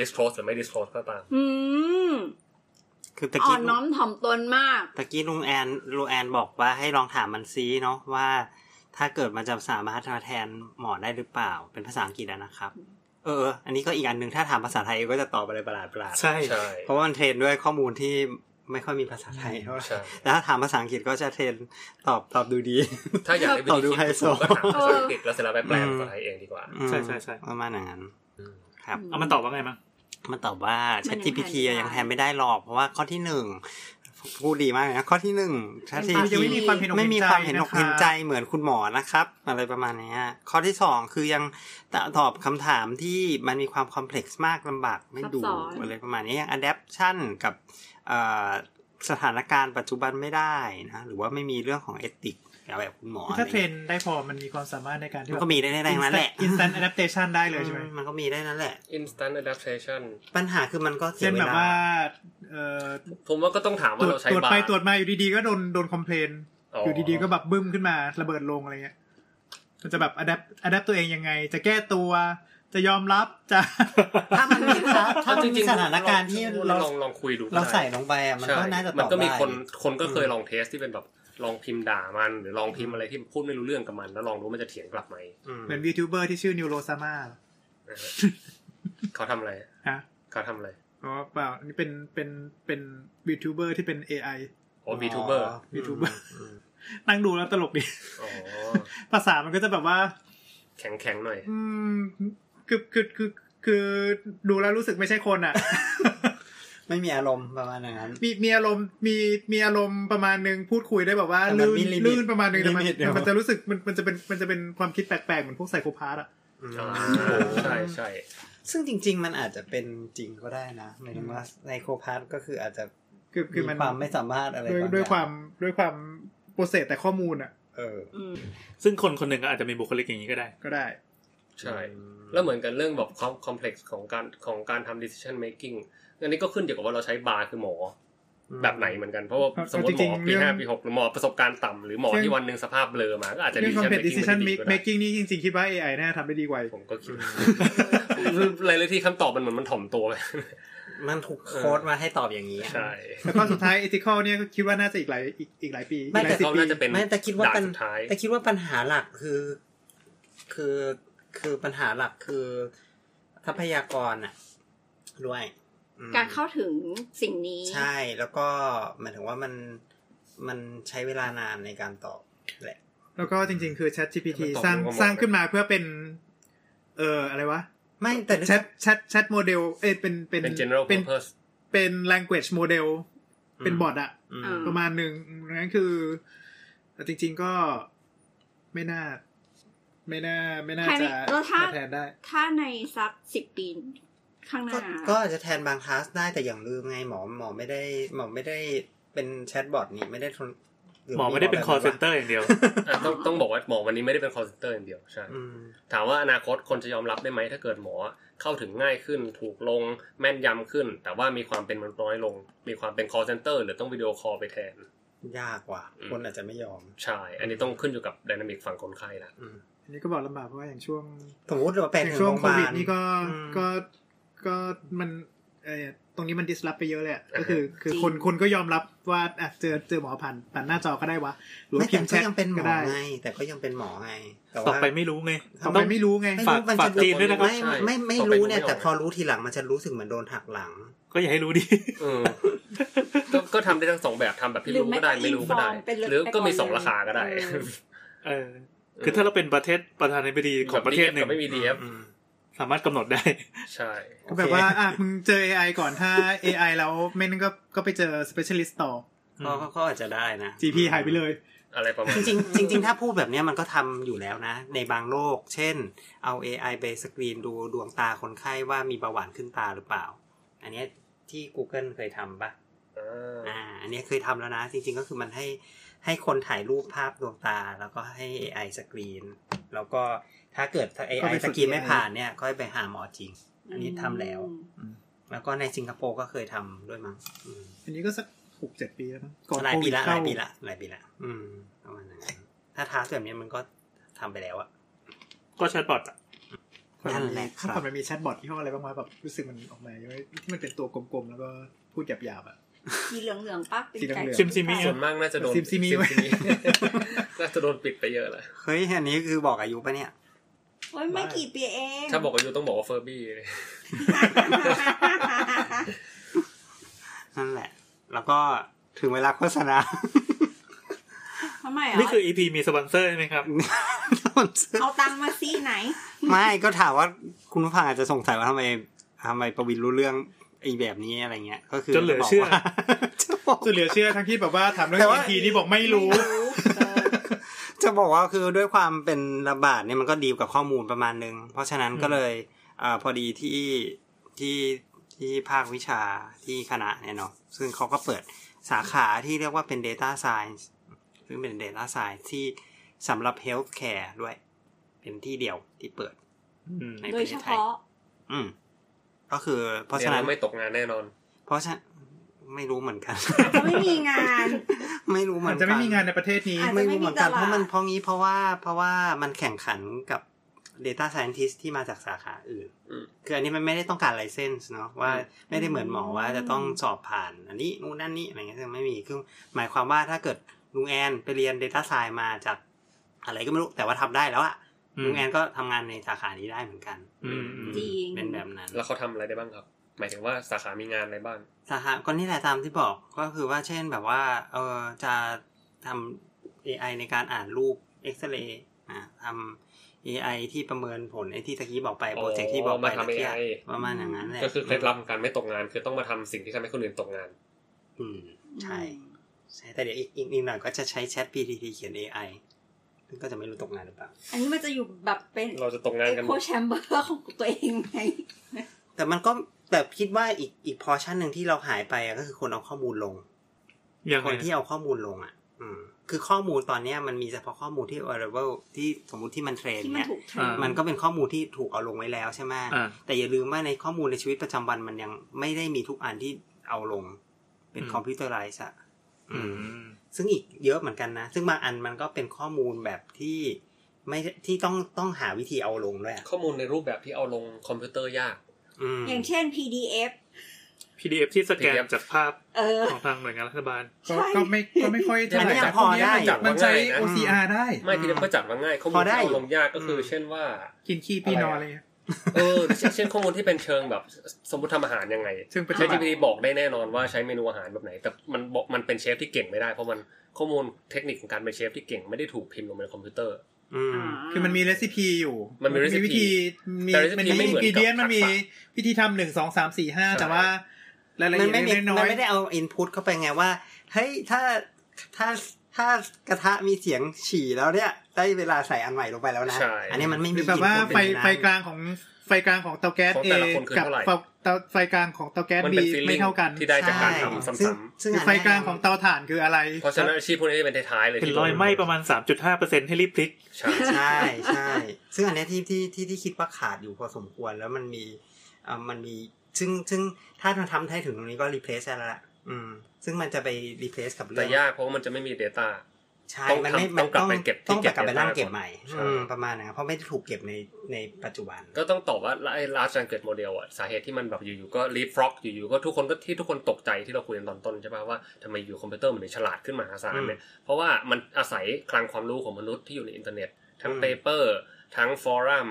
disclose หรือไม่ disclose ก็ตาม
อืม
คือตะ
อ่อ
กี้
นน้อมถ่อมตนมาก
ตะกี้ลุงแอนลุงแอนบอกว่าให้ลองถามมันซีเนาะว่า ถ้าเกิดมันจะสามารถมาแทนหมอได้หรือเปล่า เป็นภาษาอังกฤษอะนะครับ เออ อันนี้ก็อีกอันหนึ่งถ้าถามภาษาไทยก็จะตอบอะไรประหลาดประหลาดๆ
ใช่
ใช่
เพราะว่ามันเทรนด้วยข้อมูลที่ไม่ค่อยมีภาษาไทยเท่าไหร่
[LAUGHS]
ใช่
แต่ถ้าถามภาษาอังกฤษก็จะเทรนตอบตอบดูดี
ถ้าอยากได้วิธีคิดถูกก็ถามภาษาอังกฤษแล้วเสร็จแล้วไปแปลเป็นภาษาไทยเองดีกว่า
อืม
ใช่ใช่ใช่
ประมาณอย่างนั้น
อืม
ครับ
เอามันตอบว่าไงมั้ง
มันตอบว่า
มัน
Chat
ยัง
GPT
แทนไม่ได้
ยังแทนไม่ได้หรอก เพราะว่าข้อที่หนึ่งพูดดีมากเลยนะข้อที่หนึ่ง Chat
มัน
GPT
ยังไม่มีความเห็นอกเห็นใจ
ไม่มีความเห็นอก
นะคะ
เห็นใจเหมือนคุณหมอนะครับ อะไรประมาณเนี้ยข้อที่สองคือยังตอบคำถามที่มันมีความคอมเพล็กซ์มากลำบากไม่ดู
ซับซ้อน
อะไรประมาณนี้ยังอะแดปชั่นกับเอ่อสถานการณ์ปัจจุบันไม่ได้นะหรือว่าไม่มีเรื่องของเอติกแบบคุณหมอ
ถ้าเทรนได้พอมันมีความสามารถในการที่
มัน
แบบ
ก็มีได้ในนั้นแหละ
instant adaptation ได้เลยใช่ไหม
มันก็มีได้นั่นแหละ
instant adaptation
ปัญหาคือมันก็เสี
เช่
ย
น
เว
แบบ
ลา
ว่าเอ่อ
ผมว่าก็ต้องถาม
ต
ว่าร
วจ
เราใช้
ตรวจ
บา
ไป
ร์
ตรวจมาอยู่ดีๆ ก็โดนโดนคอมเพลน อยู่ดีๆ ก็แบบบึ้มขึ้นมาระเบิดลงอะไรเงี้ย มันจะแบบ adapt adapt ตัวเองยังไง จะแก้ตัว จะยอมรับจะ [LAUGHS]
ถ้ามันมี
[LAUGHS]
ถ้าถ้ามันมี
จงๆ
สถานการณ์ที่เรา
ลองลองคุยดูก็
เรา
ได้
ใส่ลงไปอะมันก็
ใช่
น่าจะตอบได้
มันก็มีคนคนก็เคยลองเทสที่เป็นแบบลองพิมพ์ด่ามัน หรือลองพิมพ์อะไรที่พูดไม่รู้เรื่องกับมัน แล้วลองดูมันจะเถียงกลับ
[LAUGHS]
ไหม
อืม
เหมือนวีทูเบอร์ที่ชื่อนิวโรซาม่า
นะฮะ เขาทำอะไร
ฮะ
เขาทำอะไร
อ๋อเปล่าอันนี่เป็นเป็นเป็นวีทูเบอร์ที่เป็น AI
โอ้บีทูเบอร์
มี VTuber นั่งดูแล้วตลกดี [LAUGHS]
อ๋อ
ภาษามันก็จะแบบว่า
แข็งแข็งๆหน่อย
อืมคือคือคือคือดูแล้วรู้สึกไม่ใช่คนอ่ะ
[LAUGHS] ไม่มีอารมณ์ประมาณอย่างนั้น
มีมีอารมณ์มีมีอารมณ์ประมาณหนึ่งพูดคุยได้แบบว่า
แต่มัน
ลื่น
มี limit
ลื่นประมาณหนึ่งแต่มัน
limit เดียว
มันจะรู้สึกมันมันจะเป็นมันจะเป็นความคิดแปลกๆเหมือนพวกไซโคพาร์อะ
อ๋อใช่ใช่
ซึ่งจริง ๆ มันอาจจะเป็นจริงก็ได้นะหมายถึงว่าไนโคพาร์ทก็คืออาจจะ
คือคือ
มี
มัน
ความไม่สามารถอะไร
ด้วย
บงอง
ด้วยความด้วยความโปรเซสแต่ข้อมูลอ่ะ
เออ
อืม
ซึ่งคนคนหนึ่งก็อาจจะมีบุคลิกอย่างนี้ก็ได้
ก็ได้
ใช่ แล้วเหมือนกันเรื่องแบบความคอมเพล็กซ์ของการของการทำ decision making อันนี้ก็ขึ้นเกี่ยวกับว่าเราใช้บาร์คือหมอ แบบไหนเหมือนกัน เพราะว่าสมมติหมอ
จ
ปี
ริงๆเรื่อง
ห้าปีหกหรือหมอประสบการณ์ต่ำหรือหมอที่วันหนึ่งสภาพเบลอมาก็อาจจะ
เรื่อง
decision
complex
making ไม่ดีก็ได้
decision making นี่จริงๆคิดว่า AI น่าทำได้ดีกว่าอีก
ผมก็คิดหลายๆที่คำตอบมันเหมือนมันถ่อมตัวไป [LAUGHS]
มันถูกโค้ดมาให้ตอบอย่างนี้อะ
ใช่
แต่ข้อสุดท้าย ethical เนี่ยก็คิดว่าน่าจะอีกหลายอีกอีกหลายปีอีก
ไม่
หลา
แต่
ยสิบ
เขา
ปี
น่าจะเป็น
ไม่แต่คิดว่า
ด่า
ปั
น
ญ
สุดท้าย
แต่คิดว่าปัญหาหลักคือ คือคือปัญหาหลักคือทรัพยากรอ่ะ ด้วยอืม
การเข้าถึงสิ่งนี้
ใช่แล้วก็หมายถึงว่ามันมันใช้เวลานานในการตอบแหละ
แล้วก็จริงๆ คือ Chat GPT
มันตอบ
สร้าง
ลงมาหมด
สร้างขึ้นมาเพื่อเป็น เอออะไรวะ
ไม่แต่
Chat Chat Chat model เอ้ยเป็นเป็น
เป็น general
เป็น
purpose
เป็น language model เป็นบอทอะ
อืม
อ่า
ประมาณหนึ่งนั้นคือแต่จริง ๆก็ไม่น่า ไม่น่า ไม่น่า
ใครไม่
จะ
แล้วถ้า
มาแทนได้
ถ้าในสักสิบปีข้างห
ก็
น้า
ก็อาจจะแทนบางคลาสได้แต่อย่างลืมไงหมอหมอไม่ได้หมอไม่ได้เป็นแชทบอทนี่ไม่ได้ทน
หมอไม่ได้เป็น call
แบบวะ
center อย่างเดียว
อ่ะต้องต้องบอกว่าหมอวันนี้ไม่ได้เป็น call center อย่างเดียวใช่
อืม
ถามว่าอนาคตคนจะยอมรับได้ไหมถ้าเกิดหมอเข้าถึงง่ายขึ้น ถูกลงแม่นยำขึ้น แต่ว่ามีความเป็นมนุษย์น้อยลง มีความเป็น call center หรือต้องวิดีโอคอลไปแทน
ยากว่ะ
อืม
คนอาจจะไม่ยอม
ใช่ อันนี้ต้องขึ้นอยู่กับดินามิกฝั่งคนไข้ละ
อืม
อันนี้ก็บอกลำบากเพราะว่าอย่างช่วง
สมมติว่าเป็น
ใน
ถึง
ช่วง
โรงพ
โค
ยาบา
วิด
ล
นี่ก็
อืม
ก็ก็มันเออตรงนี้มันดิสลอฟไปเยอะเลยอะ
อ่าฮะ
ก็คือ คือ
จริง
คนคนก็ยอมรับว่าอ่ะเจอเจอหมอผ่านผ่านหน้าจอก็ได้วะหรือ
ไม่แต่
ว่าพิมพ์แช
ก็
ท
ยังเป็นหม
ก็
อ
ได้
ไงแต่ก็ยังเป็นหมอไงแต่
ต่อ
ว่า
ไปไม่รู้ไง
ต่อ
ต้
ไป
อง
ไม่รู้ไง
ไม่
ฝาก
รู้มัน
ฝา
จะ
กจีนด้วยนะครับ
ไม่ไม่ไม่
ใช่
รู้เนี่ย
ต่อไปไม่ออก
แต่พอรู้ทีหลังมันจะรู้สึกเหมือนโดนหักหลัง
ก็อย่าให้รู้ดิ [LAUGHS]
เออก็ก็ทำได้ทั้งสองแบบทำแบบที่
หรือ
รู้ก็ได้
ไม่ก็
ไม่รู้ก็ได้
inform ไปเลย
หรือก็มีสอง
ไปก่อนเลย
ราคาก็ได้
เออ
เออ คือถ้าเราเป็นประเทศประธานาธิบดีของประเทศหนึ่ง
แบบ DF กับไม่มีดีเอฟ
อืม
สามารถกำหนดได้ [LAUGHS]
ใช่
ก็แบบว่าอ่ะมึงเจอ AI ก่อนถ้า AI แล้วไม่นั่นก็ก็ไปเจอ specialist ต่อ
ก็ก็ก็อาจจะได้นะ
GP หายไปเลย
อะไรประมาณ
จ
นั้น
ริงๆจริง ๆ ถ้าพูดแบบเนี้ยมันก็ทำอยู่แล้วนะ ในบางโรค เช่น เอา AI ไปสกรีนดูดวงตาคนไข้ว่ามีเบาหวานขึ้นตาหรือเปล่า อันเนี้ยที่ Google เคยทำปะอ่า อันเนี้ยเคยทำแล้วนะ จริง ๆ ก็คือมันให้ให้คนถ่ายรูปภาพดวงตา แล้วก็ให้ AI สกรีน แล้วก็ถ้าเกิดถ้า
ก็
AI
ไป
ส
ฝึก
กรีนไม่
AI
ผ่านเนี่ยก็ให้ไปหาหมอจริง อันนี้ทำแล้ว แล้วก็ในสิงคโปร์ก็เคยทำด้วยมั้งอืม
อันนี้ก็สักหกเจ็ดปีแล้วมั้งก่อน
หลาย
โค
ปี
วิด
ละห
เข้า
ลายปีละหลายปีละอืมประมาณนั้นถ้าท้าแบบนี้มันก็ทำไปแล้วอะ
ก็แชทบอทอะ
ก่อ
นั่นแหละครับ
เมื่อก่อนมันมีแชทบอทยี่ห้ออะไรบ้างวะแบบรู้สึกมันออกมาเยอะที่มันเป็นตัวกลมๆแล้วก็พูดหยาบๆอ่ะ
สีเหลืองๆปะเป็น
สีเหลื
ไก่
องๆ
ซิมซิมิ
ส่ว
อะ
นมากน่าจะโดน
ซิมซิมิไว้
ซิมิ [LAUGHS] น่าจะโดนปิดไปเยอะแหละ
เฮ้ยอันนี้คือบอกอายุปะเนี่ย
โอ้ยไม่กี่ปีเอง
ถ้าบอกอายุต้องบอกว่าเฟอร์บี้เลย
นั่นแหละ แล้วก็ถึงเวลาโฆษณา [LAUGHS]
ทำไมเหร
นี่
อ
คืออีพีมีสปอนเซอร์ใช่ไหมครับ
[LAUGHS] เอาตังค์มาซี่ไหน
ไม่ก็ถามว่าคุณผู้ฟังอาจจะสงสัยว่าทำไมทำไมประวินรู้เรื่องไอ้แบบนี้อะไรเงี้ย ก็คือ
จนเหลือเชื่อ
จะบกว่าจะบอก
สุดเหลือเชื่อทั้งที่แบบว่าถามเรื่อง
แต่ว่า
NT นี่บอกไม่รู้
เออ
จะบอกว่าคือด้วยความเป็นระบาดเนี่ยมันก็ดีลกับข้อมูลประมาณนึง เพราะฉะนั้นก็เลยอาพอดีที่ที่ที่ภาควิชาที่คณะเนี่ยเนาะซึ่งเขาก็เปิดสาขาที่เรียกว่าเป็น Data Science ซึ่งเป็น Data Science ที่สำหรับ Healthcare ด้วย เป็นที่เดียวที่เปิด
อืม
ใน
โด
ป
ย
ระเท
เฉ
ศไทย
พาะ
อืมก็คือเพราะ
เนี่
ฉะ
ย
นั้น
เราไม่ตกงานแน่นอน
เพราะฉะนั้นไม่รู้เหมือน
[LAUGHS]
กัน
จะไม่มีงาน
ไม่รู้เหมื
มั
อน นกั
จะ
น
ไม่มีงานในประเทศนี้
อาจจะ
ไม่รู้เหมือนกัน
ไม่มีตลาด
เพราะมันเพราะงี้เพราะว่าเพราะว่ามันแข่งขันกับ Data Scientist ที่มาจากสาขาอื่น
อืม
คืออันนี้มันไม่ได้ต้องการไลเซนส์เนาะว่าไม่ได้เหมือนหมอว่าจะต้องสอบผ่าน อันนี้นู่นนั่นนี่อะไรเงี้ยซึ่งไม่มีคือหมายความว่าถ้าเกิดลุงแอนไปเรียน Data Science มาจากอะไรก็ไม่รู้แต่ว่าทำได้แล้วอะ
อืม
ลุงแอนก็ทำงานในสาขานี้ได้เหมือนกัน
อืม
จริง
เป็นแบบนั้น
แล้วเขาทำอะไรได้บ้างครับ หมายถึงว่าสาขามีงานอะไรบ้าง
สหกรณ์นี่แหละตามที่บอกก็คือว่าเช่นแบบว่าเออจะทำ AI ในการอ่านรูปเอ็กซเรย์นะทำ AI ที่ประเมินผลไอ้ที่ตะกี้บอกไป
อ๋อ
โปรเจกต์ที่บอกไป
มาทำ
ตะกี้อะ
AI
ประมาณอย่างนั้นแหละ
ก็คือเคล็ดลับของการไม่ตกงาน คือต้องมาทำสิ่งที่ทำให้คนอื่นตกงาน
อืมใช่ใช่แต่เดี๋ยวอีกอีกอีกหน่อยก็จะใช้ Chat GPT เขียน AI ซึ่งก็จะไม่รู้ตกงานหรือเปล่า
อันนี้มันจะอยู่แบบเป็น
เราจะตกงานกันหม
โค
ด
แชมเบอร์ของตัวเองไหม
แต่มันก็แต่คิดว่าอีกอีกพอชั่นหนึ่งที่เราหายไปอะก็คือคนเอาข้อมูลลง
ยังไง
คนที่เอาข้อมูลลงอ่ะ อืม คือข้อมูลตอนเนี้ยมันมีเฉพาะข้อมูลที่ available ที่สมมติที่มันเทรน
ที่มัน
เนี่ย
ถูกเทรน
มันก็เป็นข้อมูลที่ถูกเอาลงไว้แล้วใช่ไหม
อ่า
แต่อย่าลืมว่าในข้อมูลในชีวิตประจำวันมันยังไม่ได้มีทุกอันที่เอาลง เป็น
อืม
คอมพิวเตอร์ไลซ์อะ
อืม
ซึ่งอีกเยอะเหมือนกันนะ ซึ่งบางอันมันก็เป็นข้อมูลแบบที่ไม่ที่ต้องต้องหาวิธีเอาลงด้วยอะ
ข้อมูลในรูปแบบที่เอาลงคอมพิวเตอร์ยาก
อืม
อย่างเช่น PDF
PDF ที่สแกน
PDF
จากภาพ
เออ
ของทางหน่วยงานรัฐบาล
ก็
ใช่
ก็ไม่ก็ไม่ค่อยเท่า
อัน
ไหร่
นี้ยัง
แต่พ
พ
ว
อก
เนี้ย
ได้
มันจับ
มันใช้
ง่ายนะ
OCR ได้
ไม่ที่เรียกก็จัดว่าง่ายข้อมู
พ
ล
อได้
ที่เอาลงยากก็คืออ
ม
เช่นว่า
กินขี้ปีนอนอะไรเงี้ย
เออหรือเช่นเช่นข้อมูลที่เป็นเชิงแบบสมมติทำอาหารยังไง
ซึ่งปัจจุ
ใช้
บัน
GPT บอกได้แน่นอนว่าใช้เมนูอาหารแบบไหน แต่มันบอกมันเป็นเชฟที่เก่งไม่ได้เพราะมันข้อมูลเทคนิคของการเป็นเชฟที่เก่งไม่ได้ถูกพิมพ์ลงในคอมพิวเตอร์
อืม
คือมันมีเรซิปีอยู่
มันมี recipe
วิธีมี
แต่ recipe
มัน
ไม่
มี
เหมือนกับ
อินเดียนมันมี
ทักษ
วิธีทำหนึ่งสองสามสี่ห้าแต่ว่า รายละ
มัน
เอียด
ไม่มี
เล็กๆน้อ
มัน
ย
ไม่ได้เอาอินพุตเข้าไปไงว่า เฮ้ย ถ้าถ้าถ้ากระทะมีเสียงฉี่แล้วเนี่ย ได้เวลาใส่อันใหม่ลงไปแล้วนะ
ใช่
อันนี้มันไม่
ๆห
มี
รือแบบว่าไฟไฟกลางของไฟกลางของเตาแก๊ส
ของ
เอ
แต่ละคนคือ
กั
เท่าไหร่
เตาเตาไฟกลางของเตาแก๊ส
มัน
บี
เป็นฟีล
ไม่
ลิ่ง
เท่ากัน
ที่ได้จากการทำ
ใช่
ซ้
ซึ่ง
ำ
ซึ่ง
คือไฟกลางของเตาถ่านคืออะไร
ๆเพราะฉะนั้นอาชีพพวกนี้เป็นท้ายๆเลย
เป็น
ที่
รอยไหมประมาณ 3.5%ให้รีบพลิก
ใช่
ใช่ใช่ซึ่งอันเนี้ยที่ที่ที่ที่คิดว่าขาดอยู่พอสมควรแล้วมันมีเอ่อมันมีซึ่งซึ่งถ้ามันทำให้ถึงตรงนี้ก็รีเพลซได้แล้วล่ะอืม ซึ่งมันจะไปรีเพลซกับ
แต่
เรื่อง
ยากเพราะว่ามันจะไม่มี Data
ใช่
ต้อง
มันไม่
ทำ
มัน
ต้องกลับไปเก็บที่
ต้อง
เก็บ
กลับไปนั่งเก็บ
ไว้ก่อน
ใหม่
ใช่
อืมประมาณนะครับเพราะไม่ได้ถูกเก็บในในปัจจุบัน
ก็ต้องตอบว่าไอ้ large language model อ่ะสาเหตุที่มันแบบอยู่ๆก็ leapfrog อยู่ๆก็ทุกคนก็ที่ทุกคนตกใจที่เราคุยกันตอนต้นใช่ป่ะว่าทำไมอยู่คอมพิวเตอร์มันถึงฉลาดขึ้นมหาศาลเนี่ยเพราะว่ามันอาศัยคลังความรู้ของมนุษย์ที่อยู่ในอินเทอร์เน็ต ทั้ง
อืม
เปเปอร์ ทั้งฟอรัม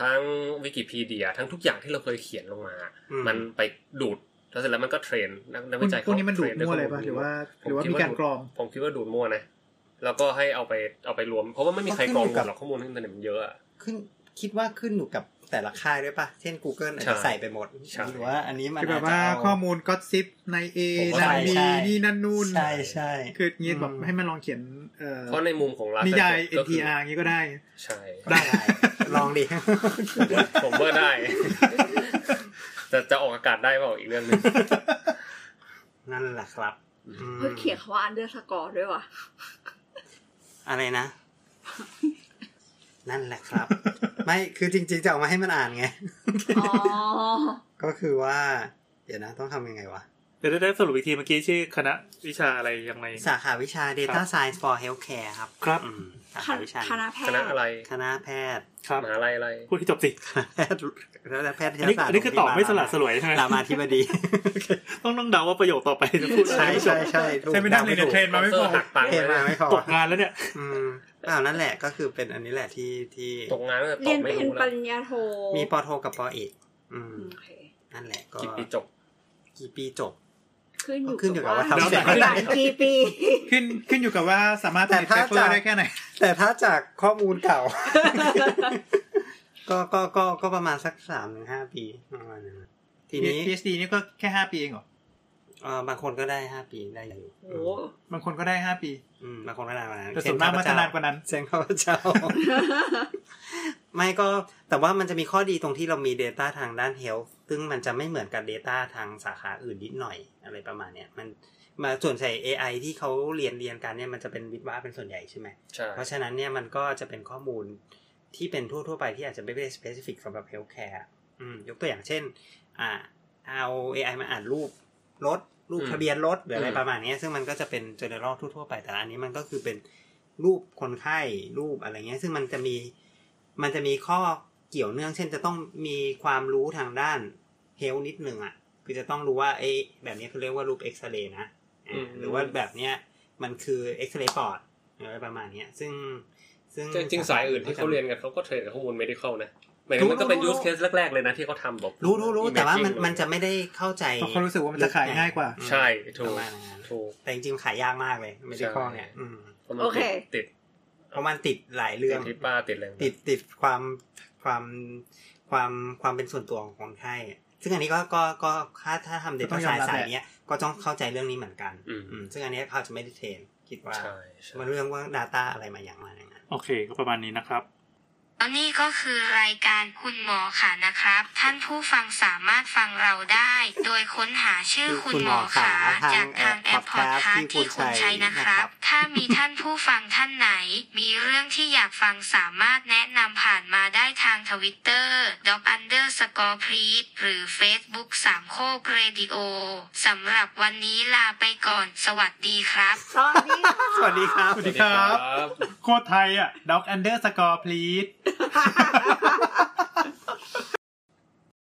ทั้งวิกิพีเดีย ทั้งทุกอย่างที่เราเคยเขียนลงมา
อื
มันไปดูดแล้วเสร็จแล้วมันก็เทรนนักนักวิจัย
พวกนี้มันดูด
เทร
มั่วเลย
ข้
ป่ะ
มู
หรือว่า
ผ
หรือว่า
คิด
มีการกรอง
ดูดผมคิดว่าดูดมั่วนะแล้วก็ให้เอาไปเอาไปรวม เพราะว่าไม่มีใครกรองหมดหรอกข้อมูลในอินเทอร์เน็ตมันเยอะอะ
ขึ้นคิดว่าขึ้นอยู่กับแต่ละค่ายด้วยป่ะ เช่น Google อาจ
ใช่
จะใส่ไปหมด
ใช่
หรือว่าอันนี้มัน
คือแบ
อาจ
บ
จะ
ว่า
เ
ข้อมูลก็ซิปในเอ
ผมว่า
ใน
ใช่
บี
ใช่
นี่นั่นนู่น
ใช่ใช่
คืออย่างงี้แบบให้มันลองเขียนเอ่อ
เพราะในมุมของ large
นิยาย
language ก็คือ
NTR อย่างงี้ก็ได้
ใช่
ได้
[LAUGHS]
ลองดิ
ผมว่าได้ [LAUGHS] แต่จะออกอากาศได้เปล่าอีกเรื่อง
[LAUGHS]
หนึง
[LAUGHS] นั่นแหละครับอืม
เพื่อเขียนคำว่าอันเดอร์สกอร์ด้วยว่ะ
อะไรนะ [LAUGHS] นั่นแหละครับ
[LAUGHS]
ไม่คือจริง ๆ จะเอามาให้มันอ่านไง [LAUGHS]
อ๋อ
ก็คือว่า เดี๋ยวนะ ต้องทำยังไงวะ
เดี๋ยวได้สรุปอีกทีเมื่อกี้ชื่อคณะวิชาอะไรยังไง
สาขาวิชา
ครั
Data
บ
Science for Healthcare ครับ
ครับ
อืมสาขาวิชา
คณะแพท
ค
ย์
ณะอะไร
คณะแพทย์ [LAUGHS]
ครับ
มหาลัยอะไร
พูดที่จบสิ
คณะแพทย์และแพทย
อันนี้
ศาสตร์
อันนี้คือตอบไม่สละสลวยใช่ไหม
รามาธิบดี
ต้องต้องเดาว่าประโยคต่อไปจะพูดอะไร
ใช่ใช่ใช่ถูก
ใช่ไม่ได้เลยเนี่ยเทรนมาไม่พอ
Sponsor หักปัง
เทรนมาไม่พอ
ตกงานแล้วเนี่ย
อืมอ้าวนั่นแหละก็คือเป็นอันนี้แหละที่ที่
ตกงานก็ต
เรี
อย บ
น
ไม่
เป็น
รู้
ป
แล้ว
ริญญาโท
มีปอโทกับปอเอกอืม
โอเค
นั่นแหละก็
กี่ปีจบ
กี่ปีจบ
ขึ้นอยู่
ขึ้นอยู่กับว่าทำ
เรา
เสร็จ
หลังกี่ปี
ขึ้นขึ้นอยู่กับว่าสามารถผลิต
แต่ถ้า
เปเปอ
จะ
ร์ได้แค่ไหน
แต่ถ้าจากข้อมูลเก่า ก็ก็ก็ก็ประมาณสักสามถึงห้าปีประมาณนั้นนะทีนี้
PhD นี่ก็แค่ห้าปีเองเหรอ
เอ่อบางคนก็ได้ห้าปีได้อยู่
โอ้
บางคนก็ได้ห้าปี
อืมบางคนก็นานกว่านั้น
แต่ส่วนมาก
เช่
มัน
ข้
จะ
พเจ้
นานกว่านั้น
เซนข้าพเจ้า ไม่ก็แต่ว่ามันจะมีข้อดีตรงที่เรามี Data ทางด้าน Health ซึ่งมันจะไม่เหมือนกับ Data ทางสาขาอื่นนิดหน่อยอะไรประมาณเนี้ยมันมาส่วนใส่ AI ที่เขาเรียนเรียนกันเนี่ยมันจะเป็นวิทย์ว่าเป็นส่วนใหญ่ใช่ไหม
ใช่
เพราะฉะนั้นเนี่ยมันก็จะเป็นข้อมูลที่เป็นทั่ว ๆ ไปที่อาจจะไม่ได้ specific สำหรับ healthcare อืมยกตัวอย่างเช่น อ่าเอา AI มาอ่านรูปรถรูปทะเบียนรถหรืออะไรประมาณเนี้ยซึ่งมันก็จะเป็น general ทั่วๆไปแต่อันนี้มันก็คือเป็นรูปคนไข้รูปอะไรเงี้ย ซึ่งมันจะมีมันจะมีข้อเกี่ยวเนื่อง เช่นจะต้องมีความรู้ทางด้าน health นิดนึงอ่ะคือจะต้องรู้ว่าไอ้แบบนี้เขาเรียกว่ารูปเอ็กซเรย์นะอ่าหรือว่าแบบเนี้ยมันคือเอ็กซเรย์ปอดอะไรประมาณเนี้ยซึ่งซึ่ง
จริงๆสายอื่นที่เขาเรียนกันเขาก็เทรนกับข้อมูล medical นะหมายถึงมันก็เป็น
รู้
use case แรก ๆ เลยนะที่เขาทำแบบ
รู้รู้รู้ แต่ว่ามัน
imaging
มันจะไม่ได้เข้าใจ
เพราะเขารู้สึกว่ามันจะขายง่ายกว่า
ใช่
ป
ถู
ระ
ก
มาณนั้น
ถูก
แต่จริงๆขายยากมากเลยไม่
ใช่
ได้ข้อเนี่ยอืม
พราะมัน
โอเค
ติด
เพราะมันติดหลาย
ติ
เรื่อ
ด
ง
ทิปป้าติดอะไร
ติดติดความความความความเป็นส่วนตัวของคนไข้อะซึ่งอันนี้ก็ก็ก็ถ้าถ้าทำเด
ต้
ต้า
องย
สา
อม
ย
รับ
สาย
แหละ
เนี้ยก็ต้องเข้าใจเรื่องนี้เหมือนกัน
อืม
อืมซึ่งอันเนี้ยเขาจะไม่ได้เทรนคิดว่า
ใช่ใช่
มันเรื่องว่า Data อะไรมาอย่างไรนะ
โอเคก็ประมาณนี้นะครับ
อันนี้ก็คือรายการคุณหมอค่ะนะครับ ท่านผู้ฟังสามารถฟังเราได้ โดยค้นหาชื่อคุณหมอขาจากทางแอปพอดคาสต์ที่คุณใช้นะครับ ถ้ามีท่านผู้ฟังท่านไหน มีเรื่องที่อยากฟังสามารถแนะนำผ่านมาได้ทางทวิตเตอร์ d o c underscore p r e หรือ Facebook สามโคกเรดิโอสำหรับวันนี้ลาไปก่อนสวัสดีครับ
สวัสดีค่ะ
สวัสดีครับ
สวัสดีครับ
ครับ
โคตรไทยอ่ะ dog underscore please